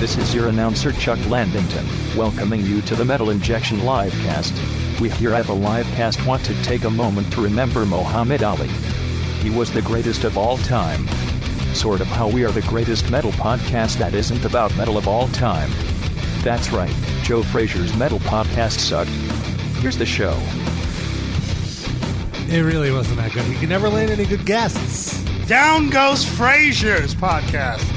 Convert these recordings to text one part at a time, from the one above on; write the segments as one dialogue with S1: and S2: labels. S1: This is your announcer Chuck Landington, welcoming you to the Metal Injection Livecast. We here at the Livecast want to take a moment to remember Muhammad Ali. He was the greatest of all time. Sort of how we are the greatest metal podcast that isn't about metal of all time. That's right, Joe Frazier's metal podcast sucked. Here's the show.
S2: It really wasn't that good. He could never land any good guests.
S3: Down Goes Frasier's podcast.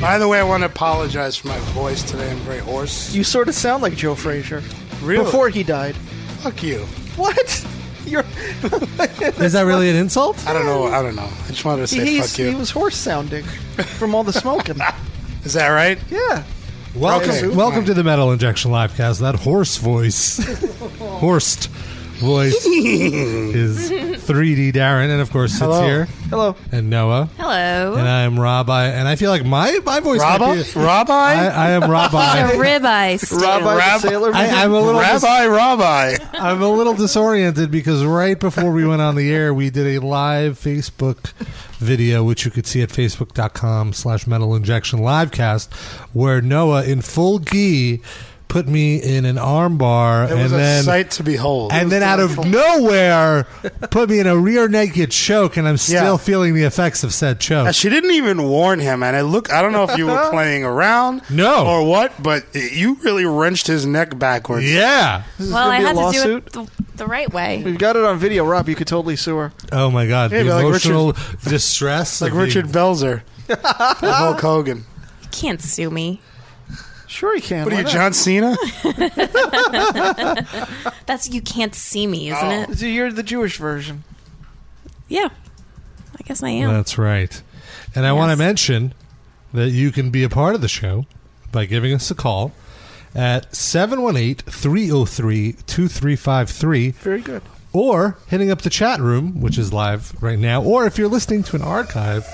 S3: By the way, I want to apologize for my voice today. I'm very hoarse.
S4: You sort of sound like Joe Frazier.
S3: Really?
S4: Before he died.
S3: Fuck you.
S4: What? You're,
S2: Is that really an insult?
S3: I don't know. I don't know. I just wanted to say
S4: he's,
S3: fuck you.
S4: he was horse sounding from all the smoking.
S3: Is that right?
S4: yeah.
S2: Welcome,
S3: Okay.
S2: welcome to the Metal Injection Livecast. That horse voice, horsed voice, is 3D Darren, and of course sits
S3: Hello.
S2: here,
S4: Hello.
S2: and Noah,
S5: Hello.
S2: and I am Rabbi, and I feel like my my voice. might
S3: Rabbi?
S2: be- I,
S3: Rabbi?
S2: I am Rabbi.
S5: ribeye stew.
S4: Rabbi
S3: Rab-
S4: the Sailor.
S2: I, I'm a little dis-
S3: Rabbi, Rabbi.
S2: I'm a little disoriented because right before we went on the air, we did a live Facebook video, which you could see at facebook.com slash metal injection livecast, where Noah in full gi put me in an armbar
S3: It was
S2: and
S3: a
S2: then
S3: sight to behold.
S2: and then out of nowhere put me in a rear naked choke and I'm still
S3: Yeah.
S2: feeling the effects of said
S3: Uh,
S2: choke.
S3: she didn't even warn him, and I look. I don't know if you were playing around,
S2: No.
S3: or what, but you really wrenched his neck backwards.
S2: Yeah.
S5: Well,
S4: gonna
S5: I
S4: be a
S5: had to do
S4: lawsuit?
S5: it the, the right way.
S4: We've got it on video, Rob. You could totally sue her.
S2: Oh my god.
S3: Yeah,
S2: the
S3: but like
S2: emotional distress.
S3: like
S2: of the- Ah.
S3: Richard Belzer, or Hulk Hogan.
S5: You can't sue me.
S4: Sure, he can.
S3: What are
S4: Why
S3: you,
S4: not?
S3: John Cena?
S5: That's you can't see me, isn't it?
S4: So Oh. You're the Jewish version.
S5: Yeah. I guess I am.
S2: That's right. And I want to
S5: Yes.
S2: mention that you can be a part of the show by giving us a call at 718-303-2353
S4: Very good.
S2: or hitting up the chat room which is live right now or if you're listening to an archive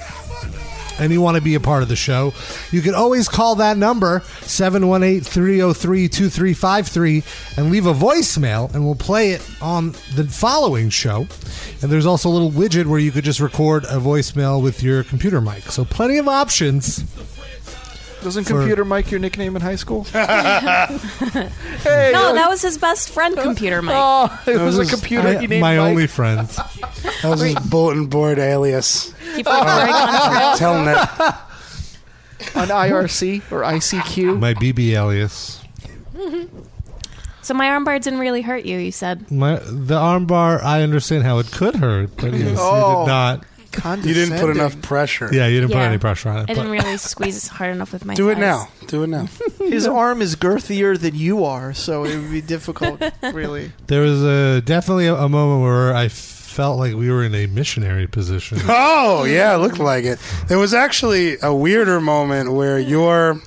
S2: and you want to be a part of the show you can always call that number 718-303-2353 and leave a voicemail and we'll play it on the following show and there's also a little widget where you could just record a voicemail with your computer mic so plenty of options
S4: Doesn't computer Mike your nickname in high school? hey.
S5: No,
S4: uh,
S5: that was his best friend, computer Mike.
S4: Oh, it was a
S2: This is
S4: computer
S2: I-
S4: he named
S2: my
S4: Mike.
S2: only friend
S3: That was his bulletin board alias.
S5: Keep referring on it.
S3: Tell him that.
S4: on IRC or ICQ.
S2: my bb alias
S5: So my armbar didn't really hurt you. You said
S2: My the armbar, I understand how it could hurt, but yes, you
S4: Oh.
S2: did not.
S3: You didn't put enough pressure.
S2: Yeah, you didn't put
S5: Yeah.
S2: any pressure on it.
S5: I
S2: But
S5: didn't really squeeze hard enough with my.
S3: Do it
S5: thighs.
S3: now. Do it now.
S4: His arm is girthier than you are, so it would be difficult, really.
S2: there was a definitely a, a moment where I felt like we were in a missionary position.
S3: Oh yeah, it looked like it. There was actually a weirder moment where your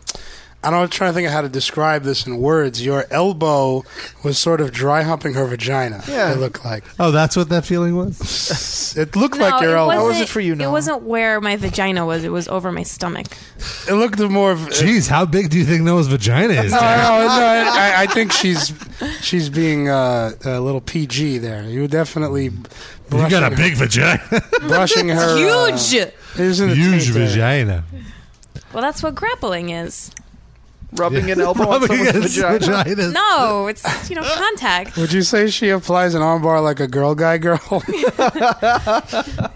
S3: I don't I'm trying to think of how to describe this in words. Your elbow was sort of dry humping her vagina.
S4: Yeah.
S3: It looked like.
S2: oh, that's what that feeling was.
S3: It looked
S5: No,
S3: like your
S5: it
S3: elbow.
S5: wasn't,
S4: was it for you, Noah?
S5: It wasn't where my vagina was. It was over my stomach.
S3: It looked more of
S2: Jeez, how big do you think Noah's vagina is?
S3: Oh, No, no,
S2: Derek?
S3: no, I, I think she's she's being uh, a little PG there. You were definitely
S2: you
S3: brushing,
S2: got a big vagina,
S3: brushing her. uh,
S5: Huge.
S3: it uh, was in the
S2: huge
S3: taint there.
S2: vagina.
S5: Well, that's what grappling is.
S4: Rubbing an elbow
S2: Rubbing
S4: on someone's
S2: against
S4: vagina.
S2: vaginas.
S5: No, it's you know contact.
S3: Would you say she applies an armbar like a girl guy girl?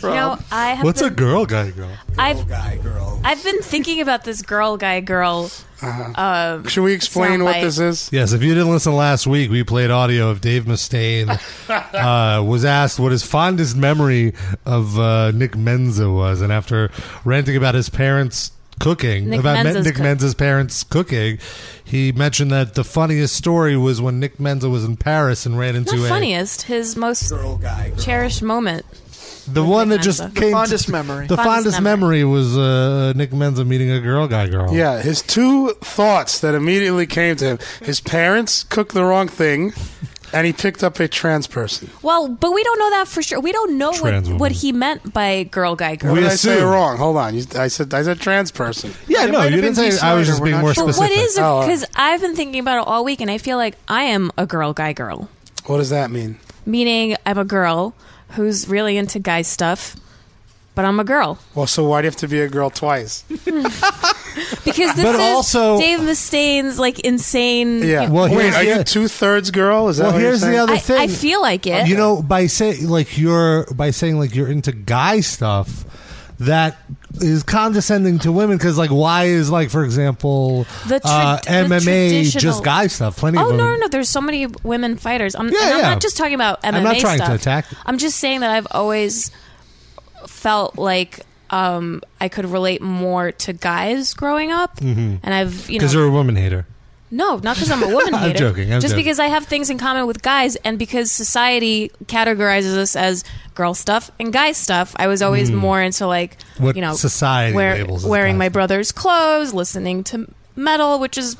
S5: You know, I have
S2: What's a
S5: been,
S2: girl guy girl?
S5: I've I've been thinking about this girl guy girl. Um,
S3: Uh-huh. Should we explain what
S5: Soundbite.
S3: this is?
S2: Yes, if you didn't listen last week, we played audio of Dave Mustaine uh, was asked what his fondest memory of uh, Nick Menza was, and after ranting about his parents cooking,
S5: Nick
S2: about
S5: Menza's
S2: Nick
S5: cook-
S2: Menza's parents cooking, he mentioned that the funniest story was when Nick Menza was in Paris and ran into
S5: Not
S2: a
S5: funniest, his most cherished moment.
S2: the one that
S5: Nick
S2: just
S5: Menza.
S2: came
S4: Fondest
S2: to-
S4: memory.
S2: The
S5: Fondest
S2: fondest, memory. was uh, Nick Menza meeting a girl guy girl.
S3: Yeah, his two thoughts that immediately came to him: his parents cooked the wrong thing, and he picked up a trans person.
S5: Well, but we don't know that for sure. We don't know what,
S2: Trans woman.
S5: what he meant by girl guy girl.
S3: What
S2: We
S3: did I say
S2: assume.
S3: wrong? Hold on, you, I said I said trans person.
S2: yeah.
S4: It
S2: No,
S4: might have
S2: you
S4: been
S2: didn't say.
S4: Dee
S2: I
S4: Snyder,
S2: was just
S4: we're
S2: being
S4: not
S2: more
S4: sure.
S5: but
S2: specific.
S5: what is it?
S3: Oh, uh,
S5: Because I've been thinking about it all week, and I feel like I am a girl guy girl,
S3: What does that mean?
S5: meaning I'm a girl who's really into guy stuff, but I'm a girl
S3: Well, so why do you have to be a girl twice?
S4: Hmm.
S5: because this
S2: But
S5: is
S2: also-
S5: Dave Mustaine's like insane.
S3: Yeah.
S2: Well,
S3: Wait,
S2: here's
S3: are
S2: the-
S3: you two thirds girl? Is that
S2: Well,
S3: what
S2: here's
S3: you're
S2: the
S3: saying?
S2: other
S5: I,
S2: thing.
S5: I feel like it.
S2: You know, by saying like you're by saying like you're into guy stuff, that is condescending to women because like why is like for example
S5: The tra-
S2: uh,
S5: the
S2: MMA
S5: traditional-
S2: just guy stuff? Plenty
S5: Oh
S2: of
S5: no, no,
S2: women.
S5: no! There's so many women fighters. I'm,
S2: Yeah,
S5: and I'm
S2: yeah.
S5: not just talking about MMA.
S2: I'm not trying to
S5: stuff.
S2: attack.
S5: I'm just saying that I've always felt like um, I could relate more to guys growing up,
S2: Mm-hmm.
S5: and I've you know
S2: Because you're a woman hater.
S5: no, not because I'm a woman hater.
S2: I'm joking, I'm
S5: just
S2: joking.
S5: because I have things in common with guys, and because society categorizes us as girl stuff and guy stuff, I was always more into like
S2: Hmm. What
S5: you know
S2: society
S5: wear-
S2: labels as
S5: wearing
S2: guy
S5: my
S2: stuff.
S5: brother's clothes, listening to metal, which is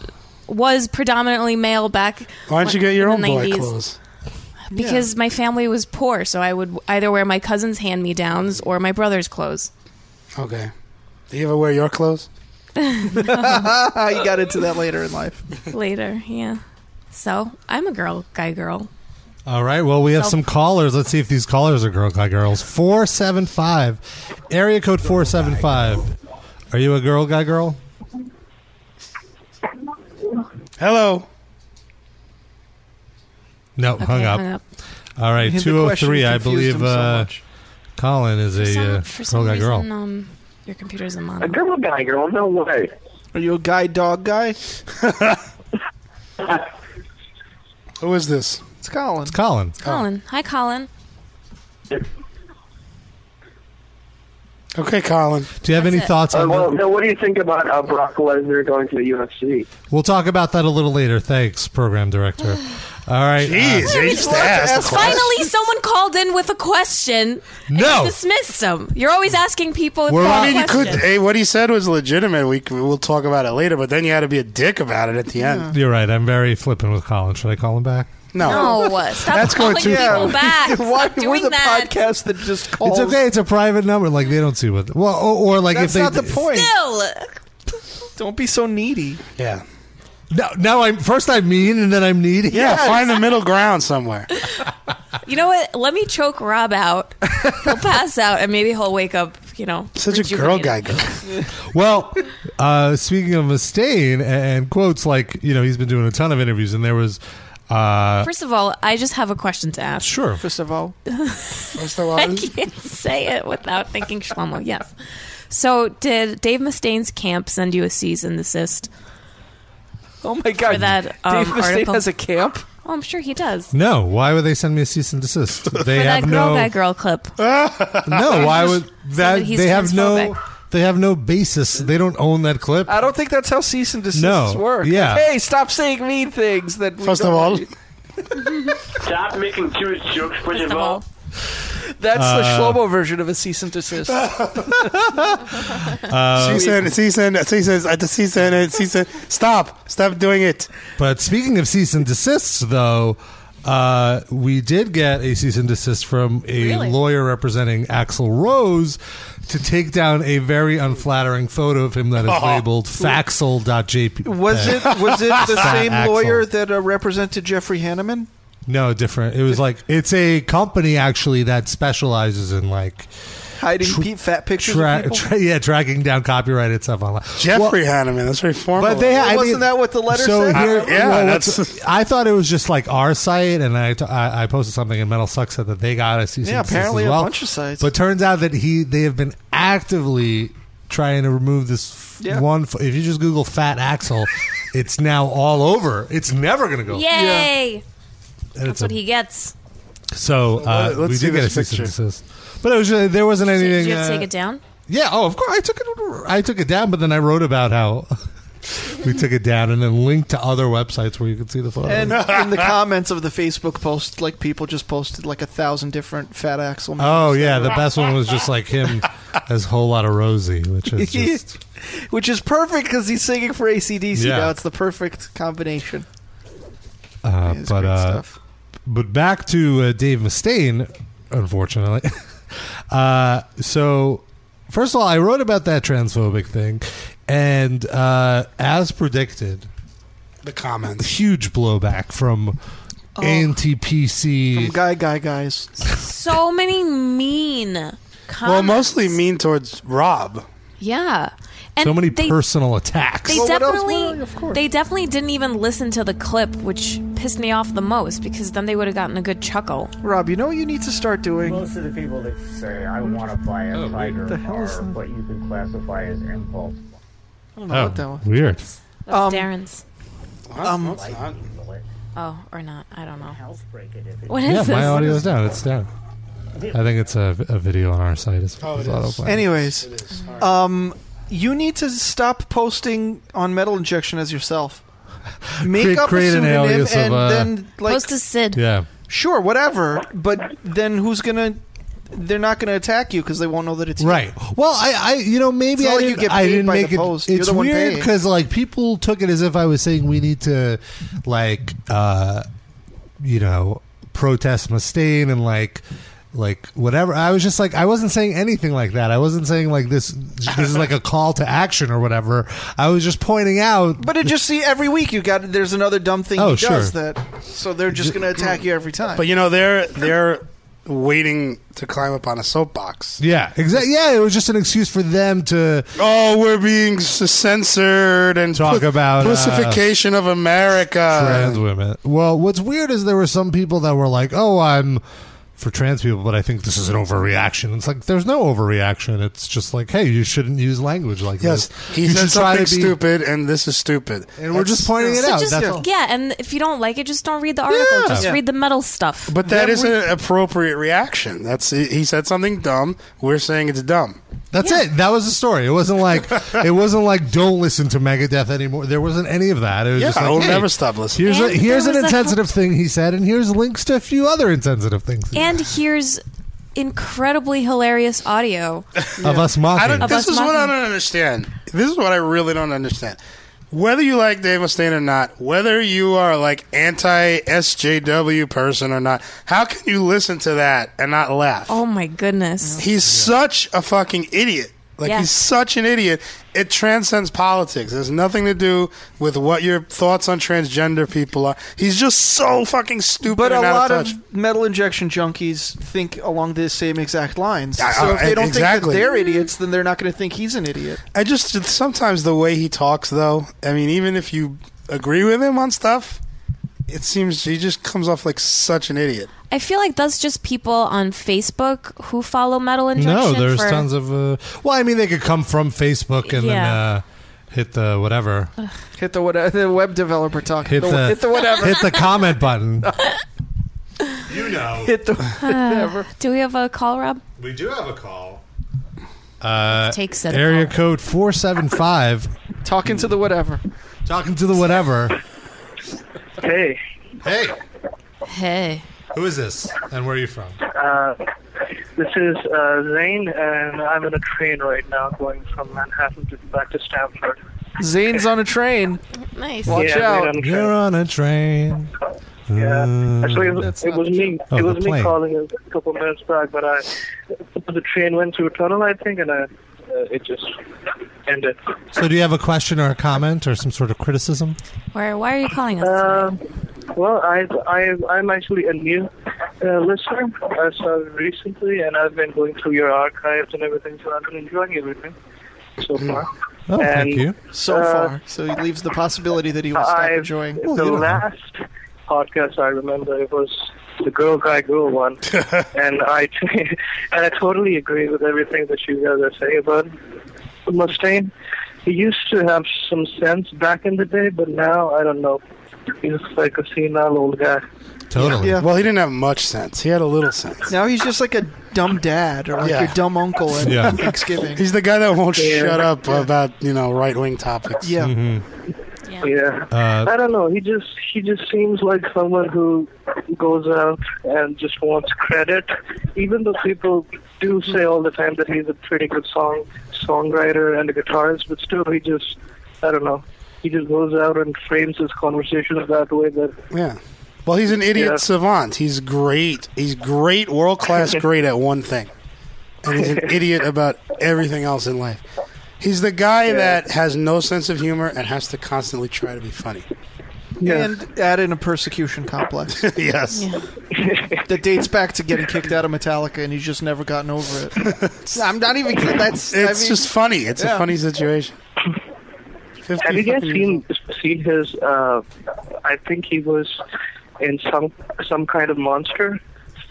S5: was predominantly male back.
S3: Why don't you
S5: when-
S3: get your
S5: in
S3: own
S5: the
S3: boy
S5: 90s.
S3: clothes?
S5: Because my family was poor, so I would either wear my cousin's hand me downs or my brother's clothes.
S3: Okay. Do you ever wear your clothes? Oh.
S4: you got into that later in life.
S5: Later, yeah. So I'm a girl, guy, girl.
S2: All right. Well, we have
S5: So-
S2: some callers. Let's see if these callers are girl guy girls. Four seven five, area code four seven five. Are you a girl guy girl?
S3: Hello.
S2: No, hung,
S5: Okay,
S2: up.
S5: hung up.
S2: All
S4: The
S2: right,
S4: question
S2: two oh three. I
S4: confused him
S2: believe
S4: so
S2: uh,
S4: much.
S2: Colin is
S5: For
S2: a
S5: some,
S2: uh,
S5: for
S2: girl
S5: some
S2: guy girl.
S5: reason, um, your computer's a
S6: A
S5: mono.
S6: girl guy, girl, no way.
S4: Are you a guy dog guy?
S3: Who is this?
S4: It's Colin.
S2: It's
S5: Oh,
S2: Colin.
S5: Colin, hi, Colin.
S3: Okay, Colin.
S2: Do you have any
S5: it.
S2: thoughts
S6: Uh,
S2: on
S6: well,
S2: that?
S6: now what do you think about uh, Brock Lesnar going to the UFC?
S2: We'll talk about that a little later. Thanks, program director. All right. uh,
S3: Jeez, you used to ask.
S5: Finally, someone called in with a question. and
S2: No.
S5: you dismissed them. You're always asking people if
S2: We're
S5: they
S2: not-
S5: have
S3: I mean, you could.
S5: questions.
S3: Hey, what he said was legitimate. We c- we'll talk about it later, but then you had to be a dick about it at the end.
S2: Uh. You're right. I'm very flippant with Colin. Should I call him back?
S3: No.
S5: No, uh, stop
S3: That's going
S5: calling
S3: too
S5: people
S3: far.
S5: back.
S4: Why,
S5: Stop
S4: we're
S5: doing
S4: the
S5: that.
S4: podcast that just calls.
S2: It's okay. It's a private number. Like they don't see what. Well, or, or like
S4: That's
S2: if
S4: not
S2: they.
S4: the point.
S5: Still,
S4: Don't be so needy.
S3: Yeah.
S2: No, now I'm first. I'm mean, and then I'm needy.
S3: Yeah. Find the middle ground somewhere.
S5: you know what? Let me choke Rob out. He'll pass out, and maybe he'll wake up. You know,
S3: Such a girl
S5: rejuvenated.
S3: guy. Girl.
S2: Well, uh, speaking of Mustaine and quotes, like you know, he's been doing a ton of interviews, and there was. Uh,
S5: First of all, I just have a question to ask.
S2: sure.
S4: First of all,
S3: First of all,
S5: I can't say it without thinking Shlomo. Yes. So, did Dave Mustaine's camp send you a cease and desist?
S4: oh my god,
S5: that, um,
S4: Dave Mustaine
S5: article.
S4: has a camp.
S5: Oh, I'm sure he does.
S2: No, why would they send me a cease and desist? They
S5: For that
S2: have
S5: girl
S2: no
S5: guy girl clip.
S2: No, why would that?
S5: that he's
S2: they have no.
S5: transphobic.
S2: They have no basis. They don't own that clip.
S4: I don't think that's how cease and desists
S2: No.
S4: work.
S2: Yeah.
S4: Like, hey, stop saying mean things. That we
S3: First of
S4: don't-
S3: all,
S6: Stop making Jewish jokes, first
S5: First
S6: of
S5: of all,
S6: all.
S4: that's the
S2: Uh,
S4: Shlomo version of a cease and desist. Uh,
S3: she said, she said, she says, I just- she said, it, she said, stop, stop doing it.
S2: But speaking of cease and desists, though, uh, we did get a cease and desist from a
S5: Really?
S2: lawyer representing Axl Rose to take down a very unflattering photo of him that is labeled Faxel.jp.
S4: Oh. was it was it the same
S2: Axel.
S4: lawyer that uh, represented Jeffrey Hanneman?
S2: No, different. It was like it's a company actually that specializes in like
S4: hiding pe- fat pictures of
S2: tra-
S4: people?
S2: tra- yeah tracking down copyrighted stuff online. Well-
S3: Jeffrey Hanneman. That's very formal.
S2: But they
S4: Well,
S2: I
S4: wasn't
S2: mean-
S4: that what the letter
S2: so
S4: said?
S2: Here,
S3: Uh, yeah,
S2: well,
S3: that's-
S2: what's- I thought it was just like our site, and I, t- I I posted something, and Metal Sucks said that they got a cease
S4: Yeah,
S2: and desist
S4: apparently
S2: as
S4: a
S2: well.
S4: bunch of sites.
S2: But turns out that he they have been actively trying to remove this f-
S4: Yeah.
S2: one. F- if you just Google Fat Axel, it's now all over. It's never gonna go.
S5: yay!
S2: And it's
S5: That's
S2: a-
S5: what he gets.
S2: So uh,
S3: Let's
S2: we
S3: see
S2: did get a
S3: this
S2: cease and
S3: picture.
S2: desist. But it was just, there wasn't
S5: Did
S2: anything.
S5: you have to
S2: uh,
S5: take it down?
S2: Yeah, oh, of course. I took it. I took it down, but then I wrote about how we took it down, and then linked to other websites where you could see the photo.
S4: and in the comments of the Facebook post, like people just posted like a thousand different fat axle.
S2: oh yeah, the best one was just like him as whole lot of Rosie, which is just
S4: Which is perfect because he's singing for ACDC
S2: Yeah.
S4: now. It's the perfect combination.
S2: uh,
S4: It's
S2: but
S4: great
S2: uh,
S4: stuff.
S2: but back to uh, Dave Mustaine, unfortunately. uh, so first of all, I wrote about that transphobic thing, and uh, as predicted,
S3: the comments.
S2: huge blowback from
S5: Oh.
S2: anti PC
S4: From guy, guy, guys.
S5: So many mean
S3: Well,
S5: comments.
S3: mostly mean towards Rob.
S5: yeah. And
S2: so many
S5: they,
S2: personal attacks.
S5: They
S4: Well, what else would I- of
S5: definitely
S4: course.
S5: they definitely didn't even listen to the clip, which pissed me off the most because then they would have gotten a good chuckle.
S4: Rob, you know what you need to start doing?
S7: Most of the people that say, I want to buy a tiger
S4: the hell is
S7: are
S4: that?
S7: what you could classify as
S8: Oh,
S7: impulse.
S4: I don't know
S2: oh,
S4: what that was.
S2: weird.
S5: That's
S4: Um,
S5: Darren's.
S4: Um,
S5: Oh, or not. I don't know.
S7: Housebreak it if it
S5: What is
S2: Yeah,
S5: this?
S2: my audio's down. It's down. I think it's a, a video on our site. It's,
S3: Oh, it
S2: it's
S3: is.
S2: autoplaying.
S4: Anyways, um, you need to stop posting on Metal Injection as yourself. Make
S2: Create-
S4: up
S2: create
S4: a
S2: an
S4: pseudonym
S2: alias of,
S4: and
S2: uh,
S4: then like
S5: Post a Sid.
S2: yeah.
S4: sure whatever, but then who's gonna? They're not gonna attack you because they won't know that it's you.
S2: Right. Well, I, I, you know, maybe
S4: It's
S2: I
S4: not like you
S2: didn't,
S4: get
S2: I
S4: paid
S2: didn't
S4: by
S2: make
S4: the
S2: it.
S4: post. You're
S2: It's
S4: the one
S2: weird
S4: paying.
S2: because like people took it as if I was saying we need to, like, uh, you know, protest Mustaine and like. Like whatever, I was just like I wasn't saying anything like that. I wasn't saying like this. This is like a call to action or whatever. I was just pointing out.
S4: But it just see every week you got there's another dumb thing
S2: Oh,
S4: he does
S2: sure.
S4: that, so they're just gonna attack you every time.
S3: But you know they're they're waiting to climb up on a soapbox.
S2: Yeah, exactly. Yeah, it was just an excuse for them to
S3: Oh, we're being s- censored and
S2: Talk about, uh,
S3: pussification of America.
S2: trans women. Well, what's weird is there were some people that were like, "Oh, I'm for trans people, but I think this is an overreaction." It's like there's no overreaction. It's just like, hey, you shouldn't use language like
S3: Yes,
S2: this.
S3: he
S2: You
S3: said
S2: should try
S3: something
S2: to be-
S3: stupid, and this is stupid.
S2: and we're just pointing it
S5: So
S2: out.
S5: just-
S2: That's
S5: yeah.
S2: all.
S5: and if you don't like it, just don't read the article.
S2: Yeah.
S5: Just
S4: Yeah.
S5: read the metal stuff.
S3: But that is an appropriate reaction. That's he said something dumb. We're saying it's dumb.
S2: That's it. That was the story. It wasn't like it wasn't like don't listen to Megadeth anymore. There wasn't any of that. It was
S3: Yeah,
S2: just like,
S3: I will
S2: hey,
S3: never stop listening.
S2: Here's a,
S5: And
S2: here's
S5: there
S2: an
S5: was a-
S2: insensitive thing he said, and here's links to a few other insensitive things
S5: and here's incredibly hilarious audio.
S2: of us mocking.
S3: I don't,
S5: Of
S3: this
S5: us
S3: is what I
S5: mocking.
S3: don't understand. This is what I really don't understand. Whether you like Dave Mustaine or not, whether you are like anti SJW person or not, how can you listen to that and not laugh?
S5: Oh my goodness.
S3: He's such a fucking idiot. Like
S5: Yeah.
S3: he's such an idiot. It transcends politics. It has nothing to do with what your thoughts on transgender people are. He's just so fucking stupid.
S4: But a
S3: and out
S4: lot
S3: of, touch.
S4: of metal injection junkies think along the same exact lines.
S3: I-
S4: so if
S3: I-
S4: they don't
S3: uh, exactly.
S4: think that they're idiots, then they're not going to think he's an idiot.
S3: I just sometimes the way he talks, though. I mean, even if you agree with him on stuff, it seems he just comes off like such an idiot.
S5: I feel like that's just people on Facebook who follow metal injection.
S2: No, there's
S5: for-
S2: tons of. Uh, well, I mean, they could come from Facebook and then
S5: Yeah.
S2: uh, hit the whatever,
S4: Hit the what the web developer talk.
S2: hit the,
S4: hit the whatever.
S2: hit the comment button. you know,
S4: hit the whatever.
S5: Do we have a call, Rob?
S2: we do have a call. Uh,
S5: Take said
S2: area
S5: call.
S2: code four seven five.
S4: Talking to the whatever.
S2: Talking to the whatever.
S6: Hey,
S2: Hey,
S5: Hey.
S2: who is this? And where are you from?
S6: uh, this is uh, Zane, and I'm in a train right now going from Manhattan to back to Stanford.
S4: Zane's on a train.
S5: Nice.
S4: Watch
S6: yeah,
S4: out.
S6: Zane, I'm
S2: You're on a train.
S6: Yeah. Actually, it was,
S4: That's
S6: it
S4: not
S6: was
S4: the
S6: me.
S2: Oh,
S6: it
S2: the
S6: was me
S2: plane.
S6: calling a couple minutes back, but I the train went through a tunnel, I think, and I, uh, it just ended.
S2: So, do you have a question or a comment or some sort of criticism?
S5: Why, why are you calling us?
S6: Uh,
S5: tonight?
S6: well, I, I, I'm actually a new uh, listener. I started recently, and I've been going through your archives and everything, so I've been enjoying everything so far.
S2: Oh,
S6: And-
S2: thank you.
S4: So
S6: Uh,
S4: far, so he leaves the possibility that he will stop
S6: I've-
S4: enjoying.
S2: Well, you
S6: the
S2: don't know.
S6: last podcast I remember it was the girl guy girl one, and I and I totally agree with everything that you guys are saying about Mustaine. He used to have some sense back in the day, but now I don't know. He's like a senile old guy.
S2: Totally.
S4: Yeah.
S3: Well, he didn't have much sense. He had a little sense.
S4: Now he's just like a dumb dad or like
S3: Yeah.
S4: your dumb uncle at
S2: Yeah.
S4: Thanksgiving.
S3: He's the guy that won't
S6: Yeah.
S3: shut up about you know right wing topics.
S4: Yeah.
S2: Mm-hmm.
S6: Yeah.
S2: Uh,
S6: I don't know. He just he just seems like someone who goes out and just wants credit, even though people do say all the time that he's a pretty good song songwriter and a guitarist. But still, he just I don't know. He just goes out and frames his conversations that way. That
S3: Yeah. Well, he's an idiot
S6: Yeah.
S3: savant. He's great. He's great, world class great at one thing. And he's an idiot about everything else in life. He's the guy that has no sense of humor and has to constantly try to be funny.
S4: and add in a persecution complex
S3: yes.
S4: that dates back to getting kicked out of Metallica, and he's just never gotten over it. I'm not even kidding. That's I
S3: It's
S4: mean,
S3: just funny. It's
S4: yeah.
S3: a funny situation.
S6: Have you guys
S3: 50 fucking
S6: seen seen his? Uh, I think he was in some some kind of monster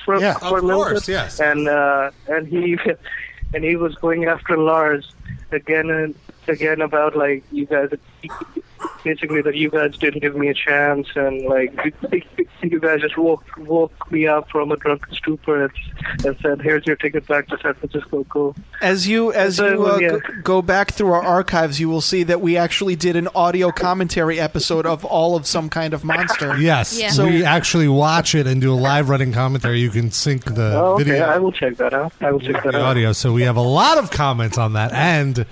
S6: for,
S3: Yeah.
S6: for
S2: Of
S6: a little
S2: course,
S6: bit,
S2: yes.
S6: and uh, and he and he was going after Lars again and again about like you guys. Basically, that you guys didn't give me a chance, and like you guys just woke woke me up from a drunken stupor and, and said, "Here's your ticket back to San Francisco. Go."
S4: As you as you uh,
S6: Yeah.
S4: go, go back through our archives, you will see that we actually did an audio commentary episode of all of some kind of monster.
S2: Yes,
S5: Yeah.
S2: we actually watch it and do a live running commentary. You can sync the
S6: Oh, okay,
S2: video.
S6: I will check that out. I will check that
S2: the
S6: out.
S2: audio. So we have a lot of comments on that, and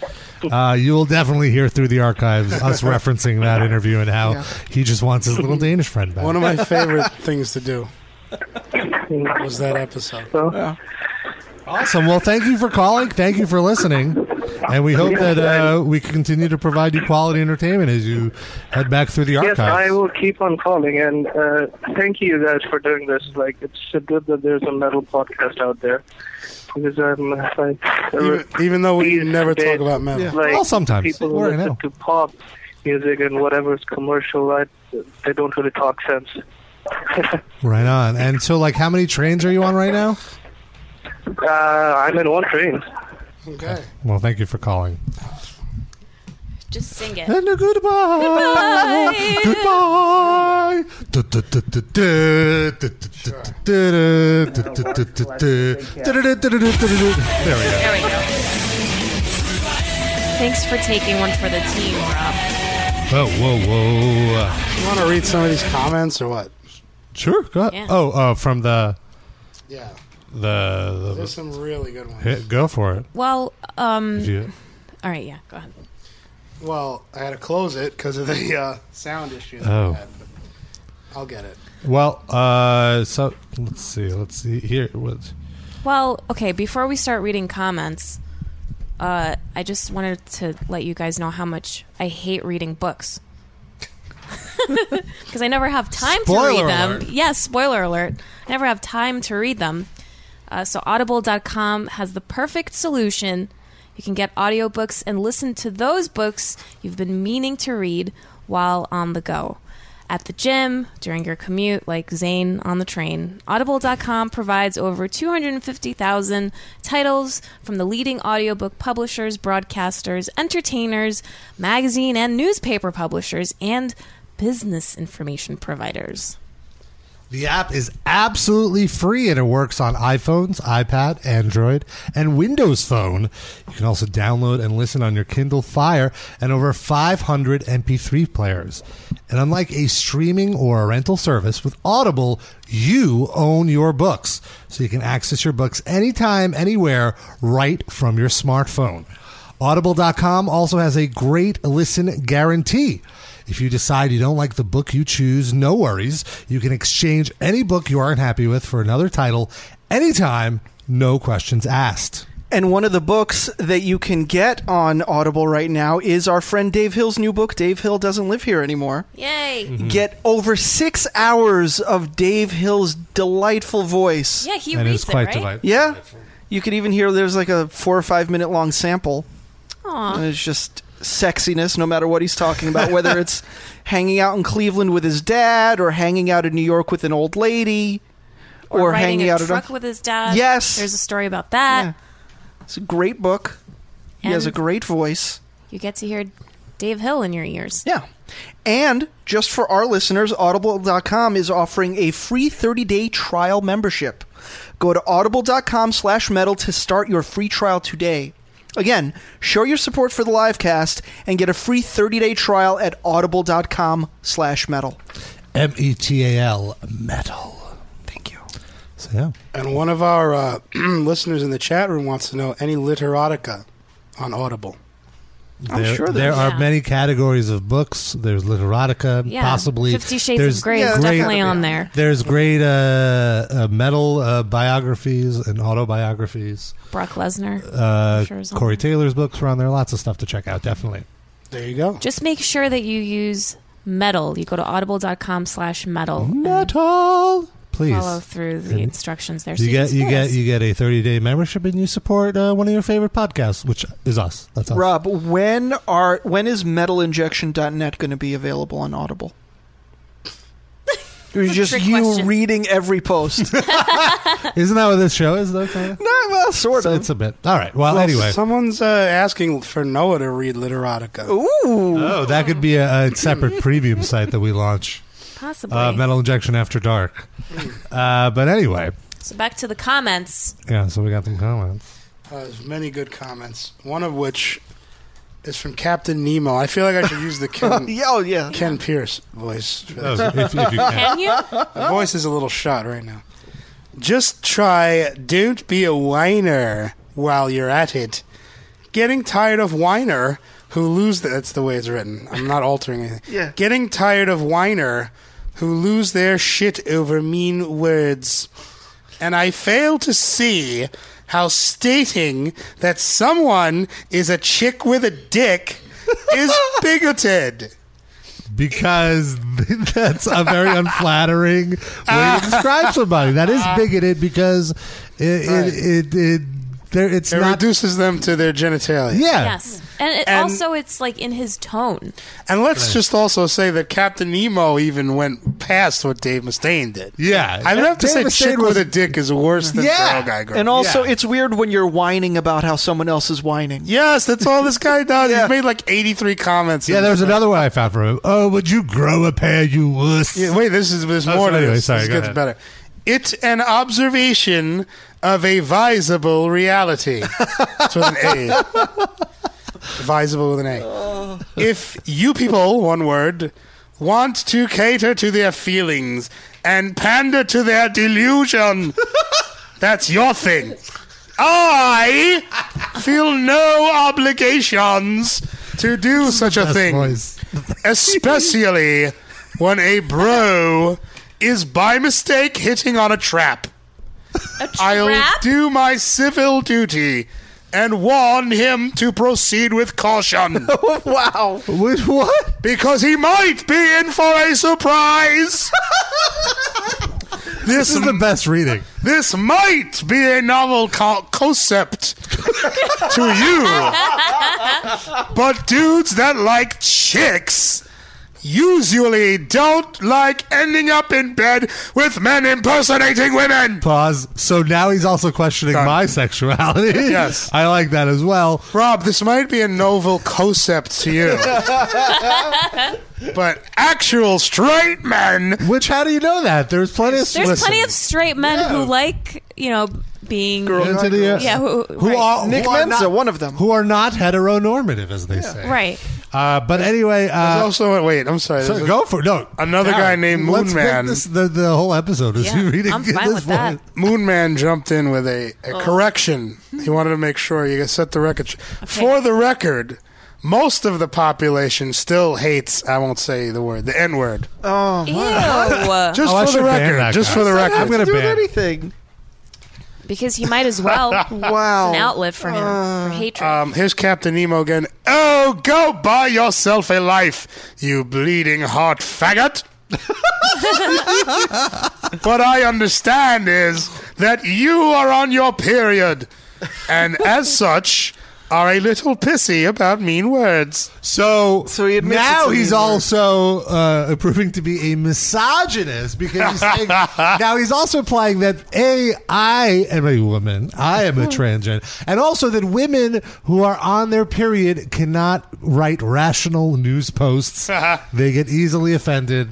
S2: uh, you'll definitely hear through the archives us referencing that interview and how
S4: Yeah.
S2: he just wants his little Danish friend back.
S3: One of my favorite things to do was that episode.
S2: awesome. Well, thank you for calling. Thank you for listening, and we hope that uh, we can continue to provide you quality entertainment as you head back through the
S6: Yes, I
S2: archives.
S6: will keep on calling, and uh, thank you guys for doing this. Like, it's so good that there's a metal podcast out there because I'm like,
S3: Even, even though we
S6: These
S3: never
S6: days-
S3: talk about metal.
S4: Yeah.
S6: like
S2: Well, sometimes.
S6: people who
S2: Or, you
S6: listen
S2: know.
S6: to pop music and whatever's commercial, I, they don't really talk sense.
S2: Right on. And so, like, how many trains are you on right now?
S6: Uh, I'm in one train.
S3: Okay.
S2: Well, thank you for calling.
S5: Just sing it.
S2: And a goodbye. Goodbye. There we go.
S5: There we go. Thanks for taking one for the team, Rob.
S2: Whoa, Oh, whoa, whoa.
S3: You want to read some of these comments or what?
S2: Sure. Go
S5: Yeah.
S2: ahead. Oh, uh, from the
S3: Yeah. There's
S2: the
S3: some really good ones.
S2: the. Hit, go for it.
S5: Well, um,
S2: If you-
S5: all right, yeah, go ahead.
S3: Well, I had to close it because of the uh, sound issue that
S2: Oh.
S3: I had. But I'll get it.
S2: Well, uh, so let's see. Let's see here. What?
S5: Well, okay, before we start reading comments, uh, I just wanted to let you guys know how much I hate reading books. Because I never have time to
S2: Spoiler
S5: read them.
S2: alert.
S5: Yes, spoiler alert. I never have time to read them. Uh, so, audible.com has the perfect solution. You can get audiobooks and listen to those books you've been meaning to read while on the go. At the gym, during your commute, like Zane on the train. Audible.com provides over 250,000 titles from the leading audiobook publishers, broadcasters, entertainers, magazine and newspaper publishers, and business information providers.
S2: The app is absolutely free and it works on iPhones, iPad, Android, and Windows Phone. You can also download and listen on your Kindle Fire and over 500 MP3 players. And unlike a streaming or a rental service, with Audible, you own your books. So you can access your books anytime, anywhere, right from your smartphone. Audible.com also has a great listen guarantee. If you decide you don't like the book you choose, no worries. You can exchange any book you aren't happy with for another title anytime, no questions asked.
S4: And one of the books that you can get on Audible right now is our friend Dave Hill's new book. Dave Hill doesn't live here anymore.
S5: Yay!
S2: Mm-hmm.
S4: Get over six hours of Dave Hill's delightful voice.
S5: Yeah, he
S2: and
S5: reads
S2: it's quite
S5: it, right?
S2: delightful.
S4: Yeah. You could even hear there's like a four or five minute long sample.
S5: Aw.
S4: And it's just sexiness no matter what he's talking about, whether it's hanging out in Cleveland with his dad or hanging out in New York with an old lady or,
S5: riding
S4: hanging
S5: a
S4: out
S5: truck
S4: at a.
S5: with his dad.
S4: Yes.
S5: there's a story about that.
S4: Yeah. It's a great book. He has a
S5: And-
S4: great voice.
S5: You get to hear Dave Hill in your ears.
S4: Yeah. And just for our listeners, audible.com is offering a free 30-day trial membership. Go to audible.com slash metal to start your free trial today. Again, show your support for the live cast and get a free 30-day trial at audible.com slash metal.
S2: M E T A L, metal.
S4: Thank you.
S2: So, yeah.
S3: And one of our uh, listeners in the chat room wants to know any literotica on Audible.
S4: I'm
S2: there,
S4: sure
S2: there
S4: there's-
S2: are
S5: Yeah.
S2: many categories of books. There's literatica,
S5: Yeah,
S2: possibly.
S5: Fifty Shades
S2: there's
S5: of Grey is
S3: Yeah,
S5: definitely
S3: great-
S5: on there.
S2: There's great uh, uh, metal uh, biographies and autobiographies.
S5: Brock Lesnar.
S2: Uh,
S5: Sure is on
S2: Corey
S5: there.
S2: Taylor's books were on there. Lots of stuff to check out, definitely.
S3: There you go.
S5: Just make sure that you use metal. You go to audible.com slash metal.
S2: Metal. Please.
S5: Follow through the instructions there. So
S2: You get
S5: can
S2: you
S5: support
S2: get
S5: us.
S2: you get a 30 day membership and you support uh, one of your favorite podcasts, which is us. That's us.
S4: Rob, when are when is metalinjection.net going to be available on Audible? It was just
S5: trick
S4: you
S5: question.
S4: reading every post. Not
S2: Isn't that what this show is? Though, kinda?
S4: well, sort
S2: So
S4: of.
S2: it's a bit. All right. Well, anyway.
S3: someone's uh, asking for Noah to read Literotica.
S4: Ooh,
S2: Oh, that could be a, a separate preview site that we launch.
S5: possibly. Hmm.
S2: Uh, metal injection after dark. Uh, but anyway,
S5: so back to the comments.
S2: yeah. So we got some comments.
S3: Uh, there's many good comments. One of which is from Captain Nemo. I feel like I should use the Ken,
S4: yeah, oh yeah.
S3: Ken Pierce voice. for
S2: Oh,
S3: this.
S2: if, if you can.
S5: Can you?
S3: My voice is a little shot right now. Just try Don't Be a Whiner while you're at it. Getting tired of whiner who lose the, that's the way it's written. I'm not altering anything.
S4: Yeah.
S3: Getting tired of whiner who lose their shit over mean words. And I fail to see how stating that someone is a chick with a dick is bigoted.
S2: because that's a very unflattering way to describe somebody. That is bigoted because it it, it, it there it's
S3: It
S2: not.
S3: reduces them to their genitalia.
S2: yeah.
S5: Yes. And, it,
S3: And-
S5: also, it's like in his tone.
S3: And let's just also say that Captain Nemo even went past what Dave Mustaine did.
S2: Yeah.
S3: I'd have to
S2: Dave
S3: say
S2: Mustaine
S3: chick
S2: was-
S3: with a dick is worse than
S2: Yeah.
S3: girl guy girl.
S4: And also,
S2: Yeah.
S4: it's weird when you're whining about how someone else is whining.
S3: yes, that's all this guy does. He's made like 83 comments.
S2: Yeah,
S3: in-
S2: there was another one I found for him. Oh, would you grow a pair, you wuss?
S3: Yeah, wait, this is there's
S2: Oh,
S3: more
S2: so
S3: to
S2: anyway,
S3: this.
S2: sorry,
S3: this
S2: go
S3: gets
S2: ahead.
S3: better. It's an observation of a visible reality. It's with an A. Visible with an A. If you people, one word, want to cater to their feelings and pander to their delusion, that's your thing. I feel no obligations to do such a
S2: Best
S3: thing
S2: voice.
S3: especially when a bro is by mistake hitting on a trap.
S5: A
S3: I'll
S5: trap?
S3: do my civil duty and warn him to proceed with caution
S4: wow.
S2: Which what?
S3: because he might be in for a surprise.
S2: This is the best reading.
S3: This might be a novel co- concept to you, but dudes that like chicks usually don't like ending up in bed with men impersonating women.
S2: Pause. So now he's also questioning
S3: Done.
S2: my sexuality.
S3: Yes.
S2: I like that as well.
S3: Rob, this might be a novel concept to you, but actual straight men
S2: Which, how do you know that? There's plenty of
S5: There's
S2: listen,
S5: plenty of straight men who like, you know, being.
S2: into the, uh,
S5: Yeah, who,
S2: who
S5: right.
S2: are
S4: Nick
S2: who are
S4: Menza,
S2: not-
S4: one of them.
S2: who are not heteronormative, as they say.
S5: Right.
S2: Uh, but anyway,
S3: There's
S2: uh,
S3: also wait, I'm sorry.
S2: so
S3: there's a-
S2: go for it. no.
S3: Another
S2: Darren,
S3: guy named
S2: let's
S3: Moon
S2: make
S3: Man.
S2: This, the, the whole episode is
S5: Yeah,
S2: you reading
S5: I'm
S2: this
S5: fine with that. Oh.
S2: one.
S3: Moon Man jumped in with a, a correction. He wanted to make sure you set the record. sh- For the record, most of the population still hates, I won't say the word, the N word.
S4: Oh,
S5: Ew.
S3: Just
S2: Oh, I
S3: for the
S2: should ban
S3: record.
S2: that
S3: Just
S2: guy.
S3: for the
S2: Does that
S3: record.
S2: have to I'm gonna
S4: do with
S2: ban.
S4: anything.
S5: because he might as well.
S4: Wow.
S5: It's an outlet for him,
S2: Uh,
S5: for hatred.
S3: Um, here's Captain Nemo again. Oh, go buy yourself a life, you bleeding heart faggot. what I understand is that you are on your period, and as such, are a little pissy about mean words.
S2: So,
S4: So he admits it's
S2: now
S4: a
S2: he's
S4: mean word.
S2: also uh, approving to be a misogynist because he's saying, now he's also implying that a I am a woman, I am a transgender, and also that women who are on their period cannot write rational news posts; they get easily offended.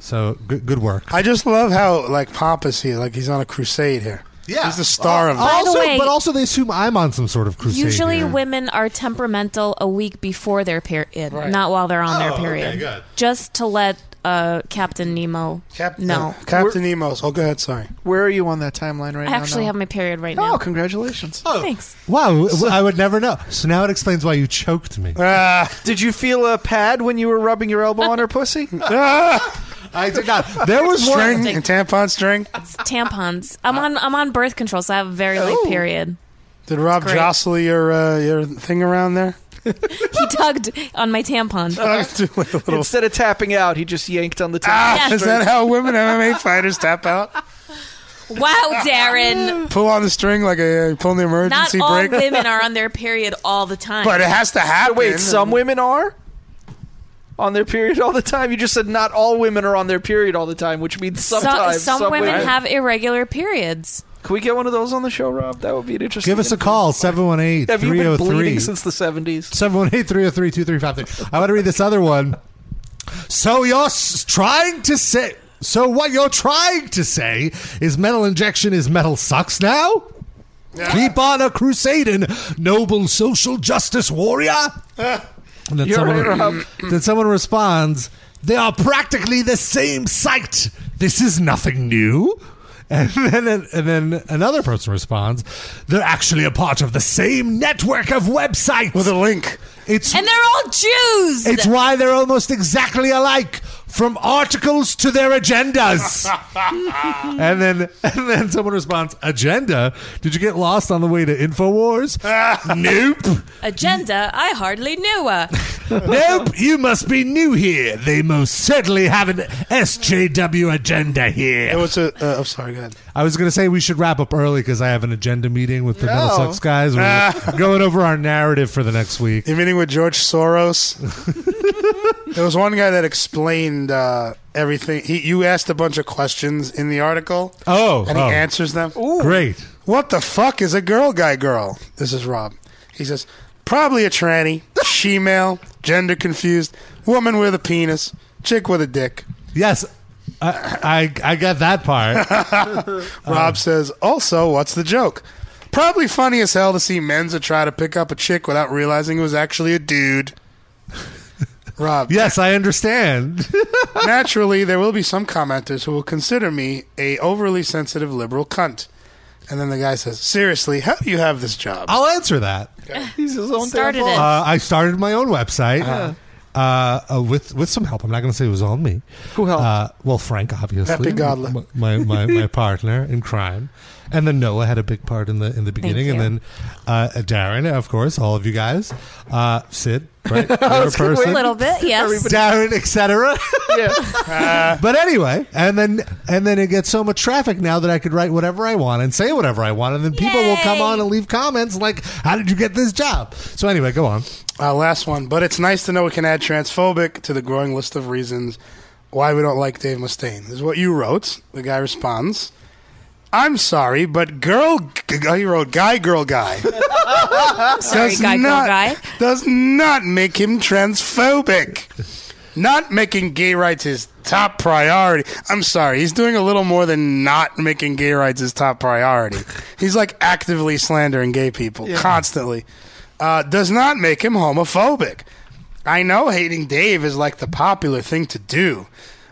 S2: So good, good work.
S3: I just love how like pompous he is. Like he's on a crusade here.
S2: Yeah.
S3: he's the star of
S2: Al-
S3: this.
S5: By the
S2: also-
S5: way-
S2: but also they assume I'm on some sort of crusade.
S5: Usually,
S2: here.
S5: women are temperamental a week before their period, not while they're on their
S2: okay,
S5: period.
S2: good.
S5: Just to let uh, Captain Nemo
S3: Cap-
S5: know.
S3: uh, Captain Nemo's. Oh, go ahead. Sorry.
S4: Where are you on that timeline right
S5: I
S4: now?
S5: actually
S4: no?
S5: have my period right
S4: Oh,
S5: now.
S4: congratulations!
S5: Thanks.
S2: Wow, w- I would never know. So now it explains why you choked me.
S3: Ah,
S4: Did you feel a pad when you were rubbing your elbow on her pussy?
S3: ah,
S2: I did not. There was one.
S3: string and tampon string.
S5: It's tampons. I'm on. I'm on
S3: Oh.
S5: birth control, so I have a very late period.
S3: Did Rob
S5: Great.
S3: jostle your uh, your thing around there?
S5: he tugged on my tampon.
S4: Instead of tapping out, he just yanked on the tampon.
S5: Yes.
S3: Ah, Is that how women MMA fighters tap out?
S5: Wow, Darren.
S3: Pull on the string like a pull on the
S5: Not
S3: emergency
S5: all
S3: brake.
S5: women are on their period all the time.
S3: But it has to happen.
S4: Wait, some women are on their period all the time. You just said not all women are on their period all the time, which means
S5: So-
S4: sometimes
S5: some, women have irregular periods.
S4: Can we get one of those on the show, Rob? That would be an interesting.
S2: Give us a call, 718
S4: Have you been bleeding
S2: 303
S4: since the seventies?
S2: 718-303-2353. I want to read this other one. So you're s- trying to say So what you're trying to say is metal injection is metal sucks now? Keep on a crusading, noble social justice warrior. And then,
S4: You're right, Rob.
S2: someone, then someone responds, They are practically the same site. This is nothing new. And then, and then another person responds, They're actually a part of the same network of websites.
S3: with a link.
S2: It's
S5: And they're all Jews.
S2: it's why they're almost exactly alike, from articles to their agendas. and then and then someone responds, "Agenda? Did you get lost on the way to Infowars? nope,
S5: Agenda, I hardly knew uh, her.
S2: nope. You must be new here. They most certainly have an SJW agenda
S3: It
S2: here."
S3: was a. Uh, I'm sorry. Go ahead.
S2: I was going to say we should wrap up early because I have an agenda meeting with the Metal
S4: No.
S2: Sucks guys. We're going over our narrative for the next week.
S3: Ah. You meeting with George Soros? there was one guy that explained uh, everything. He, you asked a bunch of questions in the article,
S2: Oh,
S3: and he
S2: oh,
S3: answers them.
S2: great.
S3: What the fuck is a girl guy girl? This is Rob. He says, probably a tranny, she male, gender confused, woman with a penis, chick with a dick.
S2: Yes, I I, I got that part. Uh.
S3: Rob says, also, what's the joke? Probably funny as hell to see men's that try to pick up a chick without realizing it was actually a dude. Rob,
S2: Yes, I understand.
S3: naturally, there will be some commenters who will consider me a overly sensitive liberal cunt. And then the guy says, seriously, how do you have this job?
S2: I'll answer that.
S4: He's his own
S5: Started
S4: damn
S5: it.
S4: fault.
S2: Uh, I started my own website uh uh, with with some help. I'm not going to say it was on me.
S4: Who helped?
S2: Uh, well, Frank, obviously.
S3: Happy Godler.
S2: M- My, my, my partner in crime. And then Noah had a big part in the in the beginning, and
S5: you.
S2: then uh, Darren, of course, all of you guys, uh, Sid, right, you're a
S5: A
S2: person,
S5: little bit, yes.
S2: Darren, etc.
S4: Yeah.
S2: But anyway, and then and then it gets so much traffic now that I could write whatever I want and say whatever I want, and then people will come
S5: Yay.
S2: on and leave comments like, "How did you get this job?" So anyway, go on.
S3: Uh, last one, but it's nice to know we can add transphobic to the growing list of reasons why we don't like Dave Mustaine. This is what you wrote. The guy responds, "I'm sorry, but girl, g- g- he wrote guy, girl, guy.
S5: I'm sorry,
S3: Uh, Does
S5: guy, girl,
S3: not-
S5: guy.
S3: does not make him transphobic. Not making gay rights his top priority. I'm sorry, he's doing a little more than not making gay rights his top priority. He's like actively slandering gay people constantly. Uh, does not make him homophobic. I know hating Dave is like the popular thing to do,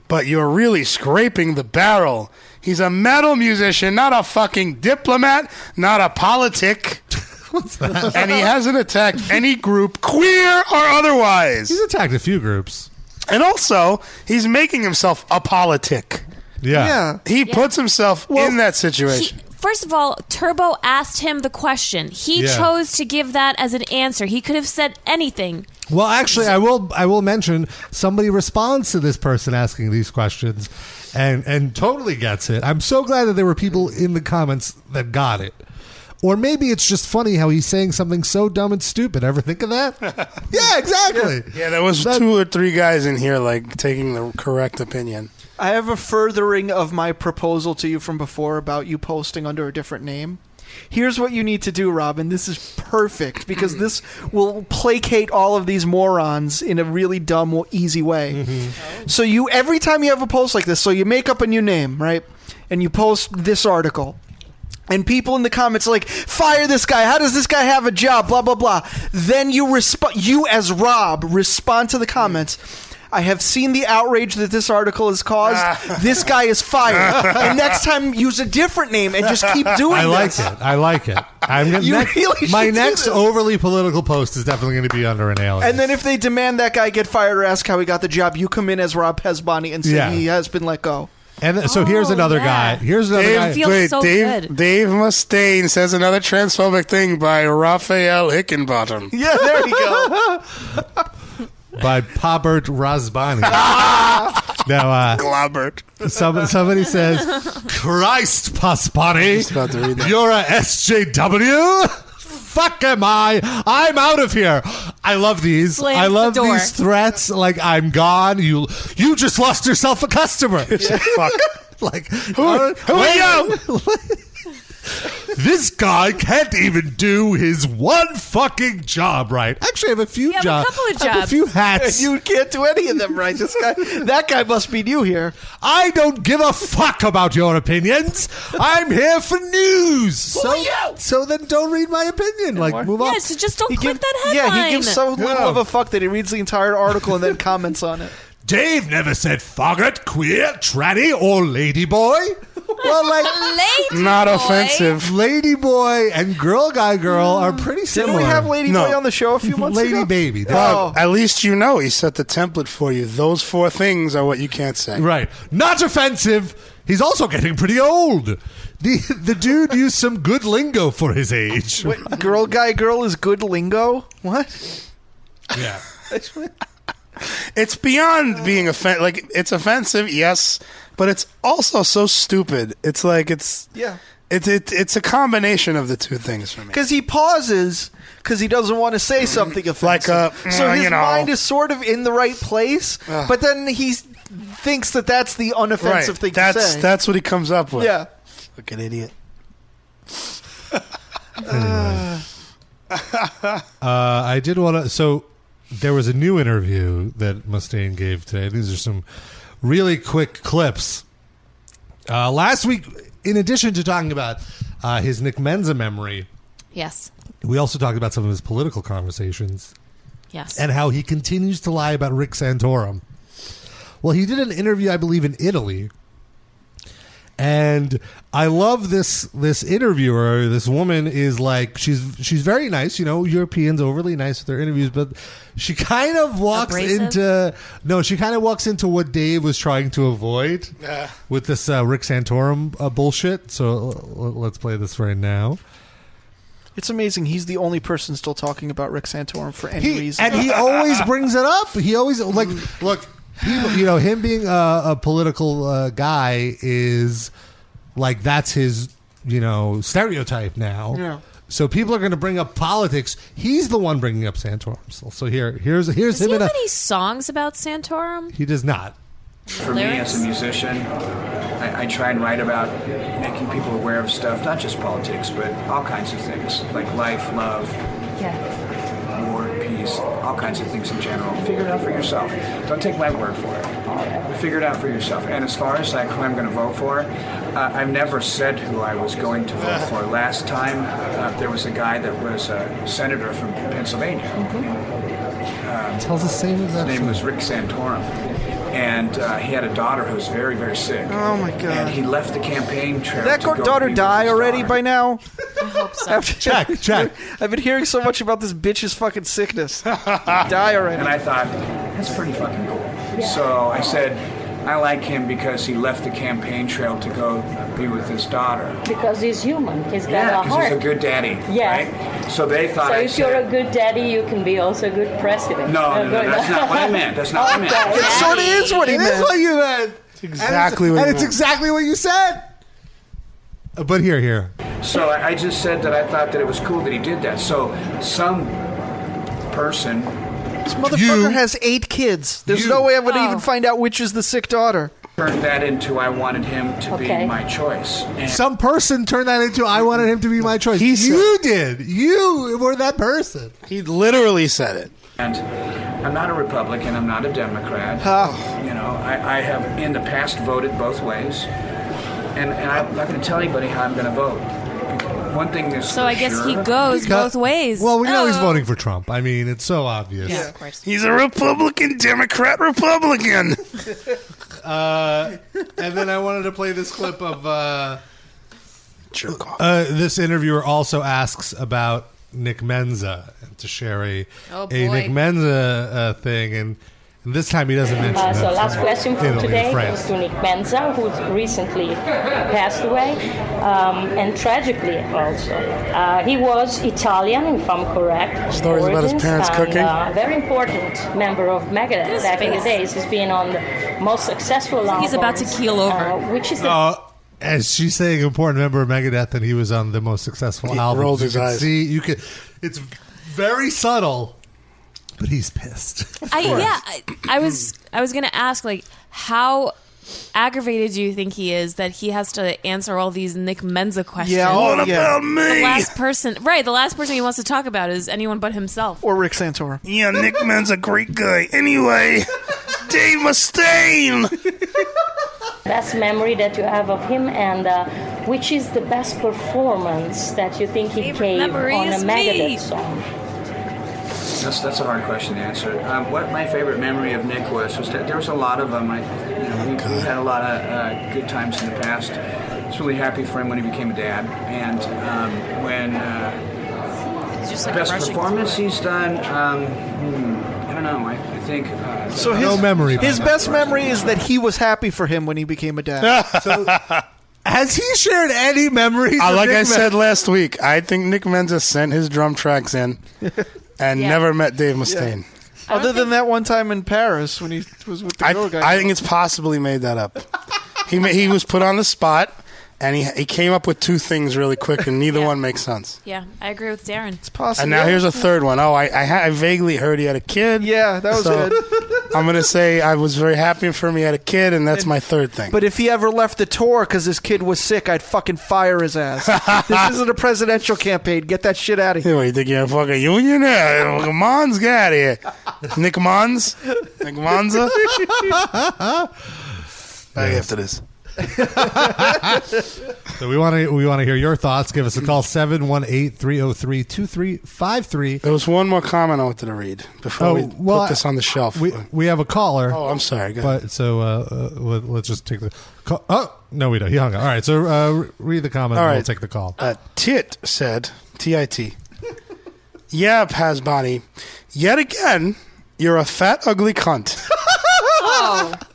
S3: but you're really scraping the barrel. He's a metal musician, not a fucking diplomat, not a politic and he hasn't attacked any group, queer or otherwise.
S2: He's attacked a few groups.
S3: And also, he's making himself a politic.
S2: Yeah.
S4: yeah.
S3: He puts himself in that situation.
S5: He- first of all, Turbo asked him the question. He
S2: Yeah.
S5: chose to give that as an answer. He could have said anything.
S2: Well, actually, I will. I will mention somebody responds to this person asking these questions, and and totally gets it. I'm so glad that there were people in the comments that got it. Or maybe it's just funny how he's saying something so dumb and stupid. Ever think of that? yeah, exactly.
S3: yeah, there was
S2: That-
S3: two or three guys in here like taking the correct opinion.
S4: I have a furthering of my proposal to you from before about you posting under a different name. Here's what you need to do, Robin. This is perfect because this will placate all of these morons in a really dumb, easy way. So you every time you have a post like this, so you make up a new name, right? And you post this article. And people in the comments are like, fire this guy. How does this guy have a job? Blah, blah, blah. Then you respond, you as Rob respond to the comments. I have seen the outrage that this article has caused. this guy is fired. and next time, use a different name and just keep doing
S2: I like
S4: this.
S2: it. I like it. I'm gonna,
S4: You
S2: next-
S4: really should
S2: my
S4: do
S2: next
S4: this.
S2: overly political post is definitely going to be under an alien.
S4: And then if they demand that guy get fired or ask how he got the job, you come in as Rob Pesbani and say
S2: Yeah.
S4: he has been let go.
S2: And th- so here's
S5: Oh,
S2: another
S5: yeah.
S2: guy. Here's another
S5: Dave
S2: guy.
S5: Feels so
S3: Dave,
S5: good.
S3: Dave Mustaine says another transphobic thing by Raphael Hickenbottom.
S4: Yeah, there we go.
S2: by Pobert Razbani. now, uh,
S3: Globbert.
S2: some, somebody says, Christ,
S3: Just about to read
S2: Paspani,
S3: that.
S2: you're a SJW? Fuck am I? I'm out of here. I love these.
S5: Slams
S2: I love
S5: the door.
S2: these threats. Like I'm gone. You you just lost yourself a customer.
S3: Fuck.
S2: like
S4: Uh,
S2: who,
S3: who are
S2: you? this guy can't even do his one fucking job right. Actually, I have a few
S5: Yeah, I have a
S2: jobs.
S5: couple of
S2: I have a
S5: jobs.
S2: few hats.
S4: you can't do any of them right. This guy, that guy must be new here.
S2: I don't give a fuck about your opinions. I'm here for news. So, so then don't read my opinion. Like move on.
S5: Yeah, so just don't
S4: He
S5: click
S4: give-
S5: that headline.
S4: Yeah, he gives so little
S2: Yeah.
S4: of a fuck that he reads the entire article and then comments on it.
S2: Dave never said faggot, queer, tranny, or ladyboy. Well, like
S5: Lady
S3: Not
S5: boy.
S3: offensive.
S2: ladyboy and girl guy girl are
S5: Hmm.
S2: pretty
S4: Didn't
S2: similar.
S4: we have Lady
S3: No.
S4: Boy on the show a few months
S2: Lady
S4: ago?
S2: baby.
S3: Bob,
S4: Oh.
S3: at least you know he set the template for you. Those four things are what you can't say.
S2: Right. Not offensive. He's also getting pretty old. The the dude used some good lingo for his age.
S4: Wait, girl, guy, girl is good lingo. What?
S2: Yeah.
S3: It's beyond being offensive. Like it's offensive, yes, but it's also so stupid. It's like it's
S4: Yeah.
S3: It's it, it's a combination of the two things for me. Mm-hmm.
S4: Because he pauses because he doesn't want to say something offensive.
S3: Like, uh,
S4: so
S3: uh,
S4: his
S3: you know.
S4: mind is sort of in the right place,
S3: Ugh.
S4: but then he s- thinks that that's the unoffensive thing
S3: that's
S4: to say.
S3: that's what he comes up with.
S4: yeah.
S3: fucking idiot.
S2: Uh, I did want to. So there was a new interview that Mustaine gave today. These are some really quick clips. Uh, last week, in addition to talking about uh, his Nick Menza memory,
S5: Yes.
S2: we also talked about some of his political conversations
S5: Yes.
S2: and how he continues to lie about Rick Santorum. Well, he did an interview, I believe, in Italy, and I love this this interviewer. This woman is like she's she's very nice. You know, Europeans overly nice with their interviews, but she kind of walks
S5: Abrasive?
S2: into no, she kind of walks into what Dave was trying to avoid with this uh, Rick Santorum uh, bullshit. So l- l- let's play this right now.
S4: It's amazing. He's the only person still talking about Rick Santorum for any
S2: He-
S4: reason.
S2: And he always brings it up. He always like look, he, you know, him being a, a political uh, guy is like that's his you know stereotype now.
S4: Yeah.
S2: So people are going to bring up politics. He's the one bringing up Santorum. So, so here, here's here's
S5: Does he
S2: him.
S5: have
S2: In
S4: uh,
S2: a,
S5: any songs about Santorum?
S2: he does not.
S9: For me as a musician, I, I try and write about making people aware of stuff, not just politics, but all kinds of things, like life, love, war, peace, all kinds of things in general. Figure it out for yourself. Don't take my word for it. Figure it out for yourself. And as far as like who I'm going to vote for, uh, I've never said who I was going to vote for. Last time, uh, there was a guy that was a senator from Pennsylvania.
S4: Mm-hmm.
S9: Um,
S2: Tells the same exact.
S9: His name
S2: thing.
S9: was Rick Santorum, and uh, he had a daughter who was very, very sick.
S4: Oh, my God.
S9: And he left the campaign trail.
S4: Did that
S9: to go
S4: daughter
S9: be with
S4: die
S9: his
S4: already
S9: daughter.
S4: by now?
S5: I hope so.
S4: After-
S2: Check, check.
S4: I've been hearing so much about this bitch's fucking sickness. Die already.
S9: Ah. And I thought that's pretty fucking cool. So I said. I like him because he left the campaign trail to go be with his daughter.
S10: Because he's human, he's got
S9: Yeah,
S10: a
S9: because he's a
S10: heart.
S9: good daddy.
S10: Yeah.
S9: Right? So they thought
S10: so
S9: I
S10: if you're
S9: said-
S10: a good daddy, you can be also a good president.
S9: no,
S10: A
S9: no, no,
S10: good-
S9: that's not what I meant. That's not what I meant.
S4: it sort of is what he
S2: It is
S4: meant.
S2: what you meant.
S3: exactly
S2: and
S3: what
S2: it's,
S3: he
S2: and it's
S3: meant.
S2: exactly what you said. Uh, But here, here.
S9: So I I just said that I thought that it was cool that he did that. So some person
S4: This motherfucker
S2: You-
S4: has eight kids. There's
S2: You-
S4: no way I'm going to
S5: Oh.
S4: even find out which is the sick daughter.
S9: turned that into I wanted him to
S10: Okay.
S9: be my choice. And
S2: Some person turned that into I wanted him to be my choice.
S3: He
S2: you did. You were that person.
S3: He literally said it.
S9: And I'm not a Republican. I'm not a Democrat. You know, I, I have in the past voted both ways, and, and I'm not going to tell anybody how I'm going to vote. One thing is
S5: So
S9: for
S5: I guess he
S9: sure,
S5: goes both ways.
S2: Well, we know he's
S5: Oh.
S2: voting for Trump. I mean, it's so obvious.
S5: Yeah, of course.
S3: He's a Republican, Democrat, Republican.
S2: Uh, And then I wanted to play this clip of uh,
S3: Jerk off.
S2: uh, this interviewer also asks about Nick Menza to share a,
S5: Oh,
S2: a
S5: boy.
S2: Nick Menza uh, thing, and And this time he doesn't mention
S10: Uh,
S2: that
S10: so
S2: from
S10: last question for
S2: Italy,
S10: today
S2: France.
S10: goes to Nick Menza, who recently passed away, um, and tragically also. Uh, he was Italian, if I'm correct.
S3: Stories about his
S10: origins,
S3: parents
S10: and,
S3: cooking.
S10: Uh, very important member of Megadeth
S5: His
S10: back in the
S5: face.
S10: days. He's been on the most successful albums.
S5: He's about to keel over.
S10: uh, which is the
S9: Oh,
S2: Uh, as she's saying, important member of Megadeth, and he was on the most successful
S3: He
S2: album.
S3: rolled
S2: you
S3: his
S2: can
S3: eyes.
S2: See, you can. It's very subtle, but he's pissed.
S5: I, yeah, I, I was I was gonna ask like how aggravated do you think he is that he has to answer all these Nick Menza questions?
S4: Yeah, all-
S3: What
S4: yeah.
S3: about me?
S5: the last person, right? The last person he wants to talk about is anyone but himself.
S4: Or Rick Santorum.
S3: Yeah, Nick Man's a great guy. Anyway, Dave Mustaine.
S10: best memory that you have of him, and uh, which is the best performance that you think he
S5: Favorite
S10: gave
S5: memory
S10: on a
S5: is
S10: Megadeth
S5: me.
S10: song?
S9: That's, that's a hard question to answer. Um, what my favorite memory of Nick was was that there was a lot of them. I, you know, we, we had a lot of uh, good times in the past. I was really happy for him when he became a dad, and um, when uh,
S5: It's just
S9: best
S5: rushing.
S9: performance he's done. Um, hmm, I don't know. I, I think. Uh,
S4: So his,
S2: No memory.
S4: His best memory is that he was happy for him when he became a dad.
S2: Has he shared any memories?
S3: Uh,
S2: of
S3: like
S2: Nick
S3: I
S2: Men-
S3: said last week, I think Nick Menza sent his drum tracks in and
S5: Yeah.
S3: never met Dave Mustaine.
S4: Other than that one time in Paris when he was with the
S3: I,
S4: girl guy.
S3: I think it's possibly made that up. he ma- he was put on the spot, and he he came up with two things really quick, and neither
S5: Yeah.
S3: one makes sense.
S5: yeah, I agree with Darren.
S4: it's possible.
S3: And now here's a third one. Oh, I I, ha- I vaguely heard he had a kid.
S4: Yeah, that was
S3: So-
S4: good.
S3: I'm gonna say I was very happy for him. He had a kid, and that's my third thing.
S4: But if he ever left the tour because his kid was sick, I'd fucking fire his ass. this isn't a presidential campaign. Get that shit out of here.
S3: Anyway, you think you're a fucking union? Yeah, fucking Mons, get out of here. Nick Mons? Nick Monza? Back after this.
S2: So we want to we want to hear your thoughts. Give us a call 718-303-2353.
S3: There was one more comment I wanted to read
S4: Oh,
S3: before we put this on the shelf.
S2: Oh, We we have a caller.
S3: oh, I'm sorry. Go ahead.
S2: But so uh, uh, let, let's just take the call. Oh no, we don't. He hung up. All right, so uh, re- read the comment.
S3: All
S2: and We'll
S3: right.
S2: take the call.
S3: Uh, Tit said, T-I-T. yeah, Paz Bonnie. Yet again, you're a fat, ugly cunt.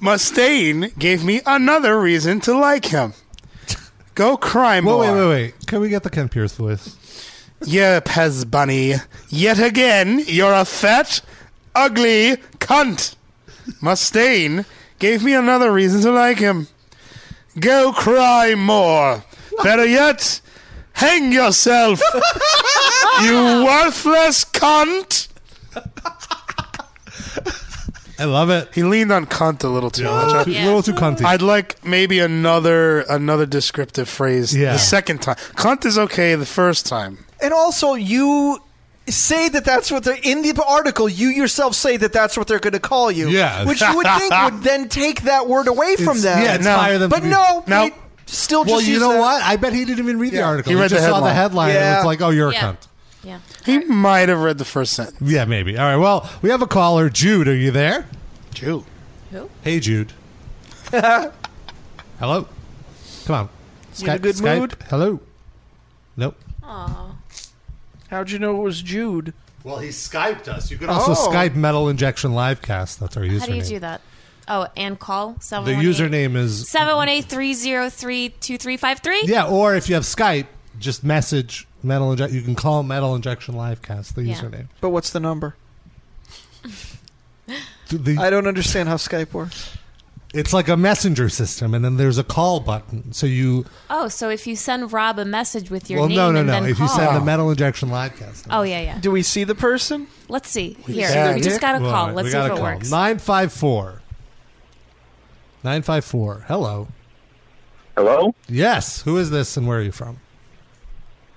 S3: Mustaine gave me another reason to like him. Go cry
S2: Whoa,
S3: more.
S2: wait, wait, wait. Can we get the Ken Pierce voice?
S3: Yeah, Pez Bunny. Yet again, you're a fat, ugly cunt. Mustaine gave me another reason to like him. Go cry more. Better yet, hang yourself. you worthless cunt.
S2: I love it.
S3: He leaned on cunt a little too much.
S2: Too-
S5: Yeah.
S2: little too cunty.
S3: I'd like maybe another another descriptive phrase
S2: Yeah.
S3: the second time. Cunt is okay the first time.
S4: And also, you say that that's what they're in the article. You yourself say that that's what they're going to call you.
S2: Yeah.
S4: which you would think would then take that word away from
S2: It's-
S4: them.
S2: yeah, it's fire them to
S4: But
S2: be-
S4: no,
S3: No.
S4: he still.
S2: well,
S4: just
S2: you
S4: used
S2: know
S4: that.
S2: what? I bet he didn't even read the article.
S3: He read the
S2: just saw the headline and
S4: Yeah.
S2: it's like, oh, you're
S5: Yeah.
S2: a cunt.
S5: Yeah.
S3: He might have read the first sentence.
S2: Yeah, maybe. All right. Well, we have a caller. Jude, are you there?
S3: Jew.
S5: Who?
S2: Hey, Jude. Hello. Come on.
S4: You in a good
S2: Skype.
S4: mood?
S2: Hello. Nope.
S4: How'd you know it was Jude?
S2: Well, he Skyped us. You could also
S4: Oh.
S2: Skype Metal Injection Livecast. That's our username.
S5: How do you do that? Oh, and call
S2: The
S5: seven.
S2: username is
S5: 718-303-2353?
S2: yeah. Or if you have Skype, just message Metal Injection. You can call Metal Injection Livecast. The
S5: Yeah.
S2: username.
S4: But what's the number?
S2: The- the-
S4: I don't understand how Skype works.
S2: it's like a messenger system, and then there's a call button. So you
S5: Oh, so if you send Rob a message with your
S2: well,
S5: name
S2: no, no,
S5: and
S2: no.
S5: then
S2: If
S5: call.
S2: you send the Metal Injection Livecast.
S5: Oh yeah, yeah.
S4: Do we see the person?
S5: Let's see. Here,
S3: Yeah,
S5: we just got a
S2: Well,
S5: call.
S2: all right,
S5: Let's
S2: we
S5: see if
S2: got
S5: it
S2: a call.
S5: works.
S2: 954. 954. Hello.
S11: Hello?
S2: Yes. Who is this and where are you from?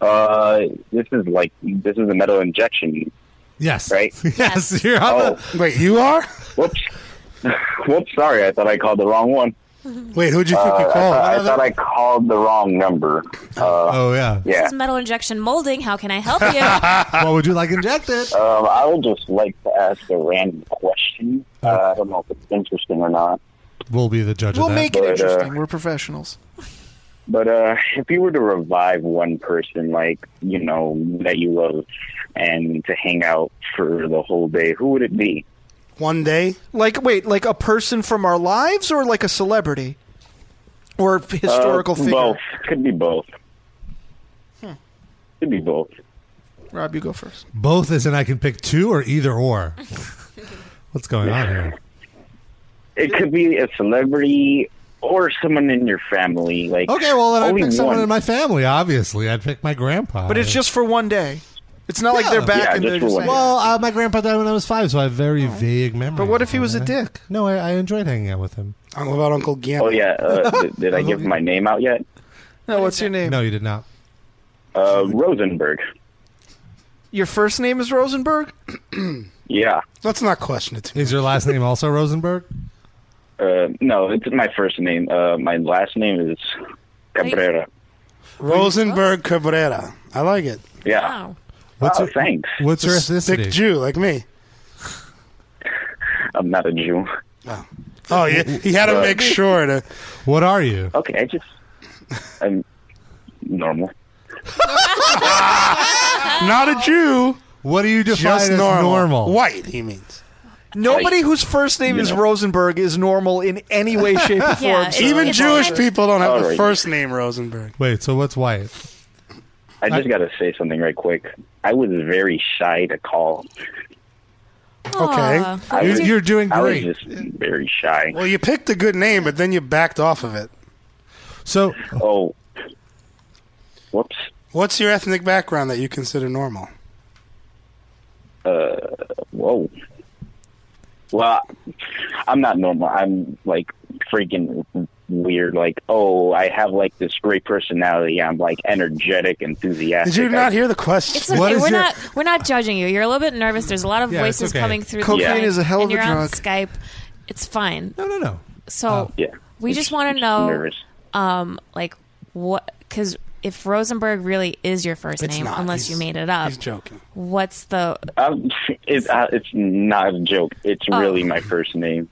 S11: Uh, this is like, this is a metal injection.
S2: Yes.
S11: Right.
S2: Yes. You're on
S11: Oh,
S2: the,
S3: Wait, you are?
S11: whoops. whoops, sorry, I thought I called the wrong one.
S3: Wait, who'd you think
S11: Uh,
S3: you
S11: I,
S3: called?
S11: thought, I thought I called the wrong number. Uh,
S2: oh, yeah.
S11: yeah.
S5: This is metal injection molding. How can I help you?
S2: What would you like injected?
S11: Um, I would just like to ask a random question. Uh, I don't know if it's interesting or not.
S2: We'll be the judge
S4: We'll
S2: of that.
S4: make it
S11: But, uh,
S4: interesting. We're professionals.
S11: But uh, if you were to revive one person, like, you know, that you love and to hang out for the whole day, who would it be?
S3: one day?
S4: Like, wait, like a person from our lives or like a celebrity? Or f- historical
S11: Uh,
S4: figure?
S11: Both. Could be both.
S4: Hmm.
S11: Could be both.
S4: Rob, you go first.
S2: Both as in I can pick two or either or. What's going on here?
S11: It could be a celebrity or someone in your family. Like
S2: Okay, well then I'd
S11: only
S2: pick someone
S11: one.
S2: in my family, obviously. I'd pick my grandpa.
S4: But it's just for one day. It's not like
S2: Yeah.
S4: they're back
S2: Yeah,
S4: and
S2: just
S4: they're
S2: for
S4: just Oh. like,
S2: one day. Well, uh, my grandpa died when I was five, so I have very vague memories. But what if he was a dick? No, I, I enjoyed hanging out with him.
S3: I'm about Uncle Gam.
S11: Oh yeah. Uh, did, did I give my name out yet?
S4: no, what's your name?
S2: No, you did not.
S11: Uh, Rosenberg.
S4: Your first name is Rosenberg?
S11: Yeah.
S3: Let's not question it.
S2: Is your last name also Rosenberg?
S11: Uh, no, it's my first name. Uh, my last name is Cabrera.
S3: Uh, Rosenberg Cabrera. I like it.
S11: Yeah.
S2: What's
S11: oh,
S2: your-
S11: thanks.
S2: What's your
S3: Thick
S2: ethnicity?
S3: Jew like me.
S11: I'm not a Jew.
S3: Oh, yeah. He had to
S11: Uh,
S3: make sure to.
S2: What are you?
S11: Okay, I just I'm normal.
S3: Not a Jew.
S2: What do you define
S3: Just
S2: as
S3: normal.
S2: normal?
S3: White, he means.
S4: Nobody whose first name is Rosenberg is normal in any way, shape, or form. so-
S3: Even Jewish people don't have the
S11: Alright.
S3: first name Rosenberg.
S2: Wait, so what's white?
S11: I just got to say something right quick. I was very shy to call.
S3: Okay.
S11: I was-
S2: You're doing
S11: I was
S2: great.
S11: just very shy.
S3: Well, you picked a good name, but then you backed off of it.
S2: So
S11: Oh, whoops.
S3: What's your ethnic background that you consider normal?
S11: Uh, whoa. Well, I'm not normal. I'm like freaking weird. Like, oh, I have like this great personality. I'm like energetic, enthusiastic.
S3: Did you
S11: I-
S3: not hear the question?
S5: It's okay.
S2: What is
S5: we're
S2: your-
S5: not we're not judging you. You're a little bit nervous. There's a lot of
S2: Yeah, it's
S5: voices
S2: okay.
S5: coming through.
S4: Cocaine
S5: the line,
S4: is a hell of
S5: and
S4: a
S5: you're on
S4: drug.
S5: Skype. It's fine.
S2: no, no, no. Uh,
S5: So
S11: Yeah.
S5: we
S11: It's-
S5: just want
S11: it's
S5: to know,
S11: Nervous.
S5: um, like what because if Rosenberg really is your first
S3: It's
S5: name,
S3: not.
S5: unless
S3: He's-
S5: you made it up,
S3: He's joking.
S5: what's the
S11: Um, it, uh, it's not a joke. It's
S5: Oh.
S11: really my first name.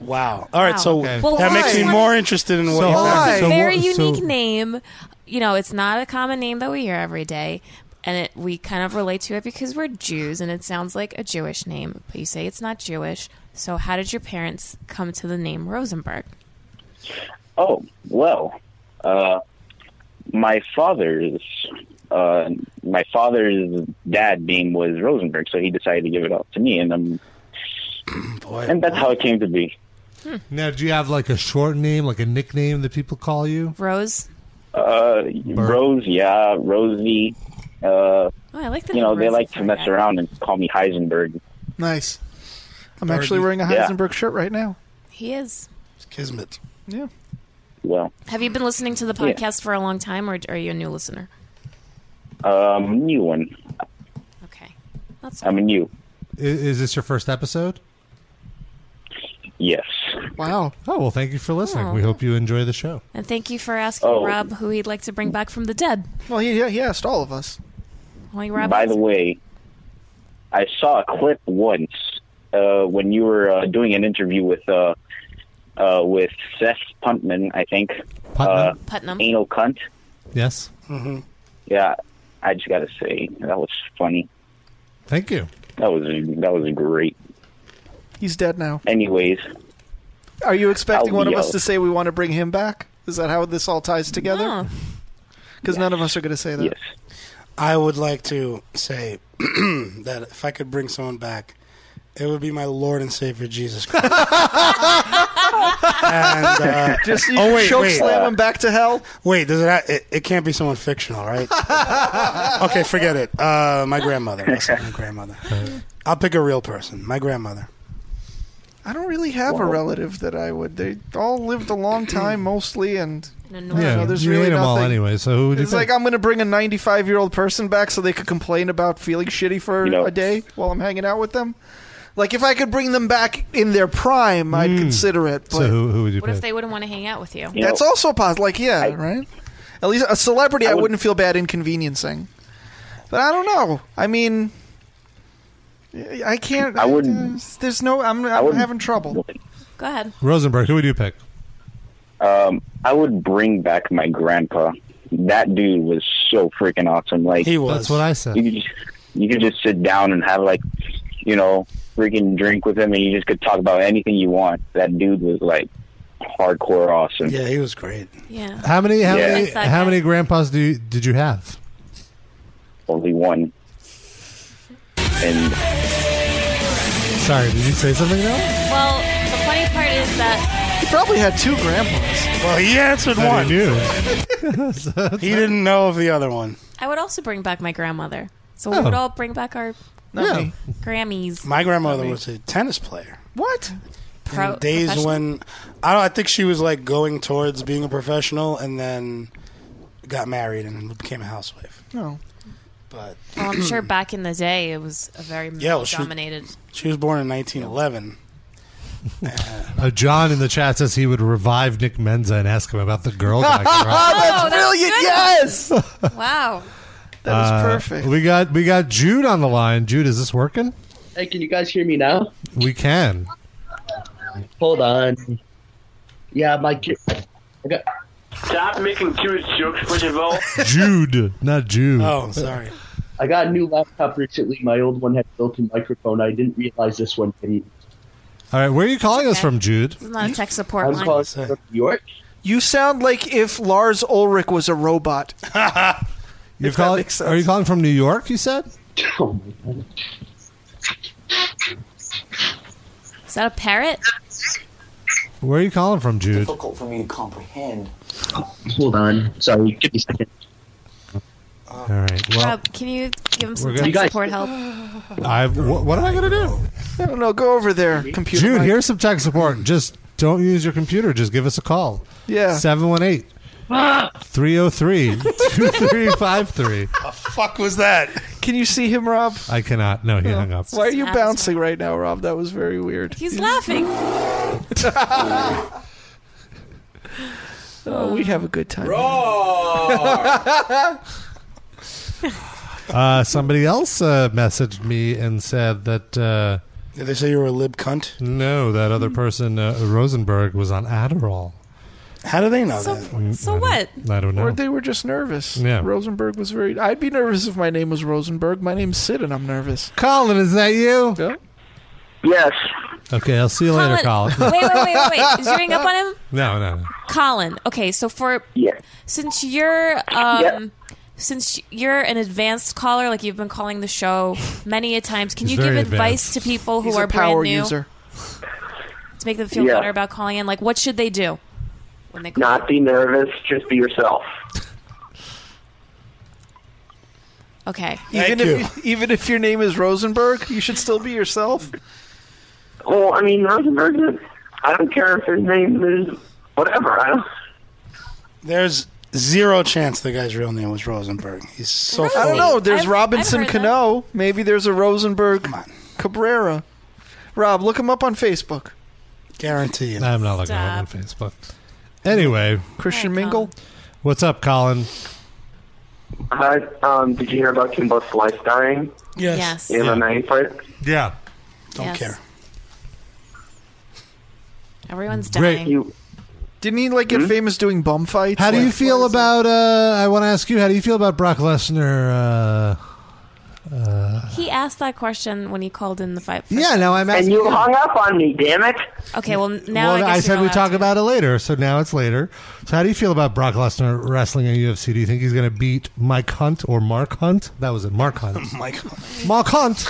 S3: Wow. All right,
S5: Wow.
S3: so
S2: Okay.
S5: Well,
S3: that
S5: why?
S3: makes me more interested in what
S2: So
S3: you
S2: hold
S3: have
S2: on.
S3: to
S5: It's a
S2: So
S5: very
S2: what- so-
S5: unique name. You know, it's not a common name that we hear every day, and it, we kind of relate to it because we're Jews, and it sounds like a Jewish name. But you say it's not Jewish. So, how did your parents come to the name Rosenberg?
S11: Oh well, uh, my father's uh, my father's dad name was Rosenberg, so he decided to give it up to me, and um, and that's how it came to be.
S2: Now, do you have like a short name, like a nickname that people call you?
S5: Rose.
S11: Uh, Rose, yeah, Rosie. Uh,
S5: Oh, I like the
S11: you
S5: name
S11: know, they
S5: Rosie
S11: like
S5: for
S11: to mess
S5: that.
S11: around and call me Heisenberg.
S4: Nice. I'm actually wearing a
S11: Yeah.
S4: Heisenberg shirt right now.
S5: He is.
S3: Kismet.
S4: Yeah.
S11: Well,
S5: Have you been listening to the
S11: Yeah.
S5: podcast for a long time, or are you a new listener?
S11: um, new one.
S5: Okay, that's
S11: I'm a new.
S2: I- Is this your first episode?
S11: Yes.
S4: Wow.
S2: Oh well, thank you for listening.
S5: Oh.
S2: We hope you enjoy the show.
S5: And thank you for asking
S11: Oh.
S5: Rob who he'd like to bring back from the dead.
S4: Well, he, he asked all of us.
S5: Only Rob.
S11: By the way, I saw a clip once uh, when you were uh, doing an interview with uh, uh, with Seth Puntman, I think. Uh,
S2: Putnam?
S5: Putnam.
S11: anal cunt.
S2: yes.
S4: Mm-hmm.
S11: Yeah, I just got to say that was funny.
S2: Thank you.
S11: That was that was great.
S4: He's dead now.
S11: Anyways,
S4: Are you expecting
S11: I'll
S4: one of
S11: yell.
S4: us to say we want to bring him back? Is that how this all ties together?
S5: Oh.
S4: Because none of us are going to say that.
S11: yes.
S3: I would like to say that if I could bring someone back, it would be my Lord and Savior Jesus Christ. and, uh,
S4: Just you
S3: Oh, wait,
S4: choke
S3: wait.
S4: slam him back to hell.
S3: wait, does it, ha- it? It can't be someone fictional, right? okay, forget it. Uh, my grandmother. I'll say my grandmother. I'll pick a real person. My grandmother.
S4: I don't really have a relative that I would. They all lived a long time mostly, and
S5: No, no,
S2: Yeah,
S4: there's
S2: you
S4: really
S2: ate them all
S4: nothing.
S2: anyway. So who would you
S4: it's like
S2: pick?
S4: I'm going to bring a 95 year old person back so they could complain about feeling shitty for
S11: You know-
S4: a day while I'm hanging out with them. Like if I could bring them back in their prime, I'd consider it. But
S2: Hmm. so who, who would you
S5: What
S2: pick?
S5: if they wouldn't want to hang out with you?
S11: You
S4: that's
S11: know,
S4: also possible. Like yeah, right? At least a celebrity, I,
S11: I would-
S4: would, not feel bad inconveniencing. But I don't know. I mean, I can't.
S11: I wouldn't-
S4: There's no. I'm. I'm
S11: wouldn't-
S4: having trouble.
S5: Go ahead.
S2: Rosenberg, who would you pick?
S11: Um, I would bring back my grandpa. That dude was so freaking awesome. Like
S3: He was.
S2: That's what I said.
S11: you could just you could just sit down and have like you know freaking drink with him, and you just could talk about anything you want. That dude was like hardcore awesome.
S3: Yeah, he was great.
S5: Yeah.
S2: How many? How
S11: Yeah.
S2: many? How many grandpas do you, did you have?
S11: Only one. And
S2: Sorry, did you say something though?
S5: Well, the funny part is that
S4: He probably had two grandpas.
S3: Well, he answered one. he didn't know of the other one.
S5: I would also bring back my grandmother. So
S3: Oh.
S5: we would all bring back our
S3: Not me.
S5: Grammys.
S3: My grandmother was a tennis player.
S4: What?
S5: Pro-
S3: in days
S5: professional?
S3: when I don't. I think she was like going towards being a professional, and then got married and became a housewife.
S4: No.
S3: But
S5: Well, I'm sure back in the day it was a very
S3: Yeah, well, she-
S5: Mm-hmm. dominated.
S3: she was born in 1911.
S2: Uh, John in the chat says he would revive Nick Menza and ask him about the girl. guy garage.
S5: Oh, that's
S4: brilliant!
S5: good.
S4: Yes.
S5: wow.
S4: That is
S2: Uh,
S4: perfect.
S2: We got we got Jude on the line. Jude, is this working?
S12: Hey, can you guys hear me now?
S2: We can.
S12: Hold on. Yeah, my ki- I got
S13: Stop making Jewish jokes, first of all.
S2: Jude, not Jude.
S12: Oh, I got a new laptop recently. My old one had built-in microphone. I didn't realize this one didn't.
S2: All right, where are you calling us from, Jude?
S5: It's not a tech support line.
S12: York.
S4: You sound like if Lars Ulrich was a robot.
S2: You're calling, Are you calling from New York? You said.
S5: Is that a parrot?
S2: Where are you calling from, Jude?
S12: Difficult for me to comprehend. Hold on. Sorry, give me a second.
S2: All right. Well,
S5: Rob, can you give him
S2: we're
S5: some
S2: gonna-
S5: tech
S2: You guys-
S5: support help?
S2: I what, what am I gonna do?
S4: I don't know. Go over there, computer.
S2: Jude,
S4: Mike.
S2: here's some tech support. Just don't use your computer. Just give us a call.
S4: Yeah.
S2: 718
S3: Ah,
S2: 303 2353.
S3: The fuck was that?
S4: Can you see him, Rob?
S2: I cannot. No, he hung up.
S4: Why are you bouncing right now, Rob? That was very weird.
S5: He's laughing.
S4: oh, we have a good time.
S2: Oh. Uh, somebody else uh, messaged me and said that. Uh,
S3: Did they say you were a lib cunt?
S2: No, that
S4: Hmm.
S2: other person, uh, Rosenberg, was on Adderall. Mm,
S3: How do they know
S4: So-
S3: that?
S5: So what?
S2: I don't know.
S4: Or they were just nervous.
S2: Yeah.
S4: Rosenberg was very. I'd be nervous if my name was Rosenberg. My name's Sid, and I'm nervous.
S2: Colin, is that you?
S13: Yes.
S2: Okay, I'll see you later, Colin.
S5: Wait, wait, wait, wait, wait. Is you hang up on him?
S2: No, no, no.
S5: Colin. Okay, so for since you're um since you're an advanced caller, like you've been calling the show many a times, can
S2: He's
S5: you give
S2: very
S5: advice
S2: advanced.
S5: to people who
S4: He's a
S5: are
S4: power
S5: brand new
S4: user.
S5: to make them feel
S13: Yeah.
S5: better about calling in? Like, what should they do when they call?
S13: Not be nervous, just be yourself.
S5: Okay.
S4: Even if even if your name is Rosenberg, you should still be yourself.
S13: Well, I mean, Rosenberg, I don't care if his name is whatever. I don't,
S3: There's zero chance the guy's real name was Rosenberg. He's so.
S4: I don't
S3: full
S4: know.
S3: of it.
S4: There's Robinson Cano. Maybe there's a Rosenberg Cabrera. Rob, look him up on Facebook.
S3: Guarantee you.
S2: I'm not looking up on Facebook. Anyway,
S4: Christian Mingle.
S2: what's up, Colin?
S13: I, um, did you hear about Kimbo Slice dying?
S3: Yes.
S5: Yes.
S13: You have a name for it?
S2: Yeah.
S4: Don't Yes. care.
S5: Everyone's
S2: Great.
S5: dying.
S4: Didn't he like get famous doing bum fights?
S2: How do you
S4: Like-
S2: feel about? Uh, I want to ask you. How do you feel about Brock Lesnar? Uh, uh,
S5: He asked that question when he called in the fight.
S2: yeah, now I'm asking.
S13: And you hung up on me, damn it.
S5: Okay, well now
S2: well,
S5: I, guess
S2: said we talk
S5: talk
S2: about it later, so now it's later. So, how do you feel about Brock Lesnar wrestling at UFC? Do you think he's going to beat Mike Hunt or Mark Hunt? That was it, Mark Hunt.
S3: Mike.
S2: Mark Hunt.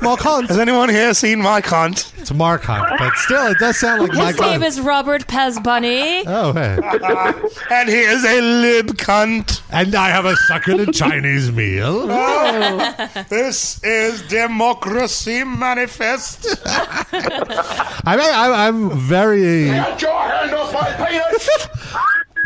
S2: Mark Hunt.
S3: Has anyone here seen Mark Hunt?
S2: It's Mark Hunt, but still, it does sound like
S5: His
S2: Mike
S5: name
S2: Hunt.
S5: is Robert Pezbunny.
S2: Oh, hey.
S3: and he is a lib cunt.
S2: And I have a succulent Chinese meal.
S3: Oh, this is democracy manifest.
S2: I mean, I, I'm very,
S13: your hand off my penis!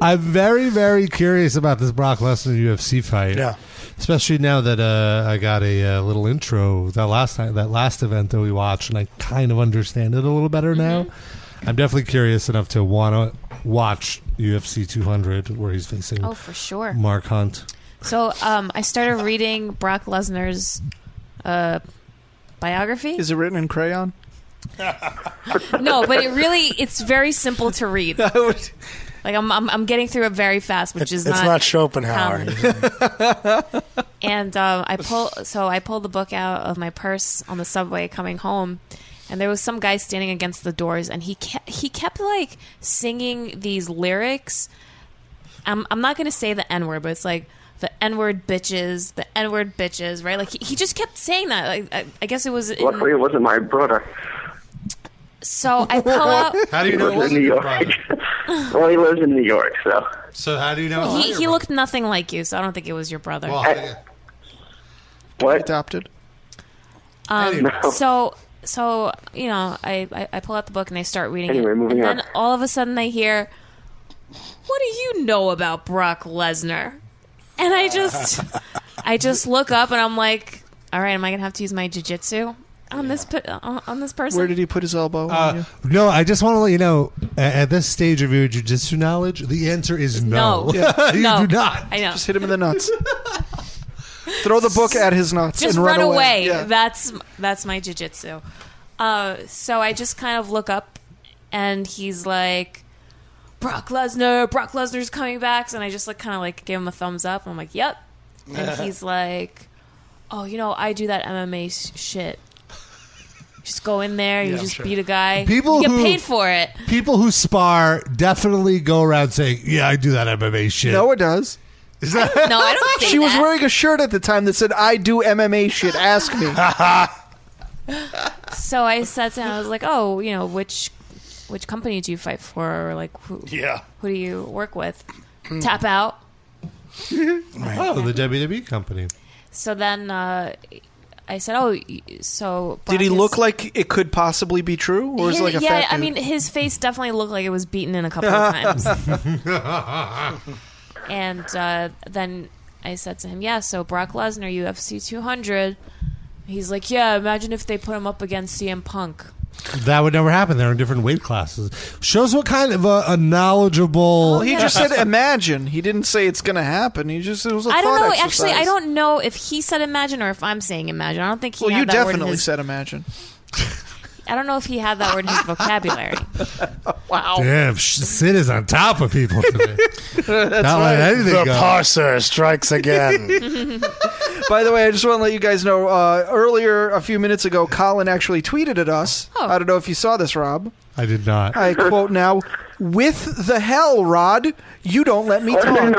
S2: I'm very, very curious about this Brock Lesnar UFC fight.
S3: Yeah.
S2: Especially now that uh, I got a, uh little intro that last night, that last event that we watched, and I kind of understand it a little better now.
S3: Mm-hmm.
S2: I'm definitely curious enough to want to watch UFC 200 where he's facing
S5: Oh, for sure.
S2: Mark Hunt.
S5: So um, I started reading Brock Lesnar's uh, biography.
S4: Is it written in crayon?
S5: no, but it really it's very simple to read.
S4: I would-
S5: Like I'm, I'm, I'm getting through it very fast, which is
S3: it's not, Schopenhauer.
S5: and um, I pull, so I pulled the book out of my purse on the subway coming home, and there was some guy standing against the doors, and he kept, he kept like singing these lyrics. I'm, I'm not gonna say the n word, but it's like the n word bitches, the n word bitches, right? Like he, he just kept saying that. Like I, I guess it was. In,
S13: Luckily, it wasn't my brother.
S5: so I pull out.
S2: How do you
S13: He
S2: know it
S13: lives
S2: wasn't
S13: in New
S2: your
S13: York? well, he lives in New York, so.
S2: So how do you
S13: Oh,
S2: know?
S5: he, he looked nothing like you, so I don't think it was your brother.
S13: What?
S4: Adopted.
S5: Um,
S13: Anyway.
S5: So, so you know, I, I, I pull out the book and I start reading
S13: Anyway,
S5: it,
S13: moving
S5: and
S13: on.
S5: then all of a sudden I hear, "What do you know about Brock Lesnar?" And I just, I just look up and I'm like, "All right, am I gonna have to use my jujitsu on this pe- on on this person?"
S4: Where did he put his elbow?
S2: Uh,
S4: on you?
S2: No, I just want to let you know a- at this stage of your jujitsu knowledge, the answer is no.
S4: Yeah.
S2: you do not.
S5: I know.
S4: Just hit him in the nuts. Throw the book at his nuts
S5: just
S4: and
S5: run,
S4: run,
S5: away.
S4: Yeah.
S5: That's that's my jujitsu. Uh, so I just kind of look up, and he's like, "Brock Lesnar, Brock Lesnar's coming back," and I just like kind of like give him a thumbs up, and I'm like, "Yep," and he's like, "Oh, you know, I do that MMA sh- shit." Just go in there. You
S2: Yeah, I'm
S5: just
S2: sure.
S5: beat a guy.
S2: People
S5: you get
S2: who-
S5: paid for it.
S2: People who spar definitely go around saying, "Yeah, I do that MMA shit."
S4: Noah does.
S2: Is that?
S5: No, I don't say
S4: She was
S5: that.
S4: wearing a shirt at the time that said, "I do MMA shit. Ask me."
S5: So I sat down. I was like, "Oh, you know, which which company do you fight for? Or like, who,
S3: Yeah.
S5: who do you work with? Tap out."
S2: Oh, the WWE company.
S5: So then uh, I said, "Oh, y- so
S4: Did he
S5: Brock
S4: look
S5: is-
S4: like it could possibly be true, or is it
S5: His-
S4: like a
S5: yeah,
S4: fat
S5: I
S4: dude?
S5: mean, his face definitely looked like it was beaten in a couple of times. and uh, then I said to him, "Yeah, so Brock Lesnar, UFC 200." He's like, "Yeah, imagine if they put him up against CM Punk."
S2: That would never happen. They're in different weight classes. Shows what kind of a, a knowledgeable.
S4: Well, Oh, he just said imagine. He didn't say it's going to happen. He just it was a
S5: I don't
S4: thought
S5: know.
S4: exercise.
S5: Actually, I don't know if he said imagine or if I'm saying imagine. I don't think he.
S4: Well,
S5: had
S4: you
S5: that word in
S4: definitely
S5: his-
S4: said imagine.
S5: I don't know if he had that word in his vocabulary.
S4: wow.
S2: Damn, sh- Sid is on top of people today.
S4: That's
S2: Not letting anything
S3: the
S2: go.
S3: parser strikes again.
S4: By the way, I just want to let you guys know. Uh, earlier, a few minutes ago, Colin actually tweeted at us.
S5: Oh.
S4: I don't know if you saw this, Rob.
S2: I did not.
S4: I quote now: "With the hell, Rod, you don't let me talk."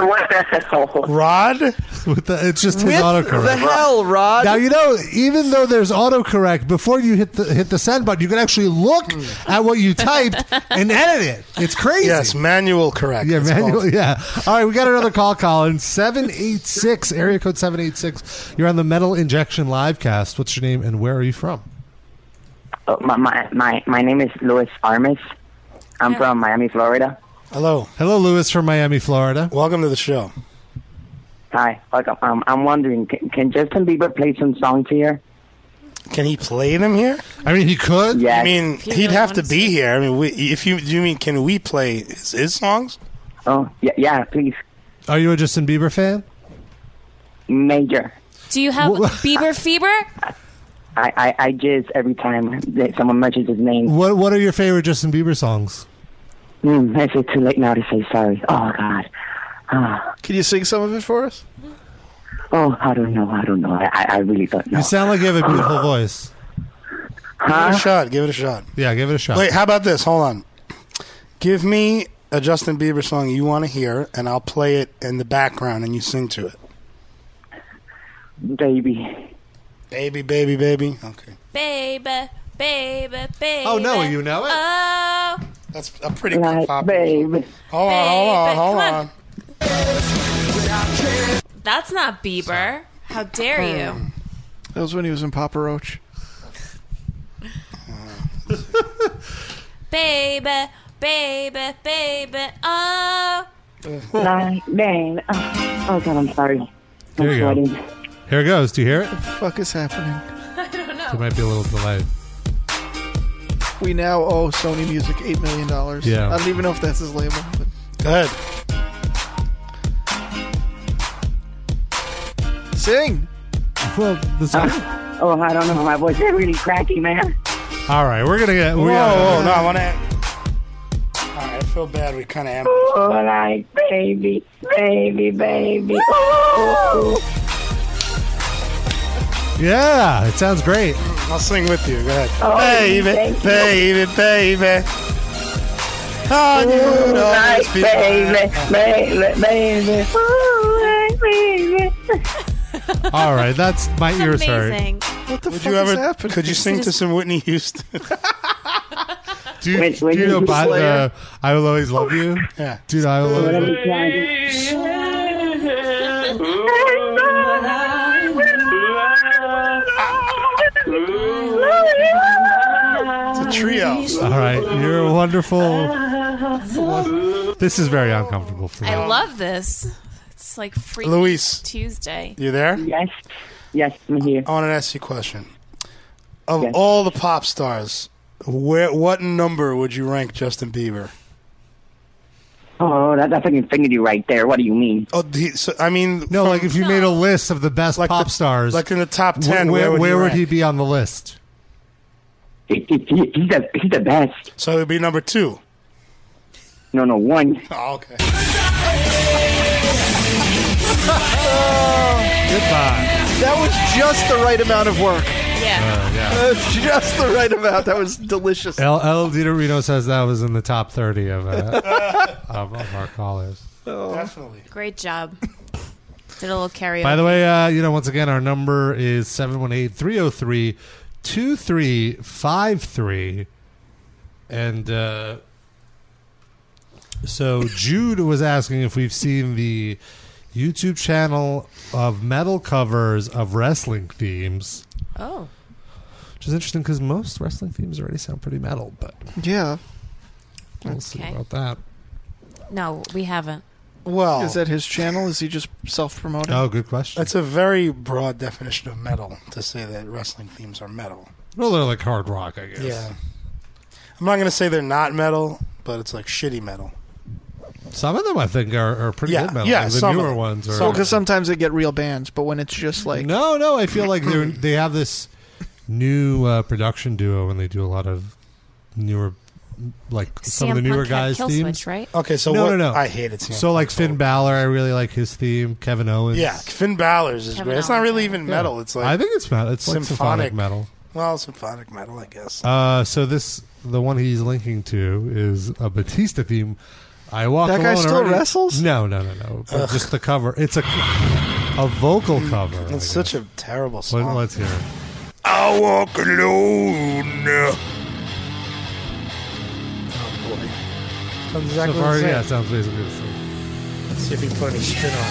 S3: Rod?
S2: With the, it's just his
S4: With
S2: autocorrect.
S4: the hell, Rod.
S2: Now you know, even though there's autocorrect, before you hit the hit the send button, you can actually look
S4: Hmm.
S2: at what you typed and edit it. It's crazy.
S3: Yes, manual correct.
S2: Yeah,
S3: it's
S2: manual.
S3: called.
S2: Yeah. All right, we got another call, Colin. Seven eight six area code seven eight six. You're on the Metal Injection livecast. What's your name and where are you from?
S14: Oh, my, my my my name is Luis Armas. I'm from Miami, Florida.
S3: Hello.
S2: Hello, Lewis from Miami, Florida.
S3: Welcome to the show.
S14: Hi. Welcome. Um, I'm wondering, can, can Justin Bieber play some songs here?
S3: Can he play them here?
S2: I mean, he could.
S14: Yes.
S3: I mean,
S14: If you
S3: he'd
S14: really
S3: have to
S14: wanted
S3: be here. I mean, we, if you you mean, can we play his, his songs?
S14: Oh yeah, yeah. Please,
S2: Are you a Justin Bieber fan?
S14: major.
S5: Do you have Bieber fever?
S14: I, I, I jizz every time that someone mentions his name.
S2: What What are your favorite Justin Bieber songs?
S14: Mm, is it too late now to say sorry? Oh God. Ah.
S4: Can you sing some of it for us?
S14: Oh, I don't know. I don't know. I, I I really don't know.
S2: You sound like you have a beautiful voice.
S3: Give it a shot. Give it a shot.
S2: Yeah, give it a shot.
S3: Wait, how about this? Hold on. Give me a Justin Bieber song you want to hear, and I'll play it in the background, and you sing to it.
S14: Baby.
S3: Baby, baby, baby. Okay.
S5: Baby, baby, baby.
S3: Oh, no, you know it?
S5: Oh.
S3: That's a pretty
S14: like, baby.
S3: Hold on, hold on,
S5: Baby,
S3: hold on.
S5: come on. That's not Bieber. How dare
S3: Hmm.
S5: you?
S4: That was when he was in Papa Roach.
S5: Baby, baby, baby. Oh.
S14: Like, dang. Oh, oh God, I'm sorry. I'm
S2: Here you go.
S14: sweating.
S2: Here it goes. Do you hear it?
S4: Fuck is happening.
S5: I don't know.
S2: There might be a little delay.
S4: We now owe Sony Music eight million dollars.
S2: Yeah.
S4: I don't even know if that's his label. But
S3: Good.
S4: Sing.
S2: Well, the song.
S14: Oh, I don't know. My voice is really cracky, man.
S2: All right, we're gonna get.
S3: Whoa,
S2: we gotta-
S3: whoa, no, I want to. All right, feel bad. We kind of am.
S13: Oh, my baby, baby, baby. Oh.
S2: Yeah, it sounds great.
S3: I'll sing with you. Go ahead.
S13: Oh,
S3: baby,
S13: thank you.
S3: baby, baby. Oh,
S13: Ooh,
S3: you'd always
S13: my
S3: be
S13: baby,
S3: mine.
S13: baby, baby. Oh, my baby.
S2: All right, that's my ears hurt.
S3: What
S13: the
S3: Would
S13: fuck
S3: you
S13: is
S3: ever?
S13: happening?
S3: Could you sing to some Whitney Houston?
S2: Do you,
S3: When- when
S2: do you
S3: you
S2: know
S3: do
S2: by,
S3: Slayer.
S2: uh, I will always love you?
S3: Yeah,
S2: dude, I will always. Love you.
S13: It's
S3: a trio.
S2: All right, you're wonderful. This is very uncomfortable for me.
S5: I love this. It's like free
S3: Luis.
S5: Tuesday.
S3: You there? Yes. Yes, I'm here. I want to ask you a question. Of all the pop stars, where what number would you rank Justin Bieber?
S14: Oh, that, that's fucking fingered you right there. What do you mean?
S3: Oh, he, so, I mean,
S2: no, like if you made a list of the best pop stars,
S3: like in the top
S2: wh-
S3: 10,
S2: where,
S3: where would you rank?
S2: he be on the list?
S14: He, he, he- he's, the, he's the best.
S3: So it'd be number two.
S14: No, no, one.
S3: Oh, okay.
S2: Goodbye.
S4: That was just the right amount of work.
S2: Uh, yeah.
S4: That was just the right amount. That was delicious.
S2: L. L. Didorino says that was in the top thirty of uh, of, of our callers.
S3: Oh. Definitely.
S5: Great job. Did a little karaoke.
S2: By the way, uh, you know, once again, our number is 718 303 2353. And uh, so Jude was asking if we've seen the YouTube channel of metal covers of wrestling themes.
S3: uh,
S5: Oh.
S2: Which is interesting because most wrestling themes already sound pretty metal, but
S4: Yeah.
S2: we'll see
S5: Okay.
S2: about that.
S5: No, we haven't.
S3: Well,
S4: is that his channel? Is he just self-promoting?
S2: Oh, good question.
S3: That's a very broad definition of metal to say that wrestling themes are metal.
S2: Well, they're like hard rock, I guess.
S3: Yeah. I'm not going to say they're not metal, but it's like shitty metal.
S2: Some of them, I think, are, are pretty
S4: Yeah,
S2: good metal.
S4: yeah,
S2: Like, the
S4: some of
S2: newer
S4: them.
S2: ones are.
S4: because sometimes they get real bands, but when it's just like
S2: no, no, Oh, I feel like they they have this new uh, production duo, and they do a lot of newer, like some of
S5: CM
S2: the newer
S5: Punk had
S2: guys'
S5: Killswitch,
S2: themes.
S5: right?
S3: Okay, so
S2: no,
S3: what-
S2: no, no,
S3: I hated CM
S2: So like Finn Balor, I really like his theme. Kevin Owens,
S3: Yeah, Finn Balor's is great. It's not really even metal. It's like
S2: I think it's metal. It's like symphonic metal.
S3: Well, symphonic metal, I guess.
S2: Uh, so this the one he's linking to is a Batista theme. I walk.
S4: That guy
S2: alone
S4: still
S2: already-
S4: wrestles?
S2: No, no, no, no. But
S4: Ugh.
S2: just the cover. It's a a vocal cover. I
S3: It's such a terrible
S2: Let,
S3: song.
S2: us hear it.
S3: I walk alone. Oh boy. Sounds exactly
S2: so far,
S3: the same.
S2: yeah, it sounds basically the same.
S3: Let's see if he put any spin on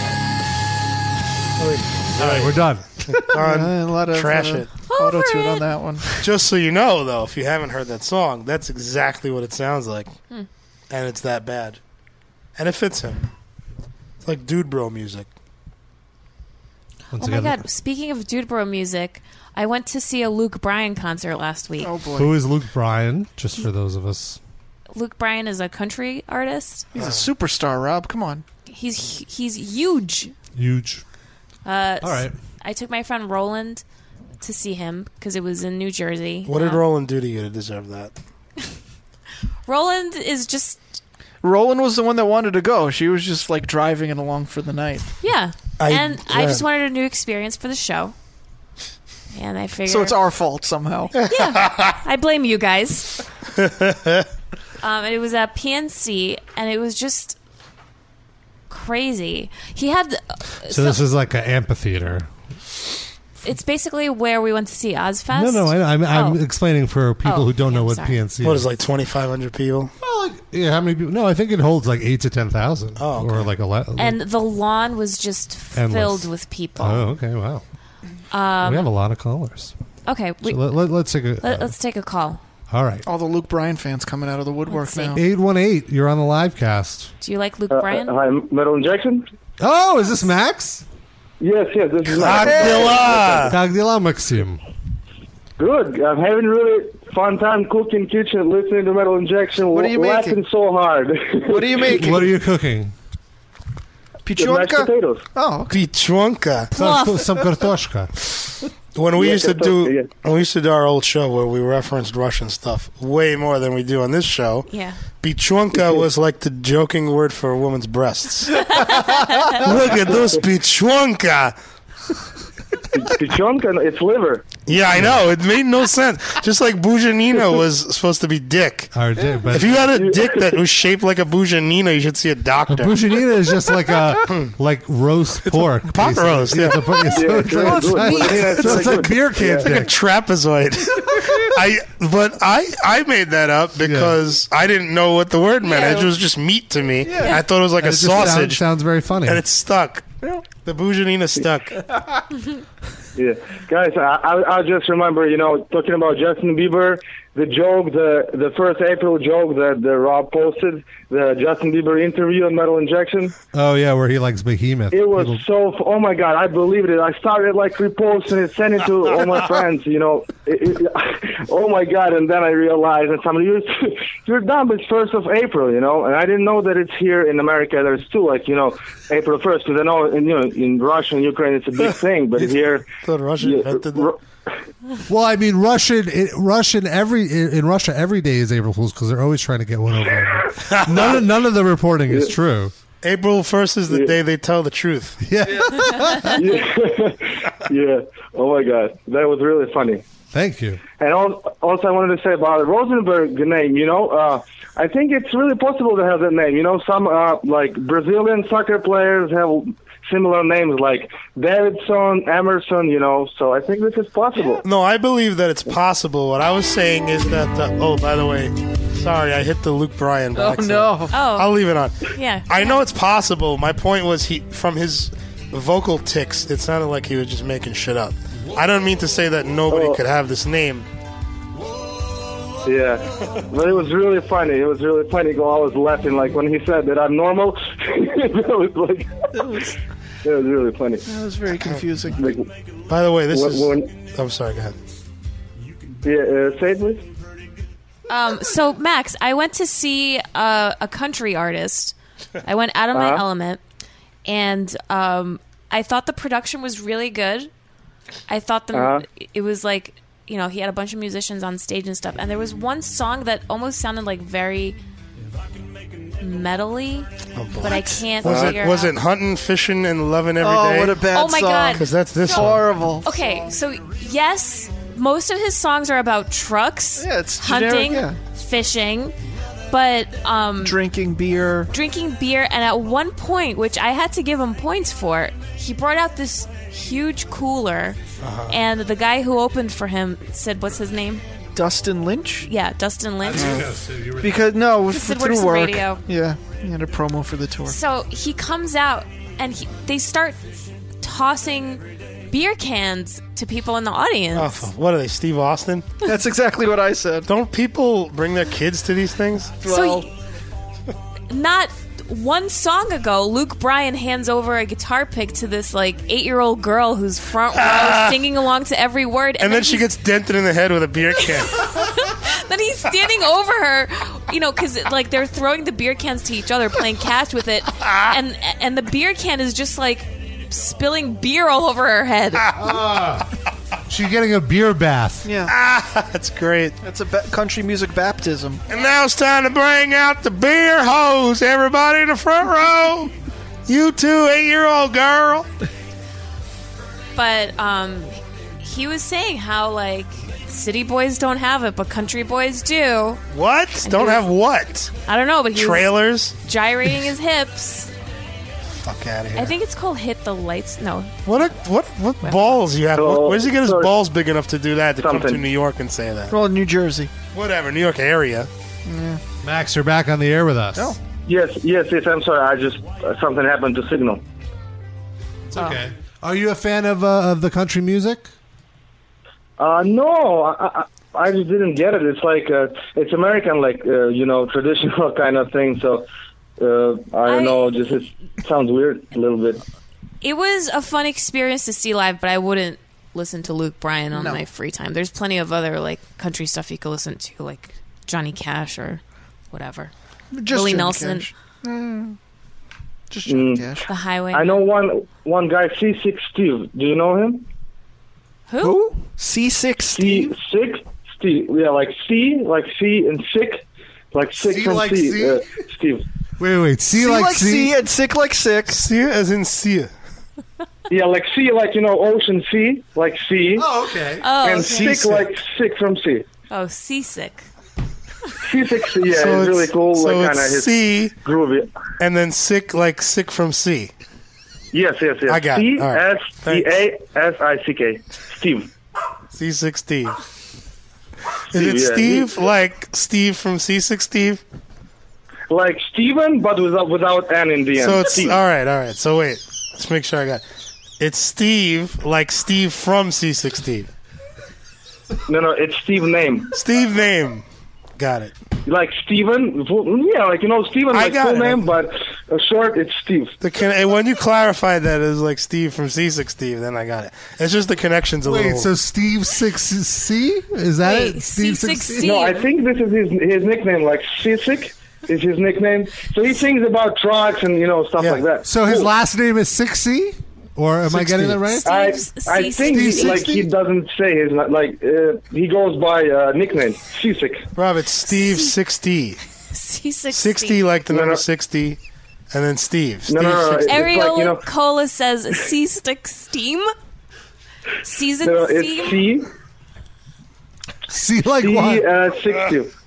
S3: it.
S2: All right, we're done.
S3: Done.
S4: Yeah, a lot of,
S3: Trash
S4: uh,
S3: it.
S4: auto tune on that one.
S3: Just so you know, though, if you haven't heard that song, that's exactly what it sounds like,
S4: Hmm.
S3: and it's that bad, and it fits him. It's like dude bro music.
S5: Oh my god! Speaking of dude bro music, I went to see a Luke Bryan concert last week. Oh boy!
S2: Who is Luke Bryan? Just for those of us.
S5: Luke Bryan is a country artist.
S4: He's a superstar, Rob. Come on.
S5: He's he's huge.
S2: Huge.
S5: Uh,
S3: All right.
S5: I took my friend Roland to see him because it was in New Jersey.
S3: What did
S5: Uh,
S3: Roland do to you to deserve that?
S5: Roland is just
S4: Roland was the one that wanted to go. She was just like driving it along for the night.
S5: yeah,
S4: I-
S5: and I
S4: yeah.
S5: just wanted a new experience for the show, and I figured
S4: So it's our fault somehow.
S5: yeah. I blame you guys.
S4: That's
S5: Um, it was at PNC, and it was just crazy. He had
S2: So, this is like an amphitheater.
S5: It's basically where we went to see Ozfest.
S2: No, no, I, I'm, I'm explaining for people
S5: Oh,
S2: who don't know
S5: okay,
S2: what
S5: sorry.
S2: PNC.
S3: What
S2: is.
S3: is it, like twenty five hundred people?
S2: Yeah, how many people? No, I think it holds like eight to ten thousand. Oh, or like eleven.
S5: and the lawn was just
S2: endless.
S5: filled with people.
S2: Oh, okay, wow.
S5: Um,
S3: Oh,
S2: we have a lot of callers.
S5: okay, we,
S2: so let, let, let's take a.
S5: let, us take a call.
S2: all right,
S4: All the Luke Bryan fans coming out of the woodwork now.
S2: eight one eight. You're on the live cast.
S5: Do you like Luke
S2: Uh,
S5: Bryan?
S2: uh,
S13: Hi, Metal Injection.
S2: Oh, is this Max?
S13: Yes, yes, this is
S2: Cogdilla,
S13: Max.
S2: Cogdilla Maxim.
S13: Good. I'm having really fun time cooking kitchen, listening to Metal Injection.
S4: What are you
S13: laughing
S4: making?
S13: so hard.
S4: What are you making?
S2: What are you cooking?
S13: Mashed potatoes.
S4: Oh,
S3: Pichunka.
S2: Some, some kartoshka.
S3: When we
S2: Yeah,
S3: used to
S2: that's
S3: do,
S2: okay,
S3: when we used to do our old show where we referenced Russian stuff way more than we do on this show.
S5: Yeah.
S3: Pichunka was like the joking word for a woman's breasts. Look
S2: Ah,
S3: at those pichunka.
S13: Pichonka, it's liver.
S3: Yeah, I know. It made no sense. Just like Bujanina was supposed to be dick.
S2: Our dick, but-
S3: if you had a dick that was shaped like a Bujanina, you should see a doctor.
S2: Bujanina is just like a like roast pork,
S3: Pot
S2: basically.
S3: roast. Yeah,
S2: it's a, it's, it's like, it's like- it's like beer can
S3: It's like a
S2: dick.
S3: trapezoid. I but I I made that up because I didn't know what the word meant. It was just meat to me.
S2: Yeah.
S3: I thought it was like
S2: And
S3: a
S2: it just sound-
S3: sausage.
S2: sounds very funny.
S3: and it's stuck. The Bujanina stuck.
S13: Yeah, guys, I, I I just remember, you know, talking about Justin Bieber, the joke, the the first April joke that the Rob posted, the Justin Bieber interview on Metal Injection.
S2: Oh yeah, where he likes behemoth.
S13: It was so. f- Oh my god, I believed it. I started like reposting it, sending it to all my friends. You know, It- it- oh my god, and then I realized that somebody you're you're done. But it's first of April, you know, and I didn't know that it's here in America. There's still like you know April first because I know in, you know in Russia and Ukraine it's a big thing, but here Russia
S2: Well, I mean, Russian, it, Russian every in in Russia every day is April Fools because they're always trying to get one over. on them. none of none of the reporting is true.
S3: April first is the day they tell the truth.
S2: Yeah.
S13: yeah. yeah. Oh my god, that was really funny.
S2: Thank you.
S13: And al- also, I wanted to say about the Rosenberg name. You know, uh, I think it's really possible to have that name. You know, some uh, like Brazilian soccer players have similar names, like Davidson, Emerson. You know, so I think this is possible.
S3: No, I believe that it's possible. What I was saying is that the, oh, by the way, sorry, I hit the Luke Bryan. by
S4: Oh,
S3: accident.
S4: no. Oh.
S3: I'll leave it on.
S5: Yeah.
S3: I know it's possible. My point was he from his vocal ticks, it sounded like he was just making shit up. I don't mean to say that nobody could have this name.
S13: Yeah, but it was really funny. It was really funny. I was laughing like when he said that I'm normal. that was like it
S4: oh.
S13: was, really funny.
S3: That
S4: was very confusing.
S3: By the way, this
S13: What-
S3: is.
S13: what-
S3: I'm sorry. Go ahead.
S13: Yeah, uh, say it, please.
S5: Um, so Max, I went to see uh, a country artist. I went out of my
S13: Uh-huh.
S5: element, and um, I thought the production was really good. I thought the
S13: Uh-huh.
S5: it was like you know he had a bunch of musicians on stage and stuff, and there was one song that almost sounded like very metally, but I can't.
S3: Oh, Was
S5: figure
S3: it was
S5: out.
S3: it hunting, fishing, and loving every day?
S5: Oh, what a bad Oh my song. God.
S3: Because that's this
S5: So-
S3: one.
S5: Horrible. Okay, so yes, most of his songs are about trucks,
S4: generic,
S5: hunting,
S4: yeah.
S5: fishing, but um,
S4: drinking beer,
S5: drinking beer, and at one point, which I had to give him points for, he brought out this huge cooler,
S4: Uh-huh.
S5: and the guy who opened for him said, "What's his name?"
S4: Dustin Lynch.
S5: Yeah, Dustin Lynch.
S4: Because no, f-
S5: This is
S4: through
S5: Works
S4: work.
S5: Radio.
S4: Yeah, he had a promo for the tour.
S5: So he comes out and he, they start tossing beer cans to people in the audience.
S3: Oh, what are they, Steve Austin? That's exactly what I said. Don't people bring their kids to these things?
S5: So, not one song ago, Luke Bryan hands over a guitar pick to this like eight-year-old girl who's front row
S3: Ah.
S5: singing along to every word,
S3: and then she gets
S5: he's-
S3: dented in the head with a beer can.
S5: then he's standing over her, you know, because like they're throwing the beer cans to each other, playing catch with it, and and the beer can is just like spilling beer all over her head.
S3: Ah.
S2: She's getting a beer bath.
S4: Yeah.
S3: that's great.
S4: That's a ba- country music baptism.
S3: and now it's time to bring out the beer hose. Everybody in the front row. You too, eight-year-old girl.
S5: But um, he was saying how like city boys don't have it, but country boys do.
S3: What?
S5: And
S3: Don't
S5: he
S3: have what?
S5: I don't know, but he was
S3: Trailers?
S5: gyrating his hips.
S3: Fuck out of here.
S5: I think it's called hit the lights. No,
S3: What a, what what balls you have?
S4: So-
S3: Where's he get his
S4: so-
S3: balls big enough to do that? To come to
S4: Something.
S3: New York and say that?
S4: Well, New Jersey.
S3: Whatever, New York area.
S2: Max, you're back on the air with us.
S13: Yes, yes, yes. I'm sorry. I just uh, something happened to signal.
S2: It's okay. Are you a fan of uh, of the country music?
S13: Uh, no, I, I, I just didn't get it. It's like uh, it's American, like uh, you know, traditional kind of thing. So uh, I don't know. Just it sounds weird a little bit.
S5: it was a fun experience to see live, but I wouldn't listen to Luke Bryan on
S4: No.
S5: my free time. There's plenty of other like country stuff you could listen to, like Johnny Cash or whatever.
S4: Just
S5: Willie
S4: Johnny
S5: Nelson,
S4: Cash.
S13: Mm.
S5: The Highway.
S13: I know one one guy, C6 Steve. Do you know him?
S4: Who? C6 Steve.
S13: C6 Steve. Yeah, like C, like C and sick, Like sick
S3: See
S13: from
S3: like
S13: sea,
S3: sea?
S13: Uh, Steve.
S2: Wait, wait.
S13: See like sea?
S3: sea and sick like sick. See as in see.
S13: Yeah, like sea, like you know, ocean sea, like sea.
S2: Oh, okay.
S5: Oh,
S13: and
S5: okay.
S13: sick,
S5: Seasick.
S13: like sick from sea.
S5: Oh, seasick.
S13: Seasick, yeah,
S3: So
S13: it's really
S3: it's-
S13: cool.
S3: so
S13: like
S3: it's
S13: kind of his
S3: sea.
S13: groovy.
S3: And then sick like sick from sea.
S13: Yes, yes, yes.
S3: I got it.
S13: C
S3: All right.
S13: S C A S I C K. Steve.
S3: C6 Steve.
S5: Oh.
S3: Is
S13: Steve,
S3: it
S13: yeah, he-
S3: Steve like Steve from C6 Steve?
S13: Like Steven, but without without N in the end.
S3: So it's
S13: Steve.
S3: all right, all right. So wait, let's make sure I got. It's Steve like Steve from C6 Steve.
S13: No, no, it's Steve name.
S3: Steve name. Got it.
S13: Like Steven, full- yeah, like you know Steven,
S3: I
S13: like
S3: got
S13: full
S3: it.
S13: name, but uh, short it's Steve.
S3: The con- and when you clarified that it was like Steve from C6 Steve, then I got it. It's just the connections a
S2: Wait,
S3: little.
S2: so Steve Six C is that it? Steve Six
S13: No, I think this is his his nickname. Like Sisik is his nickname. So he sings about drugs and you know stuff like that.
S2: So his
S13: Cool.
S2: last name is Six C, or am I getting that right?
S13: I, I think he, like he doesn't say his li- like uh, he goes by uh, nickname Sisik.
S3: Rob, it's Steve 60.
S5: Seasick.
S3: 60 like the number 60, and then Steve. Steve
S13: No, no, no,
S3: 60.
S5: Ariel Cola says seasick steam. Season
S13: No,
S5: steam.
S13: it's C.
S2: C like
S13: C, Uh, sixty.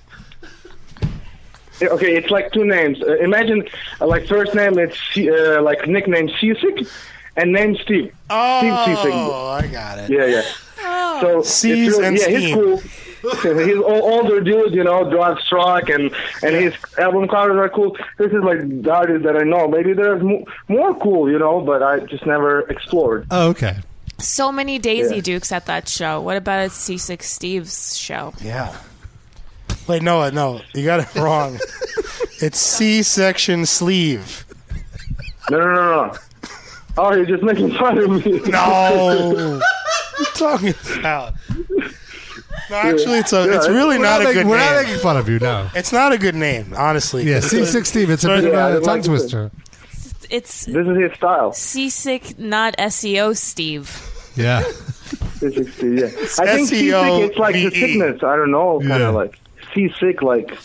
S13: Yeah, Okay, it's like two names. Uh, imagine, uh, like first name, it's C- uh, like nickname Seasick, and name Steve. Steve
S3: Oh,
S13: Seasick.
S3: I got it.
S13: Yeah, yeah. So it's
S3: Seas
S13: really-
S3: and
S13: yeah, he's
S3: steam.
S13: cool. he's all older dude, you know, drugs, rock, and and his album covers are cool. This is like the artist that I know. Maybe there's mo- more cool, you know, but I just never explored.
S2: Oh, okay.
S5: So many Daisy
S13: Yeah.
S5: Dukes at that show. What about at C6 Steve's show?
S3: Yeah. Wait, Noah, no, you got it wrong. it's C-section sleeve.
S13: No, no, no, no. Oh, you're just making fun of me.
S3: No. What are you talking about? No, actually, it's a,
S2: Yeah,
S3: it's really
S2: we're
S3: not, a
S2: making-
S3: good
S2: We're
S3: name.
S2: not making fun of you, no.
S3: it's not a good name, honestly.
S2: Yeah,
S3: It's
S2: C
S3: a-
S2: Six Steve. It's a
S3: Sorry,
S2: bit
S3: yeah,
S2: of a
S3: it's
S2: tongue
S3: like-
S2: twister.
S5: It's
S13: This is his style.
S5: seasick, not SEO Steve.
S2: Yeah.
S13: Basically, yeah. I think seasick it's like the
S2: E
S3: S-E-O-V-E.
S13: sickness. I don't know, kind of like seasick. Like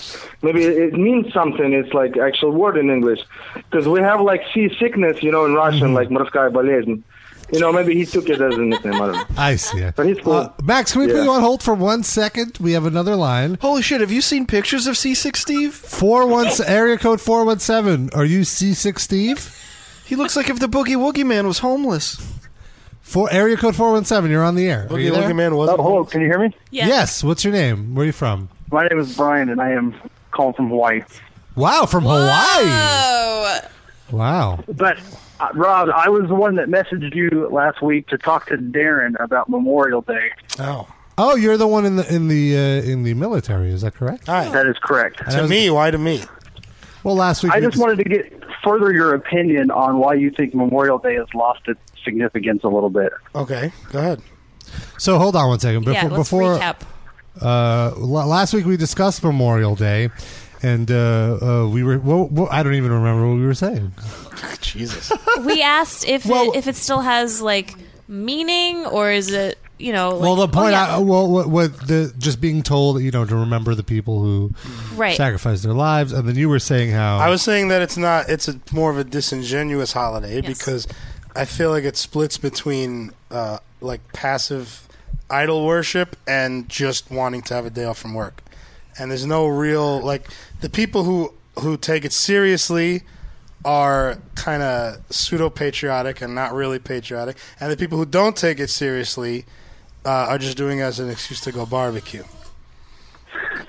S13: maybe it it means something. It's like actual word in English because we have like seasickness, you know, in Russian,
S2: Mm-hmm.
S13: like морская болезнь. You know, maybe he took it as a nickname. I don't know.
S2: I see it.
S13: But he's cool.
S2: Uh, Max, can we put
S13: Yeah.
S2: you on hold for one second? We have another line.
S4: Holy shit! Have you seen pictures of C6 Steve?
S2: Four one area code four one seven. Are you C six Steve?
S4: He looks like if the Boogie Woogie Man was homeless.
S2: Four area code four one seven. You're on the air. Are
S4: Boogie
S2: you there?
S4: Woogie Man
S8: Oh, hello. Can you hear me?
S2: Yes. What's your name? Where are you from?
S8: My name is Brian, and I am calling from Hawaii.
S2: Wow, from Hawaii.
S5: Oh.
S2: Wow.
S8: But uh, Rob, I was the one that messaged you last week to talk to Darren about Memorial Day.
S3: Oh.
S2: Oh, you're the one in the in the uh, in the military. Is that correct?
S8: That is correct.
S2: To me,
S3: why to me?
S2: Well, last week
S8: I
S2: we
S8: just
S2: dis-
S8: wanted to get further your opinion on why you think Memorial Day has lost its significance a little bit.
S3: Okay, go ahead.
S2: So hold on one second. Before,
S5: yeah, let's
S2: before
S5: recap.
S2: Uh, la- last week we discussed Memorial Day, and uh, uh, we were well, well, I don't even remember what we were saying.
S3: Jesus.
S5: We asked if it, if it still has like meaning or is it you know like,
S2: well, the
S5: oh,
S2: point.
S5: yeah.
S2: I, well, what, what the just being told you know to remember the people who
S5: Right.
S2: sacrificed their lives, and then you were saying how
S3: I was saying that it's not. It's a, more of a disingenuous holiday because I feel like it splits between uh, like passive idol worship and just wanting to have a day off from work. And there's no real like the people who who take it seriously are kind of pseudo patriotic and not really patriotic, and the people who don't take it seriously uh, are just doing it as an excuse to go barbecue.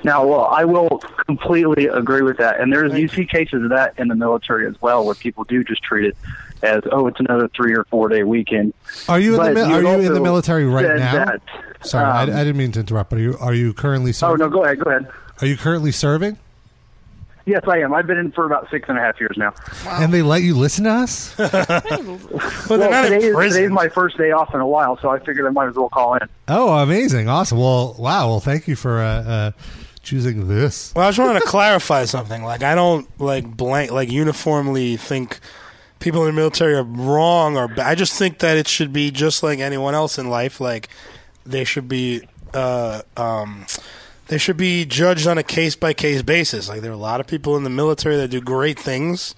S8: Now, well, I will completely agree with that. And there's you see cases of that in the military as well, where people do just treat it as oh, it's another three or four day weekend.
S2: Are you in the
S8: But
S2: mil- are you in the
S8: also
S2: military right
S8: said
S2: now?
S8: that,
S2: Sorry, I, I
S8: um,
S2: didn't mean to interrupt. But are you are you currently
S8: oh
S2: serving?
S8: no, go ahead, go ahead.
S2: Are you currently serving?
S8: Yes, I am. I've been in for about six and a half years now.
S2: And they let you listen to us?
S8: well, today is, today's my first day off in a while, so I figured I might as well call in.
S2: Oh, amazing! Awesome. Well, wow. Well, thank you for uh, uh, choosing this.
S3: Well, I just wanted to clarify something. Like, I don't like blank, like uniformly think people in the military are wrong or bad. I just think that it should be just like anyone else in life. Like, they should be, uh, um, they should be judged on a case by case basis. Like there are a lot of people in the military that do great things,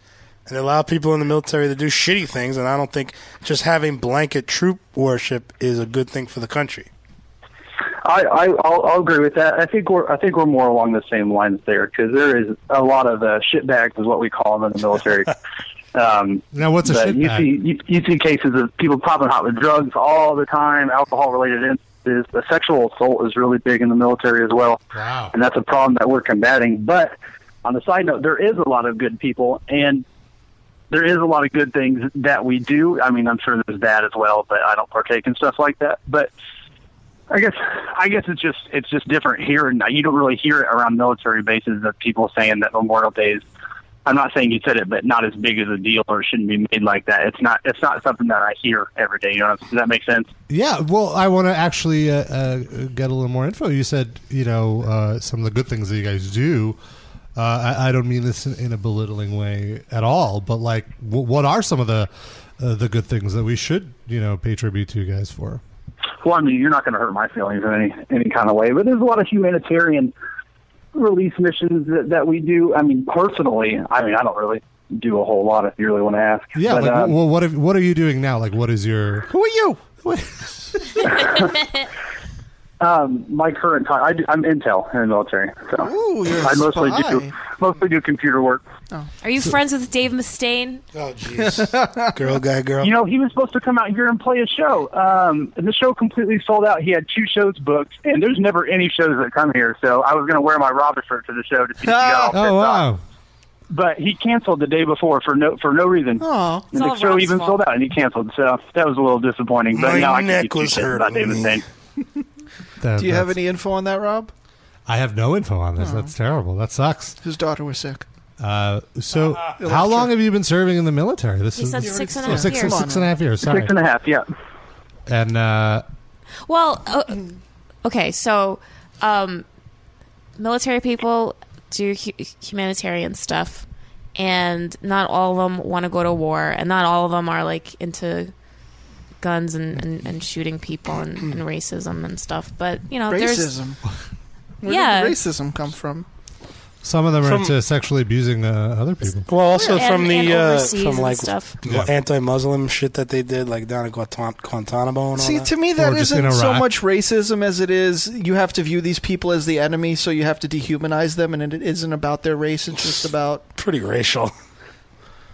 S3: and there are a lot of people in the military that do shitty things. And I don't think just having blanket troop worship is a good thing for the country.
S8: I, I I'll, I'll agree with that. I think we're I think we're more along the same lines there because there is a lot of uh, shitbags is what we call them in the military. um,
S2: Now, what's a
S8: but You
S2: shitbag?
S8: see you, you see cases of people popping hot with drugs all the time, alcohol related instances. The sexual assault is really big in the military as well.
S2: Wow.
S8: and that's a problem that we're combating. But on the side note, there is a lot of good people, and there is a lot of good things that we do. I mean, I'm sure there's bad as well, but I don't partake in stuff like that. But I guess I guess it's just it's just different here, and you don't really hear it around military bases of people saying that Memorial Day is. I'm not saying you said it, but not as big as a deal, or it shouldn't be made like that. It's not. It's not something that I hear every day. You know, does that make sense?
S2: Yeah, well, I want to actually uh, uh, get a little more info. You said, you know, uh, some of the good things that you guys do. Uh, I, I don't mean this in, in a belittling way at all, but like, w- what are some of the uh, the good things that we should, you know, pay tribute to you guys for?
S8: Well, I mean, you're not going to hurt my feelings in any any kind of way, but there's a lot of humanitarian release missions that, that we do. I mean, personally, I mean, I don't really do a whole lot. If you really want to ask,
S2: Yeah,
S8: But,
S2: like,
S8: um,
S2: well, what have, what are you doing now? Like, what is your? Who are you?
S8: um, my current time, I do, I'm intel in the military, so
S5: Ooh, you're a
S8: I mostly
S5: spy.
S8: do mostly do computer work.
S2: oh.
S5: Are you friends with Dave Mustaine?
S3: Oh, jeez. girl, guy, girl.
S8: You know, he was supposed to come out here and play a show. Um, and the show completely sold out. He had two shows booked, and there's never any shows that come here. So I was going to wear my Robert shirt to the show to see if he got all
S2: oh wow!
S8: but he canceled the day before for no for no reason.
S3: Oh,
S8: and the show even sold out, and he canceled. So that was a little disappointing. But
S3: My
S8: now I can
S3: neck
S8: give two
S3: was
S8: shits about
S3: hurting
S8: David
S3: me.
S8: Sane.
S2: uh,
S4: Do you have any info on that, Rob?
S2: I have no info on this. That's terrible. That sucks.
S4: His daughter was sick.
S2: Uh, so,
S4: Yeah,
S2: how
S4: that's
S2: long have you been serving in the military? This
S5: He
S2: is oh,
S5: said six and a half
S2: six,
S5: years.
S2: six and a half years. Sorry,
S8: Six and a half. Yeah.
S2: And uh,
S5: Well, uh, okay, so um, military people do hu- humanitarian stuff, and not all of them want to go to war, and not all of them are like into guns and, and, and shooting people and, and racism and stuff. But you know, there's
S4: racism. Where
S5: Yeah.
S4: did the racism come from?
S2: some of them are
S4: From-
S2: into sexually abusing uh, other people.
S3: Well, also
S4: Yeah,
S3: from
S4: and-
S3: the
S4: and
S3: uh,
S4: overseas
S3: from
S4: and
S3: like
S4: stuff.
S3: the
S2: Yeah.
S3: anti-Muslim shit that they did, like down at Guantan- Guantanamo and all
S4: See,
S3: that.
S4: to me, that isn't so much racism as it is you have to view these people as the enemy, so you have to dehumanize them, and it isn't about their race. It's just about
S3: pretty racial.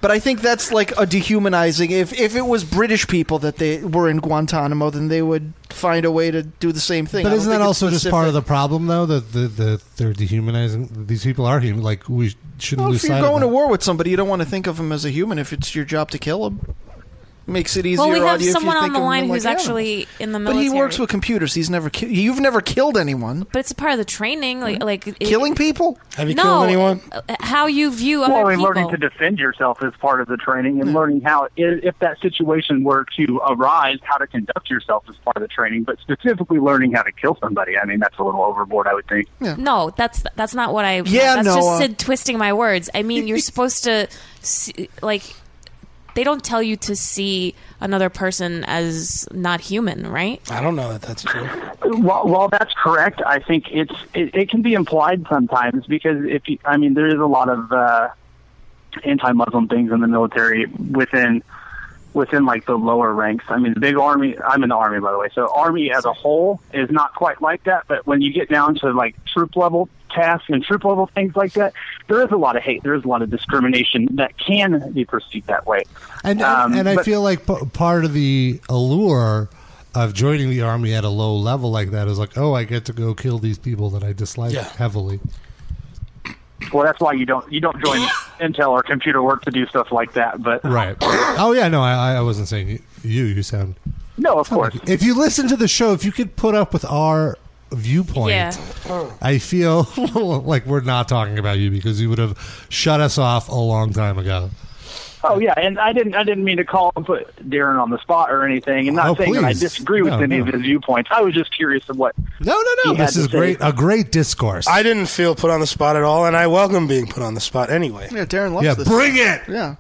S4: But I think that's like a dehumanizing. If if it was British people that they were in Guantanamo, then they would find a way to do the same thing. I
S2: But
S4: don't
S2: isn't that
S4: think it's
S2: also just part
S4: specific.
S2: of the problem, though? That the, the, they're dehumanizing. These people are human. Like we shouldn't
S4: Well,
S2: lose
S4: if you're
S2: sight
S4: going to
S2: of
S4: war with somebody, you don't want to think of him as a human. If it's your job to kill him, makes it easier.
S5: well, we
S4: on
S5: have
S4: you if you
S5: someone
S4: think
S5: on the
S4: of him
S5: line
S4: like
S5: who's
S4: animals.
S5: actually in the
S4: But
S5: military.
S4: he works with computers. He's never. Ki- you've never killed anyone.
S5: But it's a part of the training, like like it-
S4: Killing people?
S3: Have
S5: you No. killed anyone? how you view other
S8: well, and
S5: people. Hmm.
S8: learning to defend yourself is part of the training, and learning how, i- if that situation were to arise, how to conduct yourself is part of the training. But specifically, learning how to kill somebody. I mean, that's a little overboard, I would think.
S5: No, that's that's not what I.
S8: Yeah,
S5: that's
S8: Noah.
S5: just Sid twisting my words. I mean, you're supposed to see, like they don't tell you to see another person as not human, right?
S3: I don't know that that's true.
S8: While, while that's correct, I think it's it, it can be implied sometimes because if you, I mean there is a lot of uh, anti-Muslim things in the military within within like the lower ranks. I mean, the big army. I'm in the army, by the way. So army as a whole is not quite like that. But when you get down to like troop level tasks and troop level things like that, there is a lot of hate. There is a lot of discrimination that can be perceived that way.
S2: And
S8: Um,
S2: and I
S8: but-
S2: feel like p- part of the allure of joining the army at a low level like that is like, oh, I get to go kill these people that I dislike heavily.
S8: Well, that's why you don't you don't join intel or computer work to do stuff like that. But
S2: right. Oh yeah, no, I, I wasn't saying you. You, you sound.
S8: No, of course.
S2: If you listen to the show, if you could put up with our viewpoint,
S5: Yeah.
S2: I feel like we're not talking about you because you would have shut us off a long time ago.
S8: Oh yeah, and I didn't I didn't mean to call and put Darren on the spot or anything, and not
S2: Oh,
S8: saying that I
S2: please.
S8: disagree with
S2: No,
S8: any of
S2: no.
S8: his viewpoints. I was just curious of what.
S2: No, no,
S8: no.
S2: this is great. A great discourse.
S3: I didn't feel put on the spot at all, and I welcome being put on the spot anyway.
S4: Yeah, Darren loves
S3: Yeah,
S4: this.
S3: bring it!
S4: Yeah.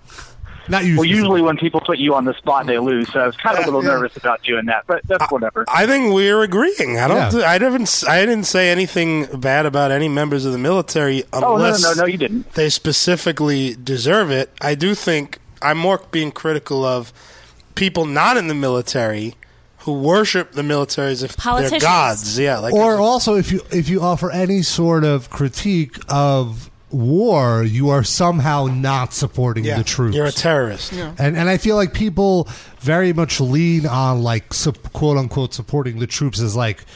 S2: Not
S8: usually. Well, usually when people put you on the spot, they lose. So I was kind of a little nervous about doing that, but that's whatever.
S3: I think we're agreeing. I don't.
S8: Yeah.
S3: thi- I didn't. I didn't say anything bad about any members of the military
S8: Oh, no, no,
S3: unless
S8: no, no, you didn't.
S3: They specifically deserve it. I do think I'm more being critical of people not in the military who worship the military as if they're
S5: Politicians.
S3: gods. Yeah, like
S2: or also, if you if you offer any sort of critique of war, you are somehow not supporting
S3: Yeah,
S2: the troops.
S3: you're a terrorist. Yeah.
S2: And and I feel like people very much lean on like sup, quote unquote supporting the troops as like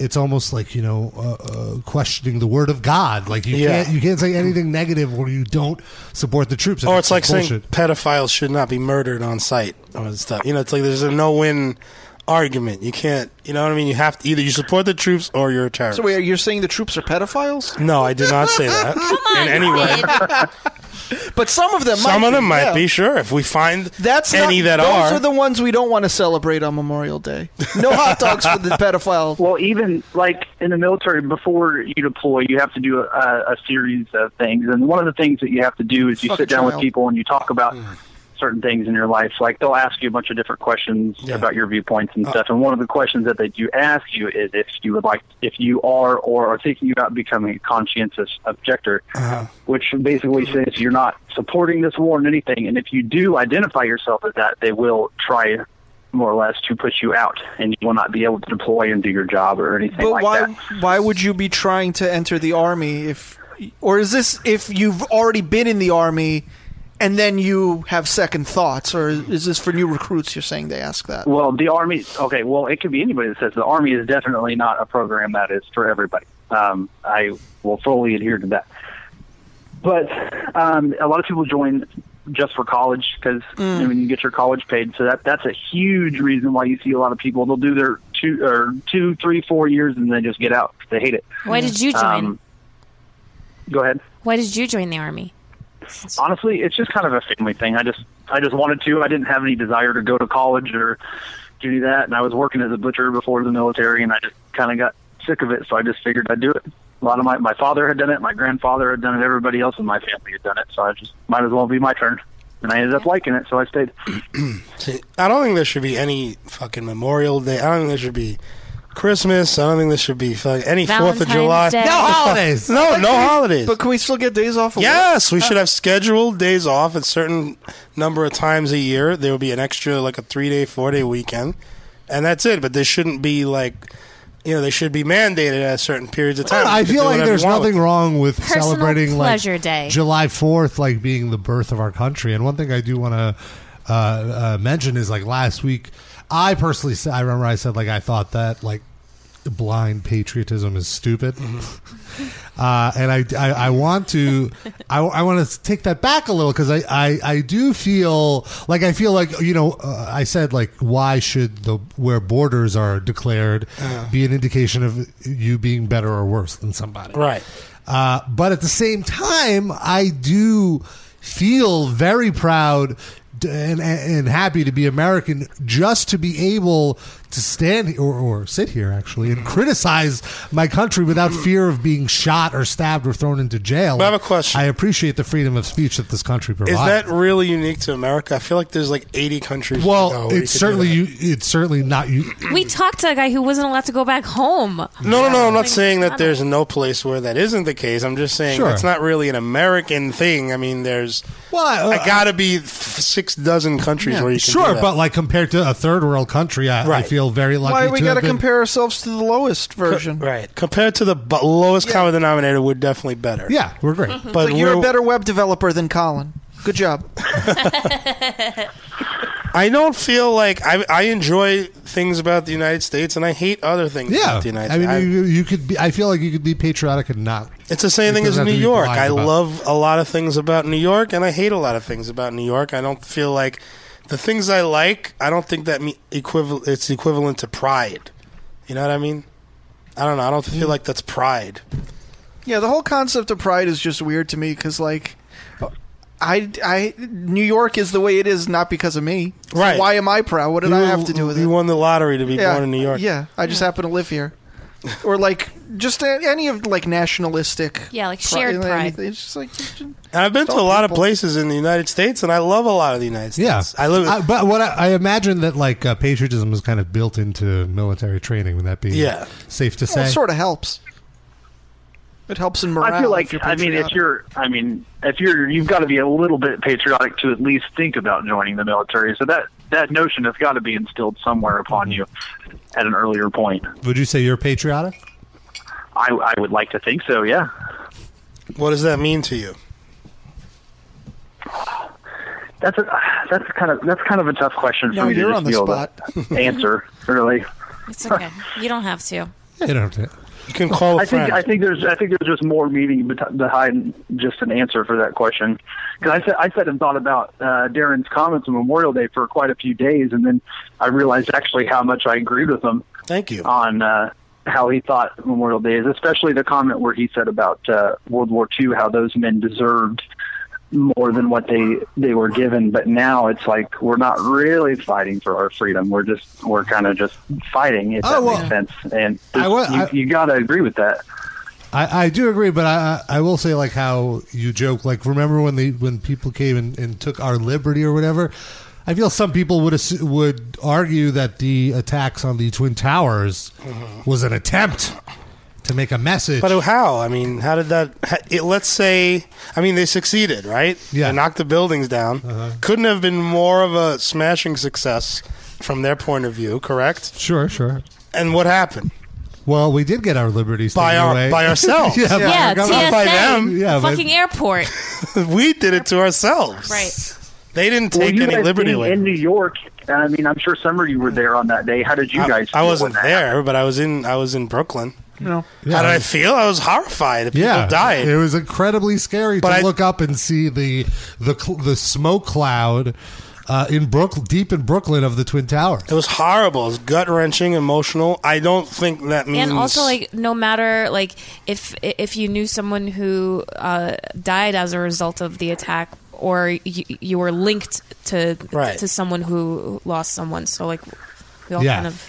S2: it's almost like you know uh, uh, questioning the word of God. Like you
S3: Yeah.
S2: can't you can't say anything negative where you don't support the troops. And
S3: or it's like saying
S2: bullshit.
S3: pedophiles should not be murdered on site or stuff. You know, it's like there's a no-win argument. You can't. You know what I mean? You have to either you support the troops or you're a terrorist.
S4: So wait, you're saying the troops are pedophiles?
S3: no, I did not say that in any way.
S4: But some of them,
S3: Some
S4: might
S3: of them
S4: be,
S3: might
S4: yeah.
S3: be sure if we find
S4: That's not-
S3: any that
S4: those
S3: are.
S4: the ones we don't want to celebrate on Memorial Day. No hot dogs for the pedophile.
S8: Well, even like in the military, before you deploy, you have to do a, a series of things, and one of the things that you have to do is you
S4: Fuck
S8: sit
S4: a
S8: down with
S4: child.
S8: people and you talk about
S4: Hmm.
S8: certain things in your life. Like they'll ask you a bunch of different questions about your viewpoints
S4: Uh.
S8: and stuff. And one of the questions that they do ask you is if you would like, if you are or are thinking about becoming a conscientious objector,
S4: Uh-huh.
S8: which basically says you're not supporting this war and anything. And if you do identify yourself as that, they will try more or less to push you out, and you will not be able to deploy and do your job or anything
S4: But
S8: like
S4: why
S8: that.
S4: why would you be trying to enter the army if or is this if you've already been in the army and then you have second thoughts or is this for new recruits you're saying they ask that?
S8: Well, the army. Okay, well, it could be anybody that says the army is definitely not a program that is for everybody. Um, I will fully adhere to that. But um, a lot of people join just for college because
S5: Mm.
S8: I mean you get your college paid, so that that's a huge reason why you see a lot of people. They'll do their two or two, three, four years, and then just get out. They hate it.
S5: Why did you join?
S8: Um, go ahead.
S5: Why did you join the army?
S8: Honestly, it's just kind of a family thing. I just I just wanted to. I didn't have any desire to go to college or do any of that, and I was working as a butcher before the military, and I just kind of got sick of it, so I just figured I'd do it. A lot of my my father had done it, my grandfather had done it, everybody else in my family had done it, so I just might as well be my turn. And I ended up liking it, so I stayed.
S3: See, I don't think there should be any fucking Memorial Day. I don't think there should be Christmas. I don't think there should be fucking any Fourth of
S4: Valentine's
S3: July.
S4: Day. No holidays.
S3: No,
S4: But
S3: no
S4: can we-
S3: holidays.
S4: but can we still get days off? Of
S3: Yes, we
S4: work? Uh,
S3: should have scheduled days off at certain number of times a year. There will be an extra like a three day, four day weekend, and that's it. But there shouldn't be like. You know, they should be mandated at certain periods of time.
S2: I
S3: You can
S2: feel
S3: do
S2: like
S3: whatever
S2: there's
S3: you want with
S2: nothing wrong with
S5: Personal
S2: celebrating
S5: pleasure
S2: like
S5: day.
S2: July 4th, like being the birth of our country. And one thing I do want to uh, uh, mention is like last week, I personally, said, I remember I said like I thought that like blind patriotism is stupid. Uh, and I, I, I want to I, I want to take that back a little because I, I, I do feel like I feel like you know uh, I said like why should the where borders are declared
S3: Uh-huh.
S2: be an indication of you being better or worse than somebody
S3: right
S2: uh, but at the same time I do feel very proud d- and, and happy to be American just to be able to stand here or, or sit here actually and criticize my country without fear of being shot or stabbed or thrown into jail. I have a
S3: question.
S2: I appreciate the freedom of speech that this country provides.
S3: Is that really unique to America? I feel like there's like 80 countries.
S2: well,
S3: you know, where you
S2: it's
S3: could do
S2: certainly you, it's certainly not you.
S5: We talked to a guy who wasn't allowed to go back home.
S3: that. No, no, no. I'm
S5: Like,
S3: not saying
S5: I
S3: that
S5: don't-
S3: there's no place where that isn't the case. I'm just saying
S2: Sure.
S3: it's not really an American thing. I mean, there's.
S2: Well, I,
S3: gotta be f- six dozen countries where you can.
S2: sure,
S3: do that.
S2: but like compared to a third world country, I, I feel very lucky.
S4: Why we
S2: to
S4: got
S2: have
S4: to
S2: been-
S4: compare ourselves to the lowest version?
S3: right. Compared to the b- lowest common denominator, we're definitely better.
S2: Yeah, we're great.
S4: Mm-hmm. It's
S3: But
S4: like you're a
S3: we're-
S4: better web developer than Colin. Good job.
S3: I don't feel like I, I enjoy things about the United States and I hate other things
S2: Yeah,
S3: about the United
S2: I mean,
S3: States. I-
S2: you, you could. Be, I feel like you could be patriotic and not.
S3: It's the same
S2: It
S3: thing as
S2: doesn't
S3: New
S2: have to be
S3: York.
S2: blind
S3: I
S2: about it.
S3: love a lot of things about New York, and I hate a lot of things about New York. I don't feel like the things I like. I don't think that me- equival- It's equivalent to pride. You know what I mean? I don't know. I don't feel
S2: Mm.
S3: like that's pride.
S4: Yeah, the whole concept of pride is just weird to me because, like, I, I, New York is the way it is, not because of me. So
S3: Right.
S4: why am I proud? What did I have to do?
S3: with you it? You won the lottery to be
S4: Yeah,
S3: born in New York.
S4: Yeah, I just happen to live here. or like just a- any of like nationalistic.
S5: Yeah, like
S4: pri-
S5: shared pride.
S4: anything. It's just like
S3: And I've been to a lot of places in the United States, and I love a lot of the United States.
S2: Yeah, Uh,
S3: I live.
S2: but what I, I imagine that like uh, patriotism is kind of built into military training. Would that be
S3: Yeah.
S2: safe to say?
S4: well, it sort of helps. It helps in morale.
S8: I feel
S4: if
S8: like
S4: you're
S8: I mean if
S4: patriotic.
S8: you're I mean if you're you've got to be a little bit patriotic to at least think about joining the military. So that that notion has got to be instilled somewhere
S4: Mm-hmm.
S8: upon you at an earlier point.
S2: Would you say you're patriotic?
S8: I I would like to think so. Yeah.
S3: What does that mean to you?
S8: That's a that's kind of that's kind of a tough question
S5: No,
S8: for me
S5: you're
S8: to just
S5: on the
S8: be able
S5: spot.
S8: to answer. Really,
S5: It's okay. you don't have to.
S2: you don't have to.
S3: You can call.
S8: I think I think there's I think there's just more meaning bet- behind just an answer for that question. Because I said I said and thought about uh, Darren's comments on Memorial Day for quite a few days, and then I realized actually how much I agreed with him.
S3: Thank you
S8: on uh, how he thought Memorial Day is, especially the comment where he said about uh, World War II, how those men deserved more than what they they were given but now it's like we're not really fighting for our freedom we're just we're kind of just fighting if
S2: Oh,
S8: that
S2: well,
S8: makes sense and
S2: I wa-
S8: you,
S2: I-
S8: you gotta agree with that
S2: I, I do agree, but I I I will say like how you joke like remember when the when people came and, and took our liberty or whatever. I feel some people would assu- would argue that the attacks on the twin towers was an attempt to make a message.
S3: But how? I mean, how did that? ha- It, let's say, I mean, they succeeded, right? Yeah. They knocked the buildings down.
S2: Uh-huh.
S3: Couldn't have been more of a smashing success from their point of view, correct?
S2: Sure, sure.
S3: And what happened?
S2: Well, we did get our liberties
S3: By
S2: taken
S3: our-
S2: away.
S3: by ourselves.
S2: yeah, by
S5: Yeah,
S2: our government.
S5: TSA,
S3: By them.
S2: Yeah, but-
S5: fucking airport.
S3: we did it to ourselves.
S5: Right.
S3: They didn't
S8: Well,
S3: take
S8: you
S3: any
S8: guys
S3: liberty
S8: being
S3: away.
S8: in New York. I mean, I'm sure some of you were there on that day. How did you guys?
S3: I
S8: feel
S3: wasn't
S8: when that
S3: there, but I was in. I was in Brooklyn.
S4: No.
S3: how
S2: Yeah,
S3: did
S2: I
S3: I
S2: was-
S3: feel? I was horrified. that People
S2: yeah,
S3: died.
S2: It was incredibly scary to
S3: But I-
S2: look up and see the the cl- the smoke cloud uh, in Brook deep in Brooklyn of the twin towers.
S3: It was horrible. It was gut wrenching, emotional. I don't think that means.
S5: and also like no matter like if if you knew someone who uh, died as a result of the attack or you, you were linked to
S3: Right.
S5: to someone who lost someone so like we all
S3: Yeah.
S5: kind of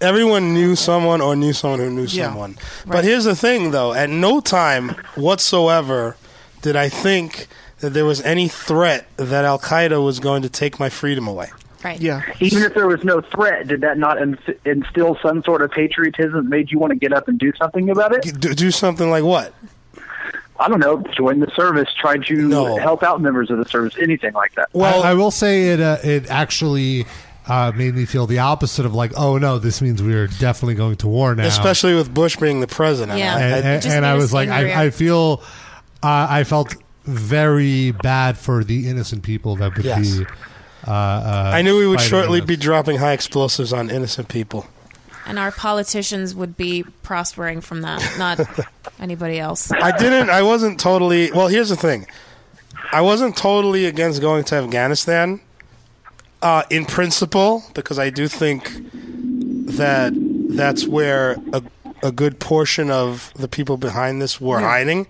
S3: Everyone knew someone or knew someone who knew
S5: Yeah.
S3: someone.
S5: Right.
S3: But here's the thing, though. At no time whatsoever did I think that there was any threat that Al Qaeda was going to take my freedom away.
S5: Right.
S4: Yeah.
S8: Even if there was no threat, did that not inf- instill some sort of patriotism that made you want to get up and do something about it?
S3: Do, do something like what?
S8: I don't know. Join the service. Try to help out members of the service. Anything like that.
S2: Well, I, I will say it. Uh, it actually uh, made me feel the opposite of like, oh no, this means we are definitely going to war now.
S3: Especially with Bush being the president.
S2: and,
S3: I- I-
S2: and, and I was like, I, I feel, uh, I felt very bad for the innocent people that would
S3: Yes.
S2: be. Uh, uh,
S3: I knew we would
S2: fighting
S3: shortly
S2: this.
S3: be dropping high explosives on innocent people.
S5: and our politicians would be prospering from that not anybody else
S3: I didn't. I wasn't totally. Well, here's the thing. I wasn't totally against going to Afghanistan, uh, in principle, because I do think that that's where a, a good portion of the people behind this were
S4: Yeah.
S3: hiding.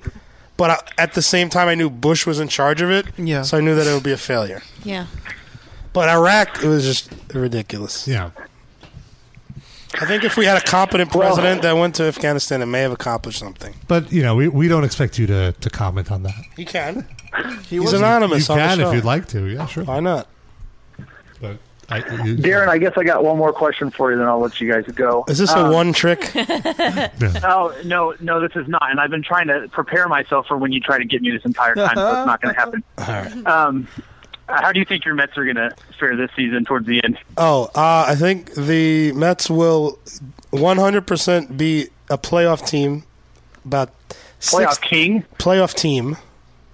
S3: But I, at the same time, I knew Bush was in charge of it,
S4: Yeah.
S3: so I knew that it would be a failure.
S5: yeah
S3: But Iraq, it was just ridiculous.
S2: Yeah.
S3: I think if we had a competent president that went to Afghanistan, it may have accomplished something.
S2: But you know, we, we don't expect you to, to comment on that.
S3: He can.
S2: was-
S3: He's anonymous.
S2: You
S3: on the
S2: can
S3: show.
S2: if you'd like to. Yeah, sure.
S3: Why not?
S2: But I, you,
S8: Darren, I guess I got one more question for you, then I'll let you guys go.
S3: Is this a
S8: Um,
S3: one trick?
S8: Oh no, no, this is not. And I've been trying to prepare myself for when you try to get me this entire time, so it's not going to happen. Um, how do you think your Mets are going to fare this season towards the end?
S3: Oh, uh, I think the Mets will 100% be a playoff team. About
S8: Playoff king,
S3: playoff team.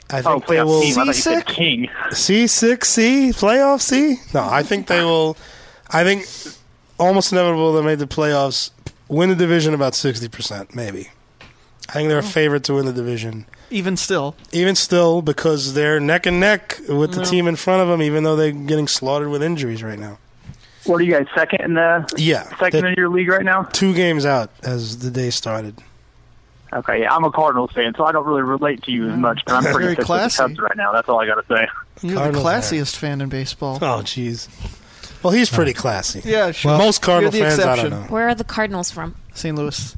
S3: I
S8: Oh,
S3: think they
S8: playoff
S3: will
S8: team. I thought you said
S3: C6?
S8: king.
S3: C6 C playoff C. No, I think they will. I think almost inevitable they made the playoffs. Win the division about 60%, maybe. I think they're a favorite to win the division.
S4: Even still.
S3: Even still, because they're neck and neck with the
S4: Yeah.
S3: team in front of them, even though they're getting slaughtered with injuries right now.
S8: What are you guys second in the
S3: Yeah,
S8: second in your league right now?
S3: Two games out as the day started.
S8: Okay, yeah, I'm a Cardinals fan, so I don't really relate to you as much, but I'm pretty
S4: Very
S8: pissed with the
S4: classy.
S8: Cubs right now. That's all I got to say.
S4: You're
S3: Cardinals
S4: the classiest fan in baseball.
S3: Oh, jeez. Well, he's pretty classy.
S4: Yeah, sure.
S3: Most Cardinal
S4: You're the
S3: fans, I don't
S4: exception.
S3: know.
S5: where are the cardinals from
S4: St. Louis.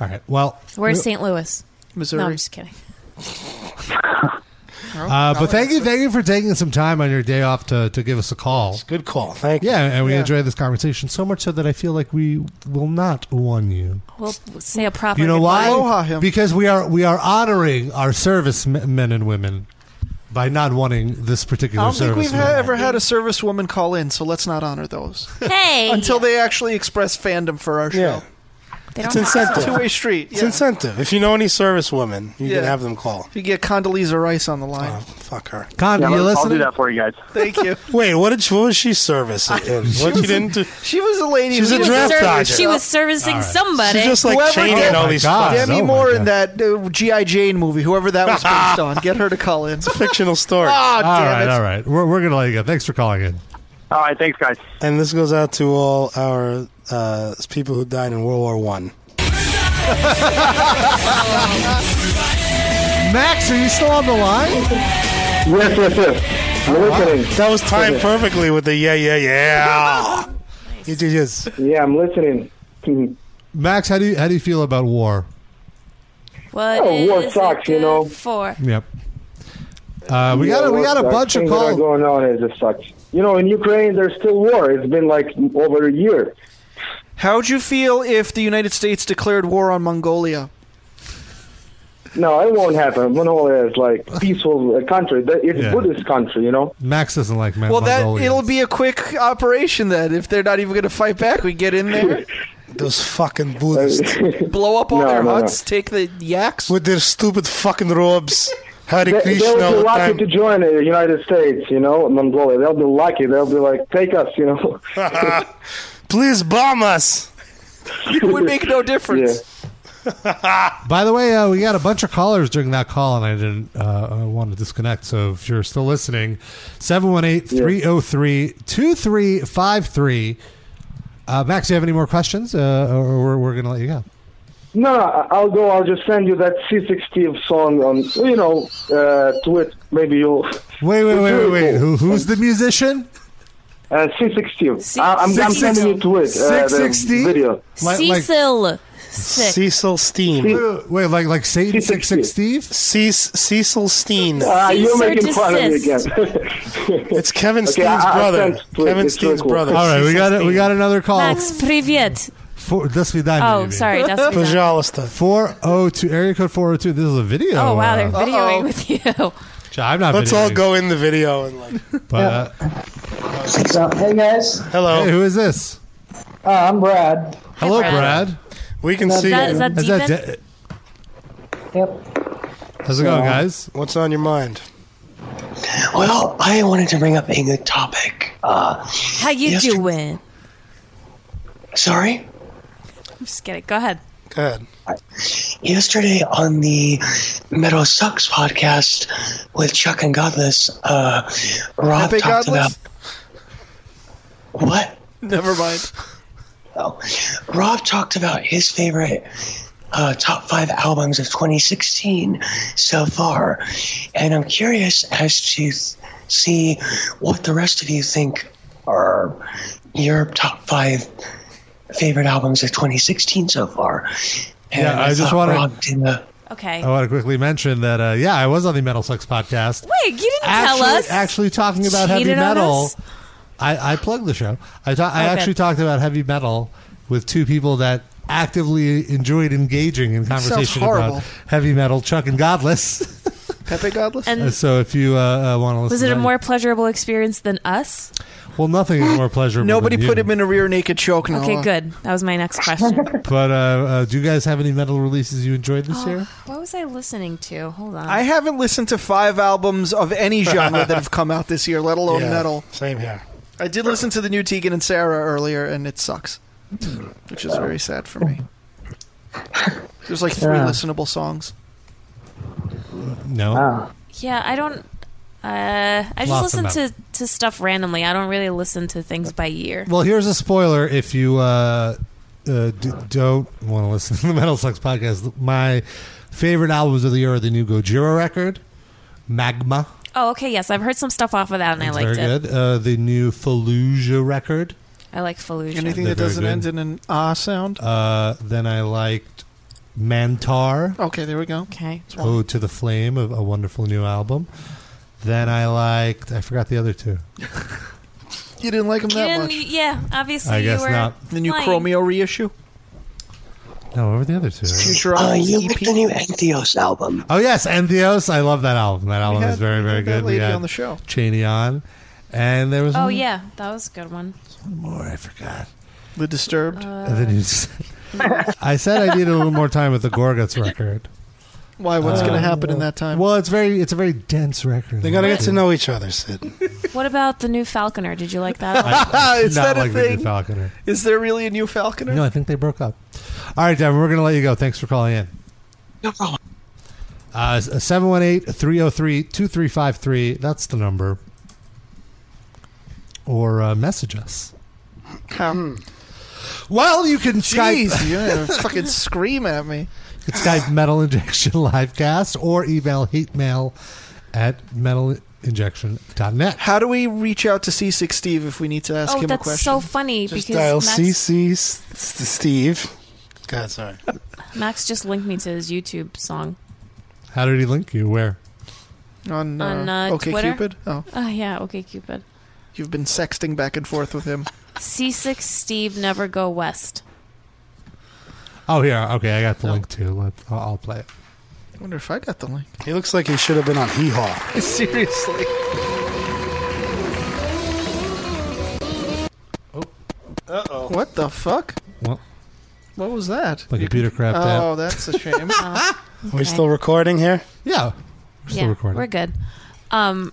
S2: All right. Well,
S5: Where's St. Louis?
S4: Missouri.
S5: No, I'm just kidding.
S2: Uh, but thank you, thank you for taking some time on your day off to, to give us a call.
S3: good call. Thank
S2: yeah, and we
S5: Yeah.
S2: enjoy this conversation so much so that I feel like we will not one you.
S5: We'll say a proper.
S2: You know why?
S5: goodbye.
S2: Because we are we are honoring our service m- men and women by not wanting this particular
S4: I don't think
S2: service.
S4: we've ha- ever had a servicewoman call in, so let's not honor those.
S5: Hey!
S4: Until they actually express fandom for our show.
S5: They
S3: It's incentive.
S4: Two way street.
S3: It's incentive. If you know any service women, you
S4: Yeah.
S3: can have them call.
S4: If you get Condoleezza Rice on the line.
S3: Oh, fuck her.
S2: Con,
S3: Yeah,
S2: you
S3: I'll- I'll
S2: listening?
S3: do that
S8: for you guys.
S4: Thank you.
S3: Wait, what did she, what was she service in?
S4: She
S3: What
S4: was
S3: she
S4: a-
S3: didn't do?
S4: She was a lady.
S3: She was a
S4: who
S3: draft dodger.
S5: She was servicing somebody.
S3: She's just like oh Cheney and all
S2: Oh
S3: these fucks.
S4: Demi Moore in that uh, G.I. Jane movie, whoever that was based on. Get her to call in. It's a
S3: fictional story.
S4: Oh,
S2: all
S4: damn
S2: right,
S4: it.
S2: all right. We're, we're gonna let you go. Thanks for calling in.
S8: All right, thanks, guys.
S3: And this goes out to all our uh, people who died in World War One.
S2: Max, are you still on the line?
S13: Yes, yes, yes. I'm listening.
S3: That was timed perfectly with the yeah, yeah, yeah. Yes, yes, yes.
S13: Yeah, I'm listening.
S2: Max, how do you how do you feel about war?
S5: What
S13: Oh, war
S5: is
S13: sucks,
S5: it
S13: you
S5: good
S13: know.
S5: For
S2: Yep. Uh, we
S13: Yeah,
S2: got a, we
S13: well,
S2: got a
S13: the
S2: bunch of
S13: things that are
S2: calls.
S13: going on. It just sucks. You know, in Ukraine, there's still war. It's been like over a year.
S4: How'd you feel if the United States declared war on Mongolia?
S13: No, it won't happen. Mongolia is like peaceful uh, country. That- It's
S2: Yeah.
S13: Buddhist country, you know.
S2: Max doesn't like Matt
S4: well, that
S2: Mongolia.
S4: it'll be a quick operation then. If they're not even going to fight back, we get in there,
S3: Those fucking Buddhists.
S4: blow up all
S3: No,
S4: their
S3: no, no.
S4: huts, take the yaks.
S3: With their stupid fucking robes.
S13: They,
S3: Hare Krishna all
S13: they'll be
S3: the
S13: lucky
S3: time.
S13: to join the United States, you know, Mongolia. They'll be lucky. They'll be like, take us, you know.
S3: Please bomb us.
S4: It would make no difference.
S2: By the way, uh, we got a bunch of callers during that call, and I didn't uh, want to disconnect. So if you're still listening, 718 303 2353. Uh, Max, do you have any more questions? Uh, or we're, we're going to let you go.
S13: No, no, I- I'll go. I'll just send you that C6 Steve song on, you know, uh, tweet. Maybe you'll.
S2: Wait, wait, wait, wait, wait. Who, who's the musician?
S13: Uh, C6 Steve. I- I'm, I'm sending you to it. Uh, the
S2: 660?
S13: video.
S2: Like- like-
S5: Cecil. Sick.
S3: Cecil Steen.
S2: Wait, wait, like like Satan Six Six Steve?
S3: Cease, Cecil Steen.
S13: Ah, you're Cease or making fun of me desist.
S3: it's Kevin
S13: Okay,
S3: Steen's
S13: I- I
S3: brother.
S13: sense it.
S3: Kevin
S13: It's really
S3: Steen's
S13: cool.
S3: brother.
S2: All right, we got it. We got another call.
S5: Max, привет.
S2: For, das vidание,
S5: Oh,
S2: maybe.
S5: sorry, das vidание.
S3: Пожалуйста.
S2: 402, area code 402. This is a video.
S5: Oh, wow, they're
S2: uh,
S5: videoing with you.
S2: I'm not
S3: Let's all
S2: videoing.
S3: go in the video and like.
S2: But, uh,
S15: So, hey guys,
S3: Hello.
S2: Hey, who is this?
S15: uh, I'm Brad.
S2: Hello, Brad.
S3: We can
S15: Is
S3: see.
S15: that-
S3: you.
S15: is that Deepin?
S2: de-
S15: Yep.
S2: How's it going, guys?
S3: What's on your mind?
S15: Well, I wanted to bring up a good topic. Uh,
S5: How you doing?
S15: sorry,
S5: I'm just kidding. Go ahead.
S3: Go ahead.
S15: yesterday on the Meadow Sucks podcast with Chuck and Godless, uh, Rob
S4: Pepe
S15: talked
S4: Godless?
S15: about what? Oh.
S4: Never mind.
S15: Rob talked about his favorite uh, top five albums of 2016 so far, and I'm curious as to th- see what the rest of you think are your top five favorite albums of 2016 so far. And
S2: Yeah, I just
S15: thought
S2: wanted-
S15: Rob did a-
S5: Okay.
S2: I want to quickly mention that, uh, yeah, I was on the Metal Sucks podcast.
S5: Wait, you didn't
S2: actually,
S5: tell us.
S2: Actually, talking about
S5: Cheated
S2: heavy
S5: on
S2: metal.
S5: us? Oh,
S2: I, I plugged the show. I, ta- I
S5: Okay.
S2: actually talked about heavy metal with two people that actively enjoyed engaging in
S4: sounds
S2: conversation
S4: horrible.
S2: about heavy metal, Chuck and Godless.
S4: Pepe Godless.
S5: And
S2: so if you uh, uh, want to listen
S5: was it
S2: to
S5: a
S2: that,
S5: more pleasurable experience than us?
S2: Well, nothing is more pleasurable.
S4: Nobody
S2: than
S4: put
S2: you.
S4: him in a rear naked choke. Now.
S5: Okay, good. That was my next question.
S2: But uh, uh, do you guys have any metal releases you enjoyed this year?
S5: Oh, what was I listening to? Hold on.
S4: I haven't listened to five albums of any genre that have come out this year, let alone
S3: Yeah,
S4: metal.
S3: Same here.
S4: I did listen to the new Tegan and Sarah earlier, and it sucks, which is very sad for me. There's like three
S2: Yeah.
S4: listenable songs.
S2: No.
S5: yeah, I don't. Uh, I just
S2: Lots of
S5: listen to, to stuff randomly. I don't really listen to things by year.
S2: Well, here's a spoiler if you uh, uh, d- don't want to listen to the Metal Sucks podcast. My favorite albums of the year are the new Gojira record, Magma.
S5: oh, okay. Yes, I've heard some stuff off of that, and I
S2: It's
S5: liked
S2: very
S5: it.
S2: good. Uh, the new Fallujah record.
S5: I like Fallujah.
S4: Anything
S2: They're
S4: that
S2: very
S4: doesn't
S2: good.
S4: end in an ah sound.
S2: Uh, then I liked Mantar.
S4: Okay, there we go.
S5: Okay.
S2: Ode to the Flame, a, a wonderful new album. Then I liked, I forgot the other two.
S4: You didn't like him that
S5: And
S4: much.
S5: y- yeah, obviously
S2: I
S5: you
S2: guess
S5: were
S2: not.
S4: The new
S5: lying.
S4: Chromeo reissue.
S2: No, what were the other two?
S15: Uh,
S4: E
S15: you like the new Entheos album.
S2: Oh yes, Entheos. I love that album. That album
S5: had-
S2: is very, very
S5: we had
S2: good.
S5: that
S2: We
S5: lady
S2: had
S5: on the show.
S2: Cheney on, and there was
S5: Oh
S2: one-
S5: yeah, that was a good one.
S2: one more. I forgot.
S4: The Disturbed.
S2: and then you s- I said I needed a little more time with the Gorguts record.
S4: Why? What's going to happen in that time?
S2: Well, it's very, it's a very dense record.
S4: They gotta get to
S3: know each other, Sid.
S5: What about the new Falconer? Did you like that?
S2: I-
S4: Is
S2: not
S4: that a
S2: like the new
S4: thing?
S2: Falconer.
S4: Is there really a new Falconer?
S2: No, I think they broke up. All right, Devin, we're going to let you go. Thanks for calling in. Uh,
S15: No problem.
S2: 718 303 2353. That's the number. Or uh, message us.
S4: How?
S2: Well, you can Skype-
S4: Jeez, you're going to fucking scream at me.
S2: It's Skype Metal Injection Livecast or email hate mail at metalinjection.net.
S4: How do we reach out to C6 Steve if we need to ask
S5: oh,
S4: him a
S5: that's
S4: question?
S5: so funny
S4: Just
S5: because
S3: Dial
S5: Max,
S3: CC S- S- Steve. God, sorry.
S5: Max just linked me to his YouTube song
S2: How did he link you? Where?
S4: on uh,
S5: on uh,
S4: okay
S5: Twitter. Uh,
S4: Cupid. Oh,
S5: yeah, okay Cupid.
S4: you've been sexting back and forth with him.
S5: C6 Steve never go west.
S2: Oh, here. Okay, I got the link too. Let, I'll, I'll play it.
S4: I wonder if I got the link.
S3: He looks like he should have been on Hee Haw.
S4: Seriously.
S3: Uh oh.
S4: What the fuck?
S2: Well,
S4: What was that?
S2: my computer crapped
S4: Oh,
S2: out.
S4: that's a shame.
S3: Are we still recording here?
S2: Yeah.
S3: We're still
S5: yeah,
S3: recording.
S5: We're good. Um,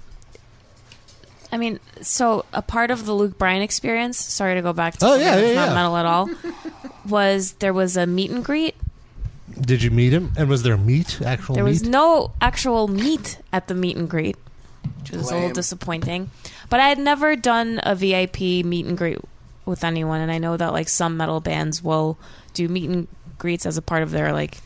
S5: I mean, so a part of the Luke Bryan experience. Sorry to go back to
S2: Oh,
S5: something
S2: yeah,
S5: that's
S2: yeah,
S5: not
S2: yeah.
S5: metal at all. was there was a meet and greet.
S2: Did you meet him? And was there meat? Actual
S5: There
S2: meat?
S5: was no actual meet at the meet and greet, which was a
S2: Lame.
S5: little disappointing. But I had never done a VIP meet and greet with anyone, and I know that like some metal bands will do meet and greets as a part of their like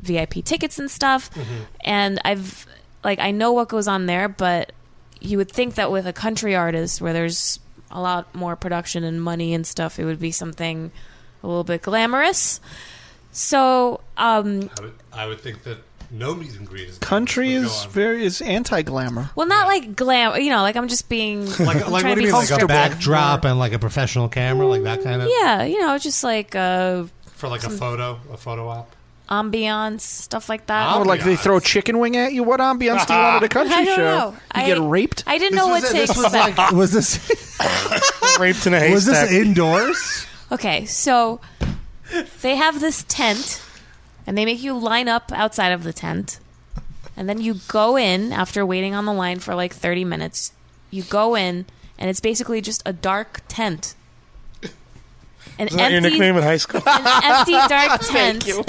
S5: VIP tickets and stuff.
S2: Mm-hmm.
S5: And I've like I know what goes on there, but you would think that with a country artist where there's a lot more production and money and stuff, it would be something a little bit glamorous. So, um,
S2: I would, I would think that no meat and greet is
S4: Country is very is anti glamour.
S5: Well, not like glam. You know, like I'm just being I'm
S2: like, like
S5: trying
S2: what
S5: to
S2: do
S5: be
S2: you mean, like a
S5: comfortable.
S2: backdrop and like a professional camera, like that kind of
S5: Yeah, you know, just like uh,
S2: for like a
S5: some
S2: photo, a photo op.
S5: ambiance stuff like that.
S4: Oh, like they throw chicken wing at you? What ambiance do you want at a country
S5: I don't
S4: show?
S5: know.
S4: You
S5: I-
S4: get raped?
S5: I didn't know what to expect.
S2: was this
S3: raped in a haystack?
S2: Was this indoors?
S5: Okay, so they have this tent, and they make you line up outside of the tent, and then you go in after waiting on the line for like 30 minutes. You go in, and it's basically just a dark tent. An
S3: Is that your nickname in high school?
S5: an empty dark tent.
S3: Thank you.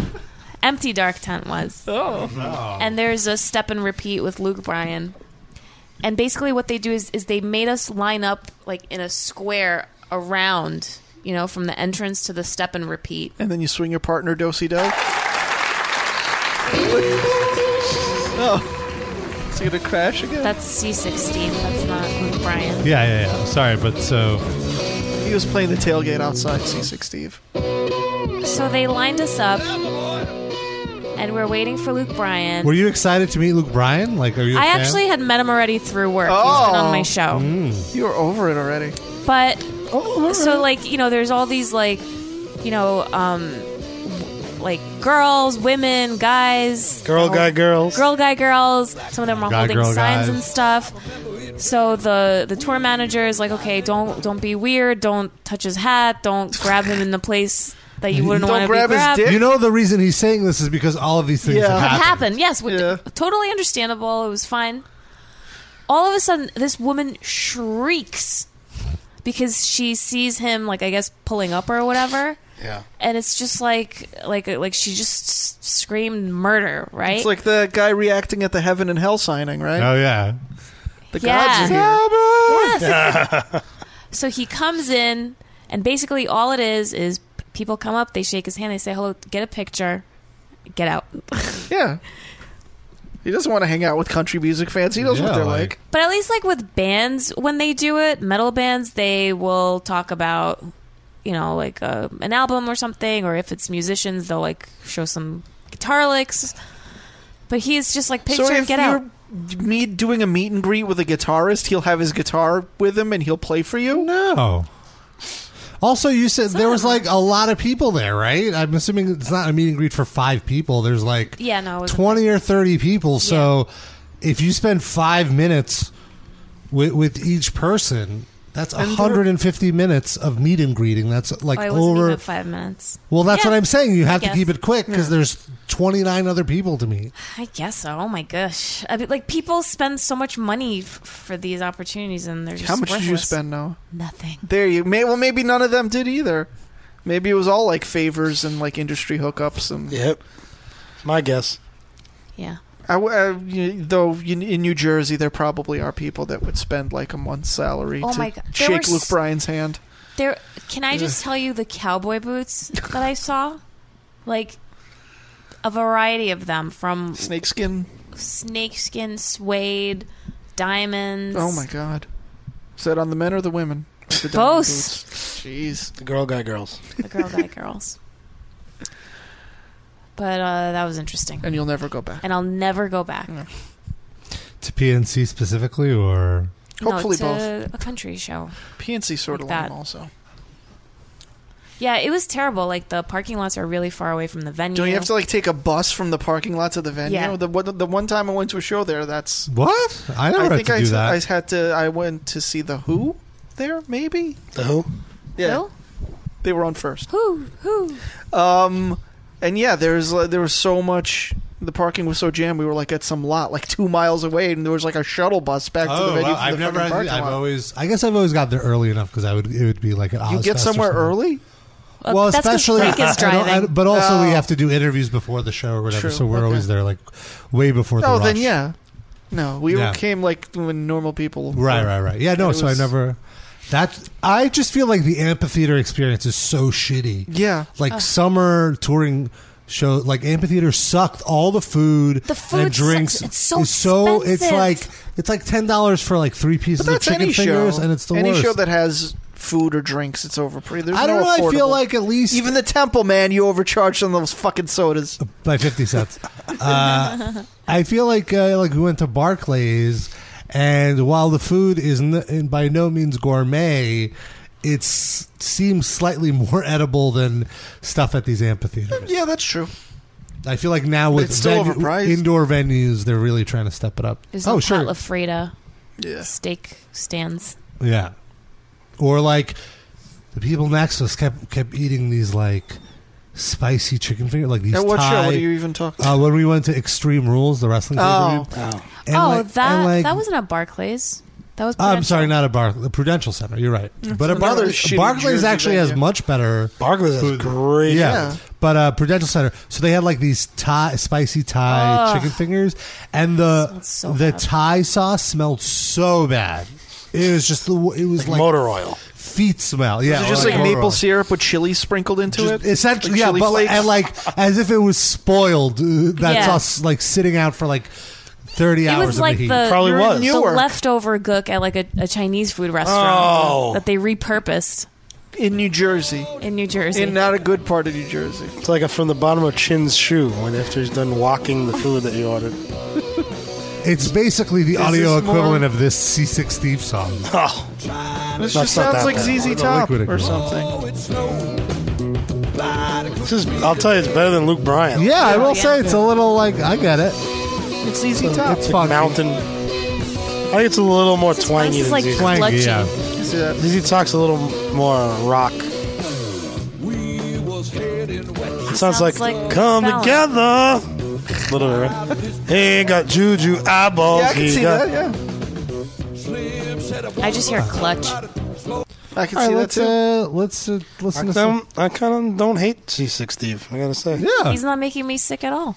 S5: Empty dark tent was.
S4: Oh.
S3: Oh.
S5: And there's a step and repeat with Luke Bryan. And basically what they do is is they made us line up like in a square around, you know, from the entrance to the step and repeat.
S4: And then you swing your partner dosey do. Oh. Is he gonna crash again?
S5: That's C sixteen, that's not Luke Bryan.
S2: Yeah, yeah, yeah. Sorry, but so
S4: He was playing the tailgate outside C6 Steve.
S5: So they lined us up and we're waiting for Luke Bryan.
S2: were you excited to meet Luke Bryan? Like, are you? a
S5: I
S2: fan?
S5: actually had met him already through work. He's been on
S4: Oh.
S5: my show.
S2: Mm.
S4: You were over it already.
S5: But so like you know, there's all these like you know um like girls, women, guys,
S3: Girl,
S5: Oh,
S3: guy, girls.
S5: girl guy girls. Some of them are
S3: Guy,
S5: holding
S3: girl,
S5: signs
S3: guys.
S5: and stuff. So the the tour manager is like, okay, don't don't be weird, don't touch his hat, don't grab him in the place that you wouldn't want to be grabbed.
S2: You know the reason he's saying this is because all of these things
S5: It
S2: have happened.
S5: happened. Yes, we- totally understandable. It was fine. All of a sudden, this woman shrieks because she sees him, like I guess, pulling up or whatever.
S3: Yeah.
S5: And it's just like, like, like she just s- screamed murder, right?
S4: It's like the guy reacting at the heaven and hell signing, right?
S2: Oh yeah.
S4: The
S5: Yeah.
S4: gods are here.
S5: Yes. so he comes in, and basically all it is is people come up, they shake his hand, they say hello, get a picture, get out.
S4: yeah. He doesn't want to hang out with country music fans. He knows what
S5: Yeah,
S4: they're
S5: like-
S4: like.
S5: But at least like with bands, when they do it, metal bands, they will talk about you know, like a, an album or something, or if it's musicians, they'll like show some guitar licks. But he's just like picture
S4: so if
S5: get
S4: you're
S5: out.
S4: me doing a meet and greet with a guitarist, he'll have his guitar with him and he'll play for you.
S2: No. Also, you said there was like a lot of people there, right? I'm assuming it's not a meet and greet for five people. There's like
S5: Yeah, no, it wasn't.
S2: 20 or 30 people. So if you spend five minutes with, with each person, that's
S5: And there-
S2: 150 minutes of meet and greeting. That's like
S5: oh, it wasn't
S2: over.
S5: even five minutes.
S2: Well, that's
S5: Yeah,
S2: what I'm saying. You
S5: I
S2: have to
S5: guess.
S2: keep it quick because
S5: Yeah.
S2: there's 29 other people to meet.
S5: I guess so. Oh my gosh! I mean, like people spend so much money f- for these opportunities, and they're just
S4: How much did you
S5: worthless.
S4: spend now?
S5: Nothing.
S4: There you may well maybe none of them did either. Maybe it was all like favors and like industry hookups and
S3: Yep. My guess.
S5: Yeah.
S4: I, w- I- you- though in, in New Jersey there probably are people that would spend like a month's salary
S5: Oh
S4: to
S5: my God. There
S4: shake
S5: were
S4: Luke
S5: s-
S4: Bryan's hand.
S5: There, can I just tell you the cowboy boots that I saw? Like a variety of them from
S4: snakeskin,
S5: snakeskin, suede, diamonds.
S4: Oh my god. Is that on the men or the women? The diamond
S5: Both.
S4: boots. Jeez.
S3: The girl guy girls.
S5: The girl guy girls. But uh, that was interesting.
S4: And you'll never go back.
S5: And I'll never go back.
S2: To PNC specifically, or
S5: No,
S4: Hopefully
S5: to
S4: both.
S5: A country show.
S4: PNC sort of
S5: Like
S4: lame
S5: that.
S4: also.
S5: Yeah, it was terrible. Like the parking lots are really far away from the venue.
S4: Don't you have to like take a bus from the parking lot to the venue?
S5: Yeah.
S4: The one the one time I went to a show there, that's
S2: What? I never had
S4: think
S2: to
S4: I,
S2: do
S4: s-
S2: that.
S4: I had to. I went to see the Who there, maybe.
S3: The Who.
S4: Yeah. They were on first.
S5: Who? Who?
S4: Um, and yeah, there's uh, there was so much. The parking was so jammed. We were like at some lot, like two miles away, and there was like a shuttle bus back to the venue.
S2: wow.
S4: from
S2: Oh, I've
S4: the
S2: never.
S4: fucking
S2: Had,
S4: parking
S2: I've
S4: lot.
S2: always. Oh, I guess I've always got there early enough because I would. It would be like an.
S4: You get somewhere early.
S2: Well, especially, I don't- I don't- but also we have to do interviews before the show or whatever,
S4: True.
S2: so we're always there like way before the
S4: Oh,
S2: rush.
S4: then yeah. No, we
S2: Yeah.
S4: came like when normal people.
S2: Right,
S4: were.
S2: right, right. Yeah, no.
S4: It
S2: So
S4: was-
S2: I never. That I just feel like the amphitheater experience is so shitty.
S4: Yeah.
S2: like
S4: Ugh.
S2: summer touring show, like amphitheater sucked. All the food, the
S5: food
S2: and drinks.
S5: sucks. It's so
S2: is so it's
S5: expensive.
S2: like it's like ten dollars for like three pieces
S4: But
S2: of
S4: that's
S2: chicken
S4: any
S2: fingers,
S4: show.
S2: and it's the
S4: any
S2: worst.
S4: show that has food or drinks, it's over. Pre- There's
S2: I don't
S4: no
S2: know, I feel
S4: affordable.
S2: like at least
S4: even the Temple man, you overcharged on those fucking sodas.
S2: by fifty cents. uh, I feel like uh, like we went to Barclays, and while the food is n- by no means gourmet, it seems slightly more edible than stuff at these amphitheaters.
S4: Yeah, that's true.
S2: I feel like now
S4: But
S2: with
S4: it's still
S2: venue-
S4: overpriced.
S2: indoor venues, they're really trying to step it up.
S5: There's
S2: oh
S5: no
S2: sure,
S5: Pat Lafrida
S4: yeah.
S5: steak stands.
S2: yeah, or like the people next to us kept kept eating these like spicy chicken fingers, like these.
S4: At what show?
S2: Thai-
S4: What are you even talking
S2: Uh, when we went to Extreme Rules, the wrestling.
S4: Oh.
S2: pay-per-view. And
S5: Oh,
S2: like-
S5: that
S2: and like-
S5: that wasn't at Barclays. That was.
S2: Oh, I'm sorry, not a Bar- the Prudential Center. You're right,
S5: That's
S2: but a
S5: another
S2: Barclays,
S5: shitty
S2: Barclays
S5: Jersey
S2: actually has
S5: venue.
S2: much better.
S3: Barclays has great-
S2: yeah.
S3: Yeah.
S2: But uh, Prudential Center, so they had like these Thai, spicy Thai
S3: Ugh.
S2: chicken fingers, and the
S3: so
S2: the
S3: bad.
S2: Thai sauce smelled so bad. It was just the it was like,
S3: motor oil,
S2: feet smell. Yeah,
S4: Is it
S2: or,
S4: just like,
S2: motor
S4: maple
S2: oil.
S4: syrup with chili sprinkled into it?
S2: Essentially,
S4: Like
S2: yeah,
S4: chili
S2: but
S4: flakes?
S2: and like as if it was spoiled. uh, That
S5: Yeah.
S2: sauce like sitting out for like thirty
S5: It
S2: hours.
S5: was
S2: in
S5: like
S2: the, heat.
S5: the, the leftover gook at like a, a Chinese food restaurant
S4: Oh.
S5: that they repurposed
S4: in New Jersey.
S5: In New Jersey,
S4: in not a good part of New Jersey.
S3: It's like a, from the bottom of Chin's shoe when after he's done walking the food that you ordered.
S2: It's basically the
S3: Is
S2: audio
S3: this more-
S2: equivalent of this C6 Steve song.
S3: Oh,
S4: This
S3: That's
S4: just
S3: not
S4: sounds
S3: that
S4: like
S3: bad.
S4: ZZ
S3: The
S4: Top
S3: liquid
S4: or
S3: equivalent.
S4: something.
S3: this is. I'll tell you, it's better than Luke Bryan.
S2: Yeah, I will say it's a little like I get it.
S4: It's easy top.
S3: It's like mountain. I think it's a little more twangy
S4: is
S3: than
S4: like
S3: ZZ
S4: Twangy, glitchy. yeah.
S3: ZZ Talk's a little more rock. It sounds, like,
S4: like
S3: come
S4: Fallon.
S3: together. A little bit, right? He ain't got juju eyeballs.
S4: Yeah, I can
S3: he
S4: see
S3: got
S4: that. Yeah,
S5: I just hear clutch.
S4: I can
S3: All right,
S4: see that
S3: let's,
S4: too.
S2: Uh, let's uh, listen
S3: I
S2: to some.
S3: kind, I kind of don't hate C6 Steve. I gotta say.
S5: He's not making me sick at all.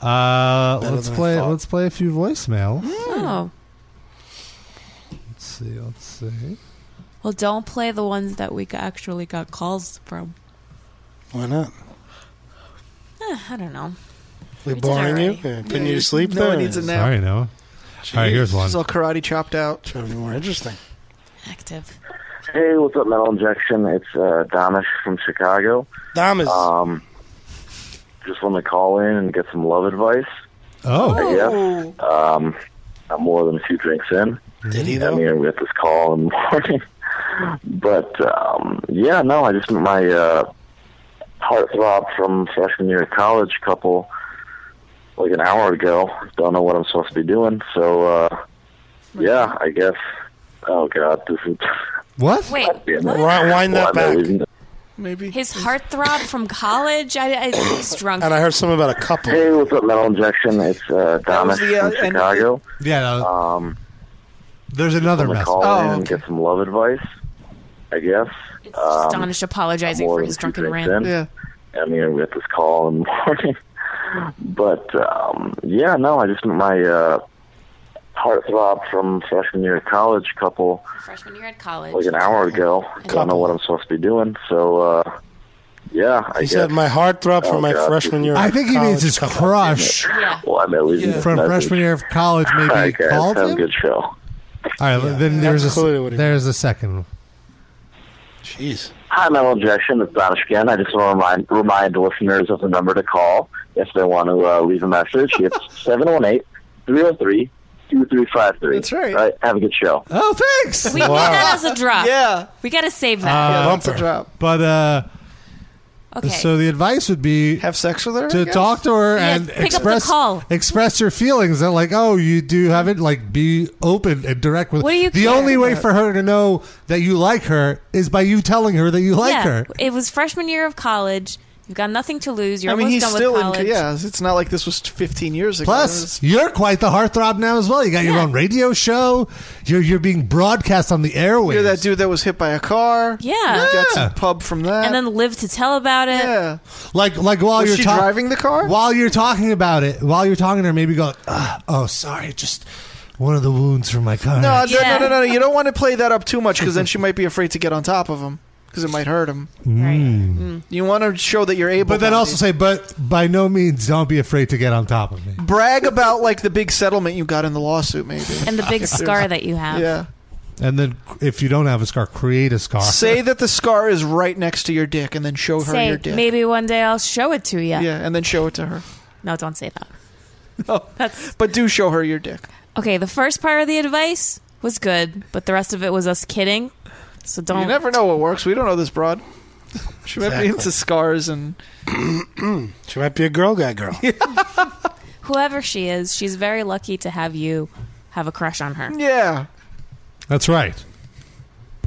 S2: Uh,
S3: Better
S2: let's
S3: than I
S2: play.
S3: thought.
S2: Let's play a few voicemail.
S5: Oh.
S2: Let's see. Let's see.
S5: Well, don't play the ones that we actually got calls from.
S3: Why not?
S5: Eh, I don't know.
S3: We
S5: did
S3: boring you?
S5: alright.
S3: Yeah, putting
S4: Yeah,
S3: you to sleep
S4: no
S3: there?
S4: one needs a nap. Sorry,
S2: no. All right, here's one.
S4: It's all karate chopped out.
S3: Trying to be more interesting.
S5: Active.
S16: Hey, what's up, Metal Injection? It's uh, Damish from Chicago.
S3: Damish.
S16: Um, just want to call in and get some love advice.
S2: Oh.
S16: I guess. Um, I'm more than a few drinks in.
S3: Oh. Did he,
S16: I mean, we got this call in the morning. but, um, yeah, no, I just met my uh, heartthrob from freshman year of college couple like an hour ago. Don't know what I'm supposed to be doing. So, uh, yeah, I guess. Oh, God, this is.
S2: What?
S5: Wait,
S16: Damn it.
S3: Wi- wind that
S16: Well, I know we can-
S4: Maybe
S5: his heartthrob from college. I, I he's drunk.
S3: And I heard something about a couple.
S16: Hey, what's up, Metal Injection? It's uh, Damish
S5: was the, uh,
S16: from
S5: end-
S16: Chicago.
S2: Yeah.
S16: um,
S2: There's another
S16: I'm gonna
S2: message.
S16: call in
S2: Oh,
S16: and get some love advice, I guess. Um,
S5: Donish apologizing
S16: more
S5: for
S16: than
S5: his
S16: two
S5: drunken
S16: drinks
S5: rant.
S16: in. I mean, we got this call in the morning. But, um, yeah, no, I just met my uh, heartthrob from freshman year of college couple
S5: Freshman year at college.
S16: like an hour ago. Don't know what I'm supposed to be doing. So, uh, yeah, I
S3: He
S16: guess.
S3: said my heartthrob from
S16: Oh,
S3: my
S16: God.
S3: freshman year.
S2: I think he means his crush
S16: Well, I'm at least
S2: from freshman year of college. Maybe
S16: All right, guys,
S2: called
S16: have a
S2: him.
S16: good show.
S2: All right, then there's
S16: That's clearly what
S2: a
S16: he
S2: there's a second. one.
S3: Jeez.
S16: Hi, Metal Injection. It's Donish again. I just want to remind, remind listeners of the number to call if they want to uh, leave a message. It's 718-303-2353. That's right. All right. Have a good show.
S2: Oh, thanks. Uh,
S5: We need that as a drop. Yeah, we gotta save that.
S2: But uh, so the advice would be
S4: have sex with her
S2: to
S4: I guess?
S2: talk to her
S4: Yeah,
S2: and
S4: pick up the
S2: express
S4: call.
S2: express your feelings. That like, oh, you do have it. Like, be open and direct with.
S5: What do you
S2: the
S5: care
S2: only way
S5: about?
S2: for her to know that you like her is by you telling her that you like
S5: yeah,
S2: her.
S5: It was freshman year of college. You've got nothing to lose. You're
S4: I mean,
S5: almost
S4: he's
S5: done
S4: still
S5: with
S4: in.
S5: college.
S4: Yeah, it's not like this was 15 years ago. It's-
S2: Plus, you're quite the heartthrob now as well. You got your own radio show. You're you're being broadcast on the airwaves.
S4: You're that dude that was hit by a car.
S5: Yeah.
S4: You got
S2: Yeah.
S4: some pub from that.
S5: and then live to tell about it.
S4: Yeah.
S2: Like like while
S4: Was
S2: you're
S4: she
S2: talk-
S4: driving the car,
S2: while you're talking about it, while you're talking to her, maybe go, "Ugh, oh, sorry, just one of the wounds from my
S3: uh,
S2: car.
S4: No, no, no, no, no, no. You don't want to play that up too much because then she might be afraid to get on top of him because it might hurt him.
S2: Mm.
S5: Hmm.
S4: You want to show that you're able.
S2: But then
S4: to
S2: also say, but by no means don't be afraid to get on top of me.
S4: brag about like the big settlement you got in the lawsuit, maybe,
S5: And the big
S4: If there's-
S5: scar that you have.
S4: Yeah.
S2: And then if you don't have a scar, create a scar.
S4: Say that the scar is right next to your dick, and then show her
S5: Say,
S4: your dick.
S5: maybe one day I'll show it to you.
S4: Yeah, and then show it to her.
S5: No, don't say that.
S4: No, but do show her your dick.
S5: Okay, the first part of the advice was good, but the rest of it was us kidding. So don't.
S4: You never know what works. We don't know this broad. She might be
S3: Exactly.
S4: into scars and.
S3: she might be a girl guy girl.
S5: Whoever she is, she's very lucky to have you have a crush on her.
S4: Yeah.
S2: That's right.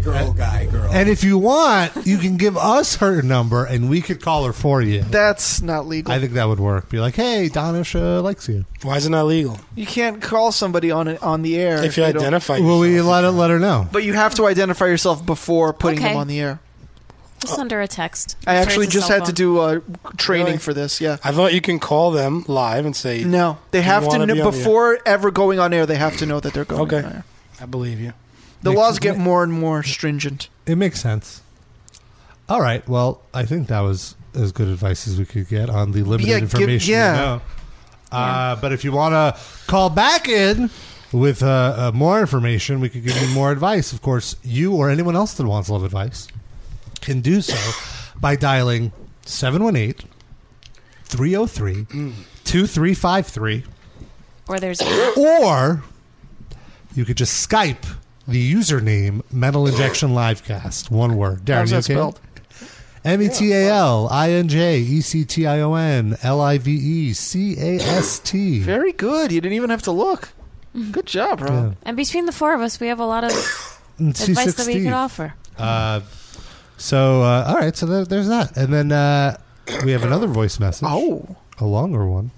S9: Girl guy girl.
S2: And if you want, you can give us her number and we could call her for you.
S4: That's not legal.
S2: I think that would work. Be like, hey, Donish uh, likes you.
S3: Why is it not legal?
S4: You can't call somebody on it on the air
S3: If you
S4: they don't-
S3: identify
S2: Well, we let her, let her know.
S4: But you have to identify yourself before putting
S5: Okay.
S4: them on the air.
S5: Just under a text.
S4: I actually
S5: There's a
S4: just
S5: cell
S4: had to
S5: phone.
S4: do uh, training for this. Yeah,
S3: I thought you can call them live and say
S4: no. They have to know before ever going on air. They have to know that they're going
S3: Okay.
S4: on air.
S3: I believe you.
S4: The laws get more and more stringent.
S2: It makes sense. All right. Well, I think that was as good advice as we could get on the limited
S4: Yeah, give-
S2: information. we
S4: yeah.
S2: know. Uh, but if you want to call back in with uh, uh, more information, we could give you more advice. Of course, you or anyone else that wants love advice can do so by dialing 718 303
S4: Mm.
S2: 2353
S5: Or there's.
S2: or you could just Skype the username Metal Injection Livecast. One word. Darren,
S4: How's
S2: you
S4: that spelled?
S2: okay? M E T A L I N J E C T I O N L I V E C A S T.
S4: Very good. You didn't even have to look. Good job, Rob.
S5: And between the four of us, we have a lot of
S2: And she's
S5: advice that we
S2: 16.
S5: could offer.
S2: Uh, so, uh, all right, so there, there's that. And then uh, we have another voice message.
S4: Oh.
S2: A longer one.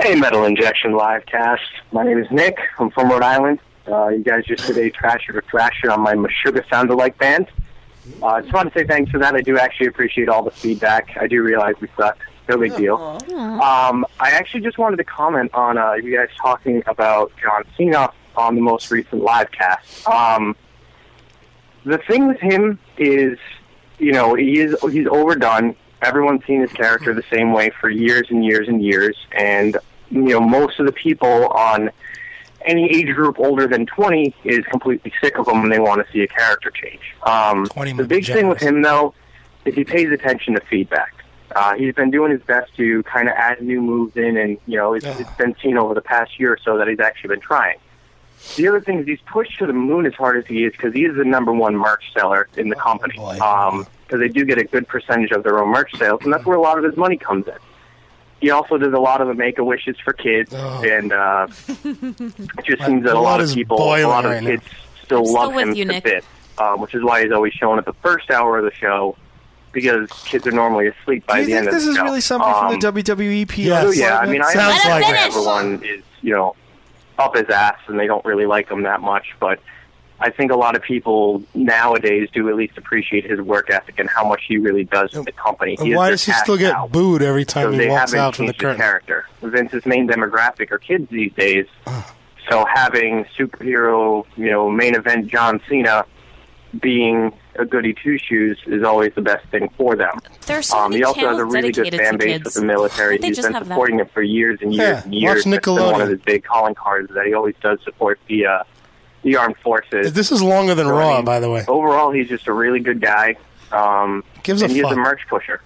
S17: Hey, Metal Injection Livecast. My name is Nick. I'm from Rhode Island. Uh, you guys just today trashed or thrashed on my Meshuggah Soundalike band. Uh, just want to say thanks for that. I do actually appreciate all the feedback. I do realize we suck. No big deal. Um, I actually just wanted to comment on uh, you guys talking about John Cena on the most recent live cast. Um, the thing with him is, you know, he is he's overdone. Everyone's seen his character the same way for years and years and years, and you know, most of the people on any age group older than 20 is completely sick of him and they want to see a character change. Um, the big thing with him, though, is he pays attention to feedback. Uh, he's been doing his best to kind of add new moves in, and you know it's, it's been seen over the past year or so that he's actually been trying. The other thing is he's pushed to the moon as hard as he is because he is the number one merch seller in
S4: Oh,
S17: the company. Um, because they do get a good percentage of their own merch sales, and that's where a lot of his money comes in. He also does a lot of the make a wishes for kids,
S4: Oh.
S17: and uh, it just
S3: My
S17: seems that a
S3: blood
S17: lot of
S3: is
S17: people,
S3: boiling
S17: a lot of
S3: right now.
S17: kids, still
S3: I'm still
S17: love
S5: with
S17: him
S5: you,
S17: to
S5: Nick.
S17: bit, um, which is why he's always shown at the first hour of the show because kids are normally asleep by
S4: Do you
S17: the
S4: think
S17: end
S4: this
S17: of the
S4: is
S17: show.
S4: really somebody
S17: Um,
S4: from the E WWE PR?
S17: yeah, Oh, yeah. I mean, I
S4: Sounds
S17: understand
S4: like
S17: that
S4: it.
S17: everyone is you know up his ass and they don't really like him that much, but I think a lot of people nowadays do at least appreciate his work ethic and how much he really does for the company.
S3: And
S17: is
S3: why
S17: their
S3: does he
S17: cash
S3: still get
S17: cow.
S3: booed every
S17: So
S3: time
S17: they
S3: he walks
S17: haven't
S3: out from the
S17: changed his
S3: curtain?
S17: character. Vince's main demographic are kids these days.
S3: Ah.
S17: So having superhero, you know, main event John Cena being a goody two shoes is always the best thing for them.
S5: There's so
S17: um, he
S5: many
S17: also has a
S5: channels
S17: really good
S5: dedicated to
S17: fan base
S5: kids.
S17: with the military.
S5: Why don't they
S17: He's
S5: just
S17: been
S5: have that?
S17: supporting it for years and years
S5: Yeah,
S17: and years.
S3: watch
S17: That's been one of
S3: Nickelodeon.
S17: his big calling cards is that he always does support the uh, the armed forces.
S3: This is longer than
S17: So, I
S3: Raw,
S17: mean, uh,
S3: by the way.
S17: Overall, he's just a really good guy. Um,
S3: Gives a
S17: and he's
S3: fuck.
S17: a merch pusher.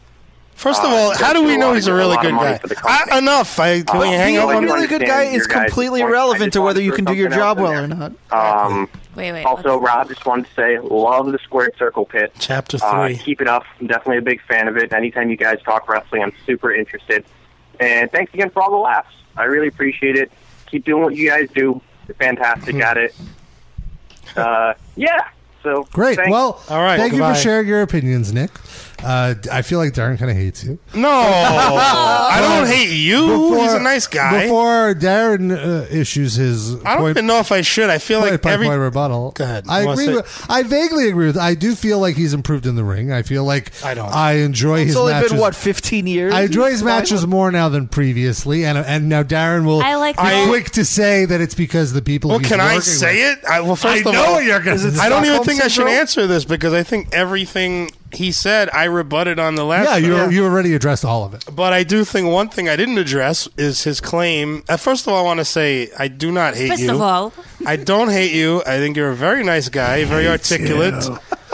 S3: First of
S17: Uh,
S3: all,
S17: he
S3: how
S17: does
S3: do we
S17: a
S3: know
S17: lot-
S3: he's a
S17: does
S3: really
S17: lot of
S3: good
S17: money
S3: guy?
S17: for the company.
S3: I, enough. I, can
S17: Uh,
S3: we hang
S17: being
S3: up
S17: a
S3: on
S17: really
S3: this?
S17: good guy is completely
S4: irrelevant to whether you can do your job well or not.
S17: Um,
S5: Wait, wait.
S17: also, Rob, just wanted to say, love the Squared Circle Pit.
S3: Chapter
S17: Uh,
S3: three.
S17: keep it up. I'm definitely a big fan of it. Anytime you guys talk wrestling, I'm super interested. And thanks again for all the laughs. I really appreciate it. Keep doing what you guys do. You're fantastic
S2: Mm-hmm.
S17: at it. Uh, yeah. So
S2: Great.
S17: thanks.
S2: Well,
S3: all right.
S2: Thank you
S3: goodbye.
S2: for sharing your opinions, Nick. Uh, I feel like Darren kind of hates you.
S3: No, I don't
S2: But
S3: hate you. He's a nice guy.
S2: Before Darren uh, issues his,
S3: I don't
S2: point-
S3: even know if I should. I feel
S2: Point
S3: like
S2: by
S3: every
S2: point rebuttal. Go
S3: ahead.
S2: I
S3: You wanna
S2: agree.
S3: say-
S2: With, I vaguely agree with. I do feel like he's improved in the ring. I feel like I
S4: don't.
S2: I enjoy
S4: It's
S2: his
S4: only
S2: matches.
S4: been what 15 years.
S2: I enjoy his
S4: Why-
S2: matches more now than previously, and and now Darren will.
S4: I like
S2: be
S4: that.
S2: quick to say that it's because the people.
S3: Well,
S2: he's
S3: can I
S2: working
S3: say
S2: with-
S3: it? I, well, first
S2: I
S3: of
S2: know
S3: all,
S2: what you're gonna say.
S3: I don't even
S2: Stockholm
S3: think I should
S2: syndrome?
S3: answer this because I think everything he said I rebutted on the last.
S2: Yeah, you
S3: one.
S2: you already addressed all of it.
S3: But I do think one thing I didn't address is his claim. Uh, first of all, I want to say I do not hate
S5: First
S3: you.
S5: of all.
S3: I don't hate you. I think you're a very nice guy, very articulate,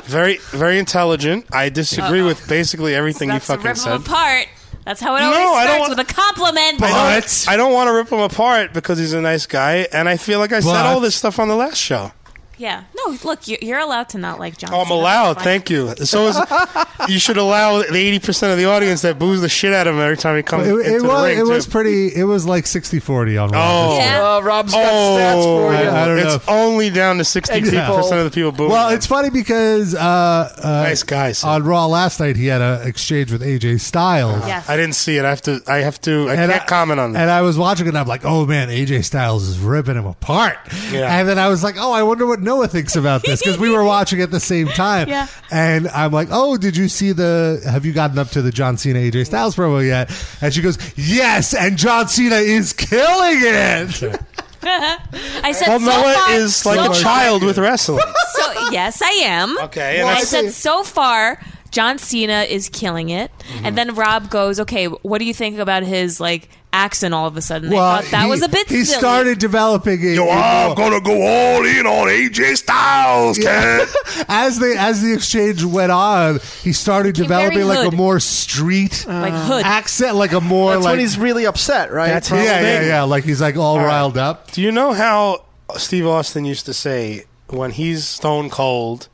S3: very very intelligent. I disagree
S5: Uh-oh.
S3: with basically everything you
S5: That's a
S3: fucking
S5: rip
S3: said.
S5: them apart. That's how it
S3: No,
S5: always
S3: I don't
S5: starts
S3: want-
S5: with a compliment.
S3: But I don't want to rip him apart because he's a nice guy, and I feel like I said
S5: But-
S3: all this stuff on the last show.
S5: Yeah. No, look, you- you're allowed to not like John.
S3: Oh, I'm allowed. Thank you. So is, you should allow the 80% of the audience that boos the shit out of him every time he comes
S2: It,
S3: into
S2: it
S3: the
S2: was
S3: ring.
S2: it was
S3: too.
S2: pretty. It was like 60-40 on. Raw
S3: Oh,
S2: this year.
S4: Uh, Rob's got
S3: oh,
S4: stats for you.
S2: I- I don't know.
S3: It's only down to 63% of the people booing.
S2: Well,
S3: him.
S2: it's funny because uh, uh, nice
S3: guys
S2: on Raw last night he had an exchange with AJ Styles.
S3: I didn't see it. I have to. I have to. I
S2: And
S3: can't comment on that.
S2: And I was watching it and I'm like, oh man, AJ Styles is ripping him apart.
S3: Yeah.
S2: And then I was like, oh, I wonder what Noah thinks about this because we were watching at the same time.
S5: Yeah.
S2: And I'm like, oh, did you see the, have you gotten up to the John Cena AJ Styles promo yet? And she goes, yes, and John Cena is killing it.
S5: I said
S3: well,
S5: so
S3: Noah
S5: far,
S3: is like
S5: so
S3: a
S5: far-
S3: child with wrestling.
S5: so yes, I am.
S3: Okay, and
S5: And I
S3: that's-
S5: said so far, John Cena is killing it,
S3: Mm-hmm.
S5: and then Rob goes, "Okay, what do you think about his like accent?" All of a sudden, I thought that
S2: he-
S5: was a bit.
S2: He
S5: silly.
S2: started developing it.
S5: Yo, I'm
S2: gonna go all in on AJ Styles,
S5: kid.
S2: as the as the exchange went on, he started
S4: Became very
S2: developing like
S4: hood.
S2: a more street,
S4: Like hood.
S2: accent, like a more
S4: That's
S2: like
S4: when he's really upset, right?
S2: yeah, yeah, yeah. Like he's like all, riled up.
S3: Do you know how Steve Austin used to say when he's stone cold,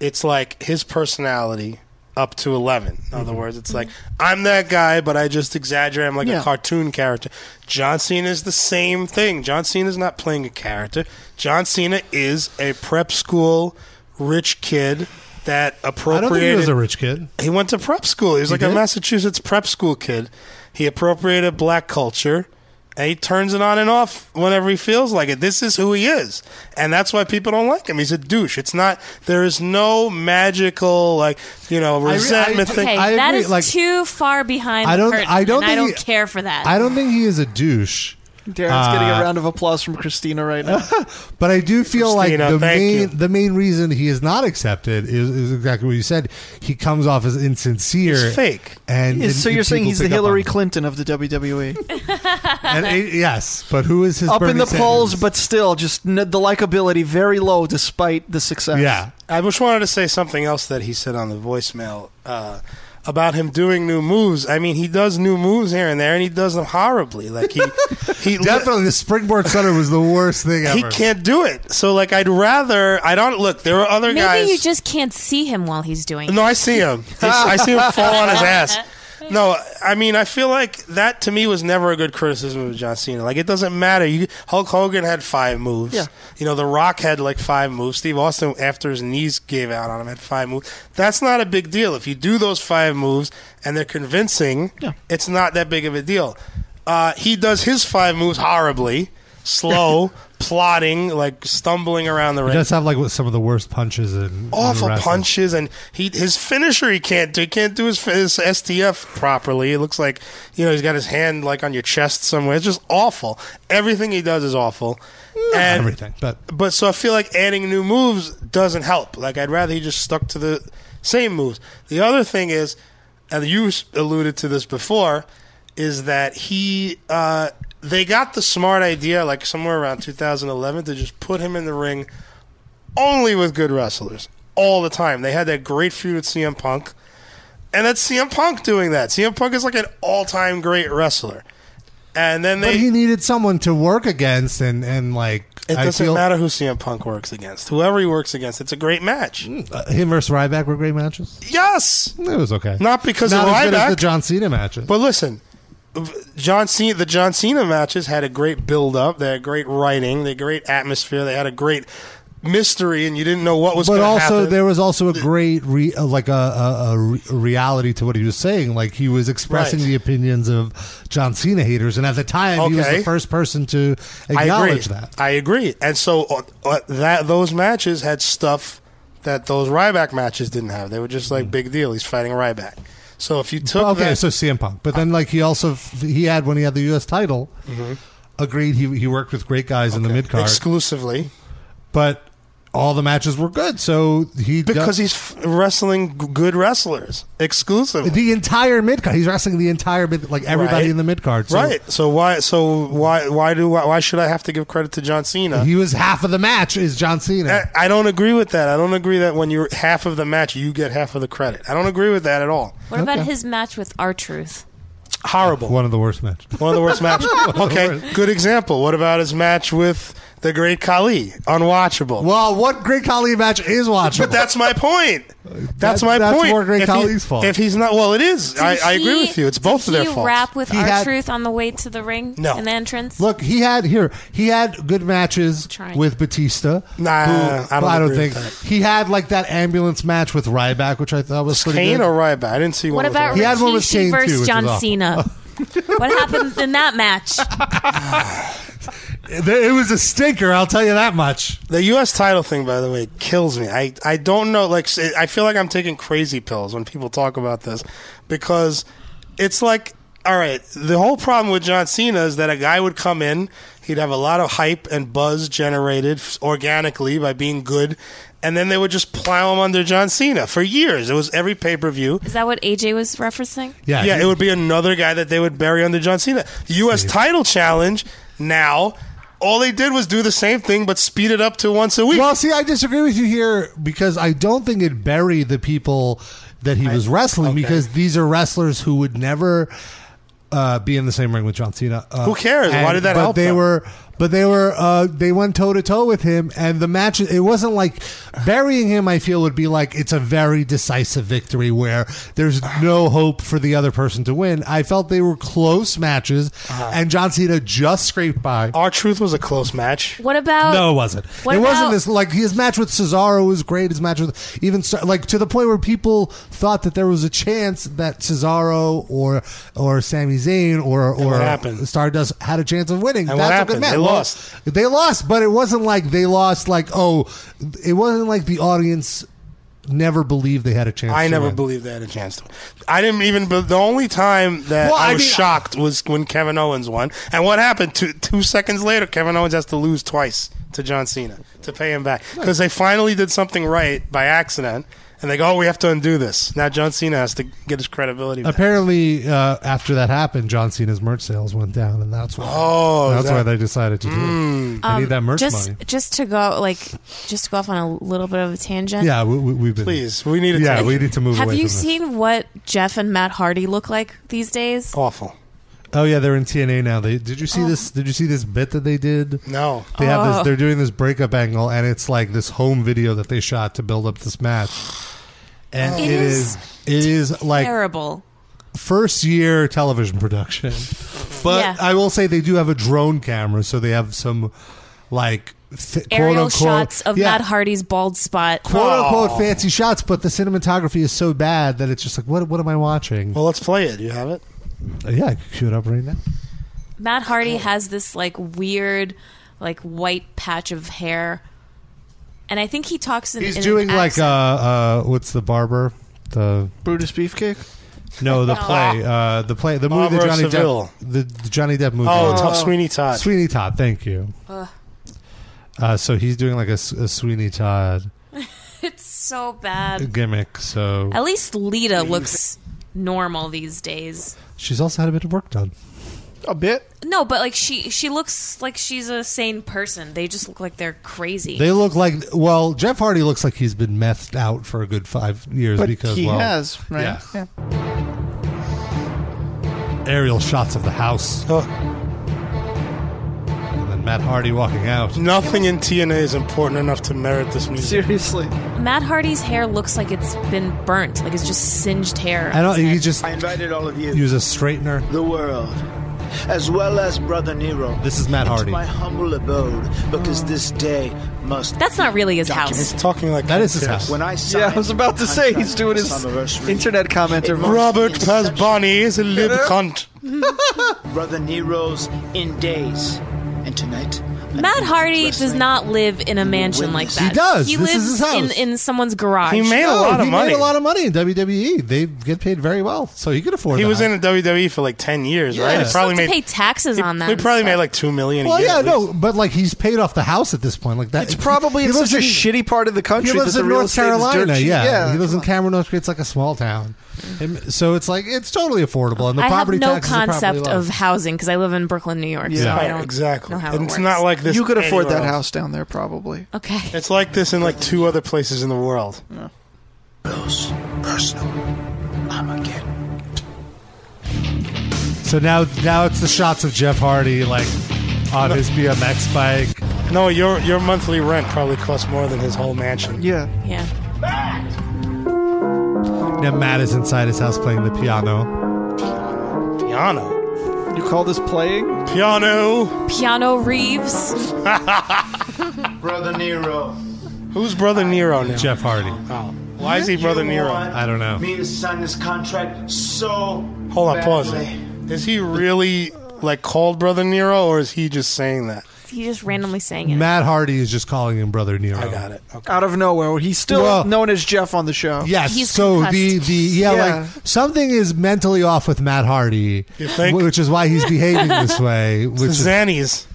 S3: it's like his personality up to 11. In
S4: Mm-hmm.
S3: other words, it's like, I'm that guy, but I just exaggerate. I'm like
S4: Yeah.
S3: a cartoon character. John Cena is the same thing. John Cena is not playing a character. John Cena is a prep school rich kid that
S2: I
S3: appropriated.
S2: don't think he was a rich kid.
S3: He went to prep school. He was
S2: He
S3: like a
S2: did?
S3: Massachusetts prep school kid. He appropriated black culture. And he turns it on and off whenever he feels like it. This is who he is. And that's why people don't like him. He's a douche. It's not, there is no magical, like, you know, resentment thing.
S5: Okay, that is too far behind.
S2: I
S5: the
S2: don't-
S5: curtain,
S2: I don't
S5: and I
S2: think
S5: don't
S2: he-
S5: care for that.
S2: I don't think he is a douche.
S4: Darren's getting
S2: Uh,
S4: a round of applause from Christina right now.
S2: But I do feel
S4: Christina,
S2: like the
S4: thank
S2: main
S4: you.
S2: the main reason he is not accepted is, is exactly what you said. He comes off as insincere,
S4: He's fake.
S2: and
S4: Is- so
S2: and
S4: you're saying
S2: people
S4: he's the
S2: pick up on
S4: Hillary Clinton of the E? WWE?
S2: And it- yes, but who is his
S4: Up in
S2: Bernie
S4: the
S2: Sanders?
S4: polls, but still, just n- the likability very low despite the success.
S3: I just wanted to say something else that he said on the voicemail uh, about him doing new moves. I mean, he does new moves here and there, and he does them horribly. Like he, he
S2: definitely the springboard center was the worst thing ever.
S3: he can't do it. So like, I'd rather I don't look. There are other
S5: Maybe
S3: guys.
S5: you just can't see him while he's doing it.
S3: No, I see him. I see him fall on his ass. No, I mean, I feel like that to me was never a good criticism of John Cena. Like, it doesn't matter. You, Hulk Hogan had five moves.
S4: Yeah.
S3: You know, The Rock had like five moves. Steve Austin, after his knees gave out on him, had five moves. That's not a big deal. If you do those five moves and they're convincing, it's not that big of a deal. Uh, he does his five moves horribly, slow, plotting, like stumbling around the
S2: He
S3: ring
S2: does have like what- some of the worst punches and
S3: awful punches and he his finisher he can't do he can't do his, fi- his STF properly. It looks like you know he's got his hand like on your chest somewhere. It's just awful. Everything he does is awful. And,
S2: everything, but
S3: but so I feel like adding new moves doesn't help. Like I'd rather he just stuck to the same moves. The other thing is, and you s- alluded to this before, is that he uh, they got the smart idea like somewhere around 2011 to just put him in the ring only with good wrestlers all the time. They had that great feud with CM Punk, and that's CM Punk doing that. CM Punk is like an all-time great wrestler, and then
S2: but
S3: they
S2: he needed someone to work against, and and like
S3: It
S2: I
S3: doesn't
S2: feel-
S3: matter who CM Punk works against. Whoever he works against, it's a great match.
S2: Hmm, Him versus Ryback were great matches.
S3: Yes,
S2: It was okay,
S3: Not because
S2: not
S3: of
S2: as good
S3: Ryback.
S2: as the John Cena matches.
S3: But listen, John Cena, the John Cena matches had a great build up. They had great writing. They had great atmosphere. They had a great mystery, and you didn't know what was.
S2: but
S3: gonna
S2: also
S3: happen.
S2: there was also a great re, uh, like a, a, a re- a reality to what he was saying like he was expressing
S3: Right.
S2: the opinions of john cena haters and at the time he was
S3: Okay.
S2: the first person to
S3: I agree.
S2: acknowledge that
S3: I agree. And so uh, uh, that those matches had stuff that those Ryback matches didn't have. They were just like big deal. He's fighting Ryback. So if you took
S2: Hmm. okay
S3: that,
S2: so cm punk but then like he also f- he had when he had the us title
S3: Mhm.
S2: agreed he, he worked with great guys in the mid card
S3: exclusively
S2: but all the matches were good so he
S3: because he's f- wrestling g- good wrestlers exclusively.
S2: the entire mid card he's wrestling the entire mid like everybody
S3: Right.
S2: in the mid card so
S3: right. So why? So why? Why do? Why, why should I have to give credit to John Cena?
S2: he was half of the match is john cena
S3: I don't agree with that. I don't agree that when you're half of the match, you get half of the credit. I don't agree with that at all.
S5: What about his match with R Truth?
S3: Horrible.
S2: One of the worst matches.
S3: One of the worst matches. Okay, good example. What about his match with the Great Khali? Unwatchable.
S2: Well, what Great Khali match is watchable?
S3: But that's my point. That's
S2: That-
S3: my
S2: that's
S3: point.
S2: more Great
S3: If he-
S2: Khali's fault.
S3: If he's not, well, it is. I, I agree with you. It's both of
S5: did
S3: their
S5: he
S3: faults.
S5: rap with
S2: He
S5: R
S2: had-
S5: Truth on the way to the ring in the entrance?
S2: Look, he had here. He had good matches
S5: Trying.
S2: with Batista.
S3: Nah, I don't agree
S2: think
S3: with
S2: he had like that ambulance match with Ryback, which I thought was pretty
S3: Kane
S2: good.
S3: or Ryback? I didn't see
S5: What
S3: one. of
S5: about
S2: He had one with
S5: Rikishi
S2: Shane, too, which
S5: versus
S2: was
S5: John
S2: awful.
S5: Cena? what happened in that match?
S2: There- It was a stinker. I'll tell you that much.
S3: The U.S. title thing, by the way, kills me. I, I don't know. Like s- I feel like I'm taking crazy pills when people talk about this because it's like, all right, the whole problem with John Cena is that a guy would come in, he'd have a lot of hype and buzz generated f- organically by being good, and then they would just plow him under John Cena for years. It was every pay per view.
S5: Is that what AJ was referencing?
S2: Yeah,
S3: it would be another guy that they would bury under John Cena. The U.S. title challenge now. All they did was do the same thing, but speed it up to once a week.
S2: Well, see, I disagree with you here because I don't think it buried the people that he was wrestling because these are wrestlers who would never uh, be in the same ring with John Cena. Uh,
S3: Who cares? Why did that
S2: but
S3: help
S2: They
S3: them?
S2: were, but they were, uh, they went toe to toe with him, and the match. It wasn't like burying him. I feel would be like it's a very decisive victory where there's no hope for the other person to win. I felt they were close matches, and John Cena just scraped by.
S3: Uh-huh. Our truth was a close match.
S5: What about?
S2: No, it wasn't.
S5: What
S2: it
S5: about-
S2: wasn't this like his match with Cesaro was great. His match with even Cer- like to the point where people thought that there was a chance that Cesaro or or Sami Zayn or or
S3: what happened?
S2: Stardust had a chance of winning.
S3: And what
S2: That's a
S3: happened?
S2: good match.
S3: They
S2: Well,
S3: lost.
S2: They lost, but it wasn't like they lost like oh, it wasn't like the audience never believed they had a chance.
S3: I
S2: to
S3: never
S2: win.
S3: believed they had a chance to. I didn't even. But the only time that
S2: Well, I
S3: I was
S2: mean-
S3: shocked was when Kevin Owens won. And what happened? Two, two seconds later, Kevin Owens has to lose twice to John Cena to pay him back because they finally did something right by accident, and they go, "Oh, we have to undo this." Now John Cena has to get his credibility. back.
S2: Apparently, uh, after that happened, John Cena's merch sales went down, and that's why.
S3: Oh,
S2: that's
S3: that-
S2: why they decided to do it. They need that merch
S5: Mm. um, just,
S2: money.
S5: Just to go like, just to go off on a little bit of a tangent.
S2: Yeah, we, we, we've been.
S3: Please, we need. To
S2: Yeah, we need to move
S5: Have
S2: away
S5: you
S2: from this.
S5: seen what Jeff and Matt Hardy look like these days?
S3: Awful.
S2: Oh yeah, they're in TNA now. They did you see this? Did you see this bit that they did?
S3: No.
S2: They have
S5: Oh.
S2: this. They're doing this breakup angle, and it's like this home video that they shot to build up this match. And
S5: It
S2: it is. It is like
S5: Terrible.
S2: first year television production. But
S5: Yeah.
S2: I will say they do have a drone camera, so they have some like fi- quote
S5: Aerial
S2: unquote
S5: shots of
S2: yeah,
S5: Matt Hardy's bald spot.
S2: quote unquote fancy shots. But the cinematography is so bad that it's just like, what? What am I watching? Uh,
S3: Well, let's play it. You have it.
S2: Yeah, I could cue it up right now.
S5: Matt Hardy has this like weird, like white patch of hair, and I think he talks in.
S2: He's
S5: in an
S2: doing like uh,
S5: accent.
S2: uh, what's the barber? The
S4: Brutus Beefcake.
S2: no, the
S5: No.
S2: play, uh, the play, the movie,
S3: Barber
S2: the Johnny
S3: Seville.
S2: Depp, the, the Johnny Depp movie.
S3: Oh, Top Sweeney Todd.
S2: Sweeney Todd. Thank you.
S5: Ugh.
S2: Uh, so he's doing like a, S- a Sweeney Todd
S5: it's so bad.
S2: gimmick. So
S5: At least Lita looks normal these days.
S2: she's also had a bit of work done.
S4: A bit.
S5: No, but like she she looks like she's a sane person. They just look like they're crazy.
S2: They look like well, Jeff Hardy looks like he's been methed out for a good five years
S4: But
S2: because
S4: he
S2: well,
S4: has, right?
S2: yeah. aerial shots of the house. And then Matt Hardy walking out.
S3: Nothing in TNA is important enough to merit this music.
S4: Seriously.
S5: Matt Hardy's hair looks like it's been burnt, like it's just singed hair.
S2: I don't. He just
S18: I invited all of you,
S2: use a straightener.
S18: the world, as well as Brother Nero.
S2: This is Matt
S18: into
S2: Hardy.
S18: my humble abode, because this day must.
S5: That's not really his house.
S18: He's
S3: talking like
S18: that
S2: is his house.
S18: When I signed
S4: Yeah, I was about to say he's doing his internet commenter.
S3: Robert Pasbani is a lib cunt.
S18: Brother Nero's in days, and tonight.
S5: Matt Hardy does not live in a mansion like that.
S2: e- He does.
S5: He
S2: This
S5: lives
S2: is his house.
S5: in in someone's garage.
S2: No, he made a lot of money in WWE. They get paid very well, so he could afford.
S3: He
S2: the
S3: was
S2: house.
S3: in the WWE for like ten years,
S2: Yeah.
S3: right?
S2: He
S3: It
S2: still
S3: probably
S5: He has
S3: made
S5: to pay taxes on that.
S3: They
S5: and
S3: probably
S5: stuff.
S3: made like two million. A
S2: Well,
S3: year
S2: yeah,
S3: at least.
S2: no, but like he's paid off the house at this point. Like that,
S4: It's probably
S2: he
S4: in
S2: lives
S4: such a shitty part of the country
S2: He lives
S4: that the
S2: in
S4: real
S2: North
S4: estate is dirt
S2: Carolina.
S4: cheap.
S2: Yeah.
S4: Yeah,
S2: he lives in Cameron, North Carolina. It's like a small town, And so it's like it's totally affordable. And the
S5: I have
S2: property
S5: no
S2: taxes are probably
S5: concept
S2: low.
S5: of housing because I live in Brooklyn, New York. so
S2: Yeah.
S5: I
S2: Right,
S5: don't
S3: exactly.
S5: Know how
S3: And
S5: it
S3: it's
S5: works.
S3: not like this.
S4: You could afford
S3: anywhere
S4: that
S3: else.
S4: house down there, probably.
S5: Okay.
S3: It's like this in like two other places in the world.
S18: Close, personal. I'm a kid.
S2: So now, now it's the shots of Jeff Hardy like on his BMX bike.
S3: No, your your monthly rent probably costs more than his whole mansion.
S4: Yeah.
S5: Yeah.
S2: Now Matt is inside his house playing the piano.
S3: Piano.
S4: You call this playing?
S3: Piano.
S5: Piano Reeves.
S18: Brother Nero.
S3: Who's brother Nero now?
S2: Jeff Hardy.
S3: Oh, why is he brother
S18: You
S3: Nero?
S18: want
S2: I don't know.
S18: Me to sign this contract so.
S3: Hold on, pause.
S18: badly.
S3: it. Is he really like called brother Nero, or is he just saying that?
S5: He just randomly sang it.
S2: Matt Hardy is just calling him brother Nero. I got
S3: it.
S4: Out of nowhere, he's still
S2: Well-
S4: known as Jeff on the
S3: Oh.
S4: show.
S2: Yes. so the the yeah, like something is mentally off with Matt Hardy,
S4: You think?
S2: which is why he's behaving this way. Which is
S3: Zannies.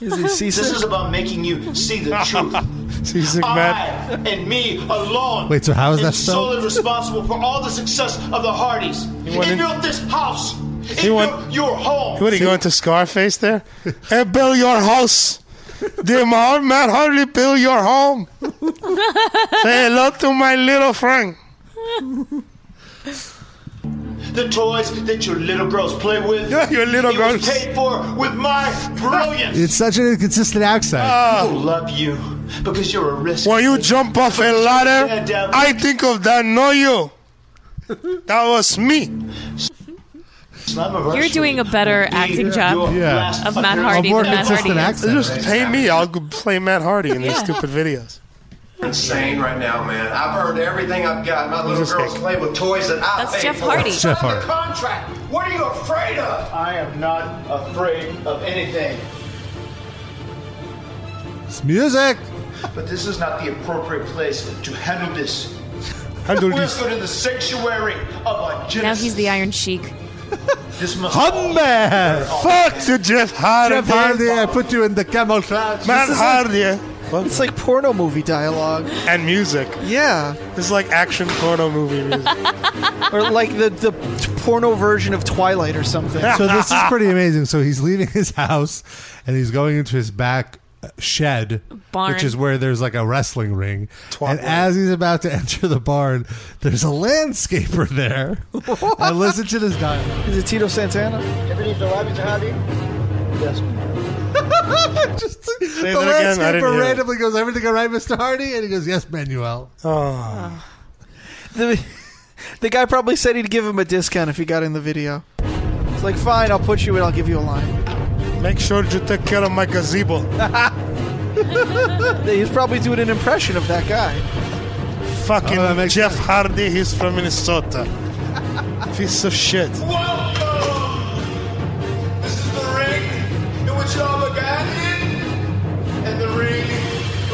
S18: this is about making you see the truth.
S3: Seasick
S18: I and me alone.
S2: Wait, so how is
S18: am
S2: that spelled?
S18: solely responsible for all the success of the Hardys. He
S3: went
S18: in
S3: in-
S18: built this house.
S3: He
S18: He
S3: went-
S18: built your home.
S3: What are you going to Scarface there? hey, build your house. Dear mom, Matt Hardy, build your home. Say hello to my little friend.
S18: The toys that your little girls play with.
S3: Yeah, your little
S18: it was
S3: girls.
S18: paid for with my brilliance.
S2: It's such an inconsistent accent.
S3: Ah.
S18: People love you because you're a risk.
S3: When you jump off a ladder, I think of that, no you. That was me.
S5: You're doing a better acting job of Matt Hardy than Matt Hardy. is.
S3: Just pay me. I'll go play Matt Hardy in these
S5: Yeah.
S3: stupid videos.
S19: insane right now, man. I've earned everything I've got. My little
S3: Jesus,
S19: girls
S3: Nick.
S19: play with toys that I
S5: That's
S19: paid
S5: Jeff
S19: for.
S5: Hardy.
S2: That's Jeff
S19: Sign the
S2: Hardy.
S19: contract. What are you afraid of?
S18: I am not afraid of anything.
S2: It's music.
S18: But this is not the appropriate place to handle this.
S2: Handoldies.
S19: We're in the sanctuary of our
S5: Now he's the Iron Sheik.
S19: This must
S2: Humber!
S3: Fuck to Jeff Hardy.
S2: Jeff Hardy, I put you in the camouflage.
S3: Man
S2: This is
S3: Hardy.
S2: it.
S3: It's like porno movie dialogue and music. Yeah, it's like action porno movie music.
S4: or like the, the porno version of Twilight or something.
S2: so this is pretty amazing. So he's leaving his house and he's going into his back shed,
S5: Barn.
S2: which is where there's like a wrestling ring. and as he's about to enter the barn, there's a landscaper there. and listen to this dialogue.
S4: Is it Tito Santana?
S18: Everything's alive, Mr. Hardy? Yes.
S2: Just
S18: Say
S2: the
S18: that again, I didn't
S2: landscaper
S18: hear it.
S2: randomly goes, "Everything all right, Mister Hardy?" And he goes, "Yes, Manuel."
S4: Oh. The, the guy probably said he'd give him a discount if he got in the video. It's like, fine, I'll put you in, I'll give you a line.
S3: Make sure you take care of my gazebo.
S4: He's probably doing an impression of that guy.
S3: Fucking
S2: Oh,
S3: Jeff Hardy. He's from Minnesota. Piece of shit.
S19: the ring in which it all began in, and the ring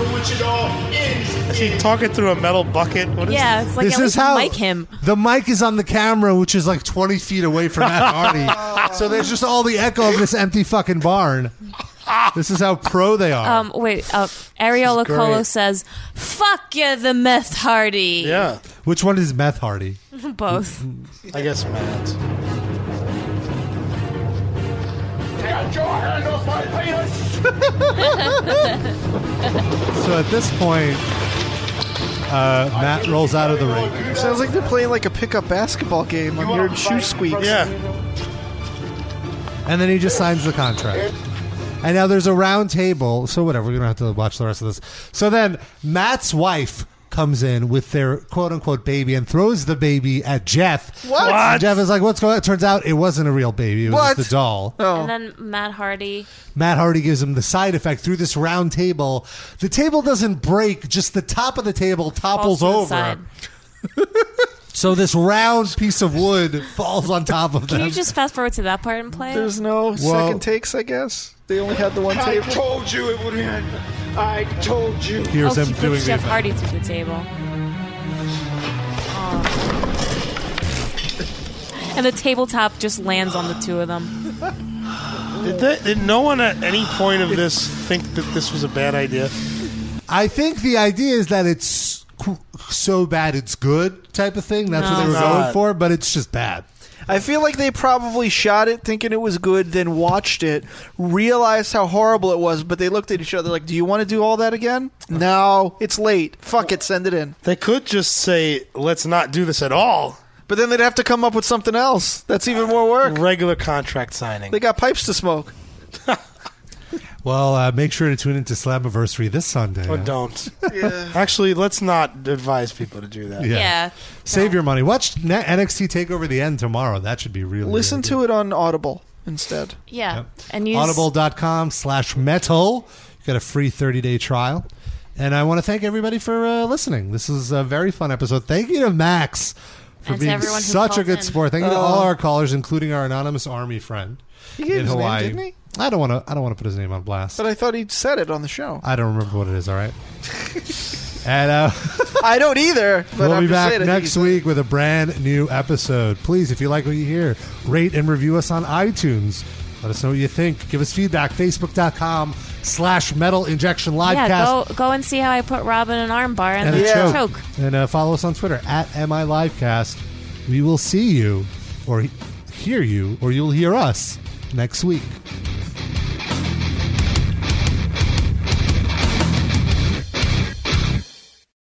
S19: in which it all ends.
S3: Is he talking through a metal bucket? What is
S5: Yeah, it's like
S2: this
S5: at
S2: is
S5: least
S2: how
S5: mic him.
S2: the mic is on the camera, which is like 20 feet away from Matt Hardy. so there's just all the echo of this empty fucking barn. This is how pro they are.
S5: Um, wait, uh, Ariel
S2: Oh. This is
S5: Lacolo
S2: great.
S5: says, "Fuck you, the meth hardy."
S2: Which one is Meth Hardy?
S5: Uh, both.
S3: I guess Matt.
S18: Take your hand off my
S2: So at this point, uh, Matt rolls out of the ring.
S4: Sounds like they're playing like a pickup basketball game on your shoe squeaks.
S3: Yeah.
S2: And then he just signs the contract. And now there's a round table. So whatever, we're gonna have to watch the rest of this. So then Matt's wife comes in with their quote unquote baby and throws the baby at Jeff.
S5: What?
S2: And Jeff is like, What's going on? It turns out it wasn't a real baby, it was
S5: What? Oh.
S2: just a doll.
S5: And then Matt Hardy.
S2: Matt Hardy gives him the side effect through this round table. The table doesn't break, just the top of the table topples
S5: to the
S2: over.
S5: side.
S2: so this round piece of wood falls on top of
S5: Can
S2: them.
S5: you just fast forward to that part and play?
S4: There's no
S2: Well-
S4: Oh, second takes, I guess. They only had the one
S18: I
S4: table.
S18: told you it would end. I told you.
S2: Here's
S5: oh,
S2: him
S5: he puts
S2: doing the
S5: Jeff
S2: event.
S5: Hardy through the table. Oh. And the tabletop just lands on the two of them.
S3: Did, that, did no one at any point of this think that this was a bad idea?
S2: I think the idea is that it's qu- so bad it's good type of thing. That's
S4: No.
S2: what they were
S4: It's not.
S2: going for, but it's just bad.
S4: I feel like they probably shot it thinking it was good, then watched it, realized how horrible it was, but they looked at each other like, "Do you want to do all that again?" No, it's late. Fuck it, send it in.
S3: They could just say, let's not do this at all.
S4: But then they'd have to come up with something else. That's even more work.
S3: Regular contract signing.
S4: They got pipes to smoke.
S2: Well, uh, make sure to tune into Slammiversary this Sunday.
S4: Oh,
S3: Or don't. Actually, let's not advise people to do that.
S2: Save your money. Watch Na- NXT Takeover the End tomorrow. That should be really
S4: Listen to it on Audible instead.
S5: Yeah. And you
S2: audible.com slash metal you got a free 30-day trial and i want to thank everybody for uh, listening this is a very fun episode thank you to max for
S5: And to
S2: being
S5: everyone who
S2: such a
S5: called
S2: good
S5: in.
S2: sport thank you to all
S5: Oh.
S2: our callers including our anonymous army friend
S4: He gave
S2: in
S4: his name,
S2: hawaii
S4: didn't he?
S2: i don't want to i don't want to put his name on blast
S4: But I thought he'd said it on the show.
S2: i don't remember what it is all right and uh
S4: I don't either. But
S2: we'll
S4: I'm
S2: be
S4: just
S2: back
S4: saying, I think
S2: next week with a brand new episode. Please, if you like what you hear, rate and review us on iTunes. Let us know what you think. Give us feedback. Facebook.com slash metal injection livecast.
S5: yeah, go go and see how I put Robin in an armbar and,
S2: and
S5: then
S2: a
S5: choke.
S2: choke. And uh, follow us on Twitter at MI Livecast. We will see you or he- hear you or you'll hear us next week.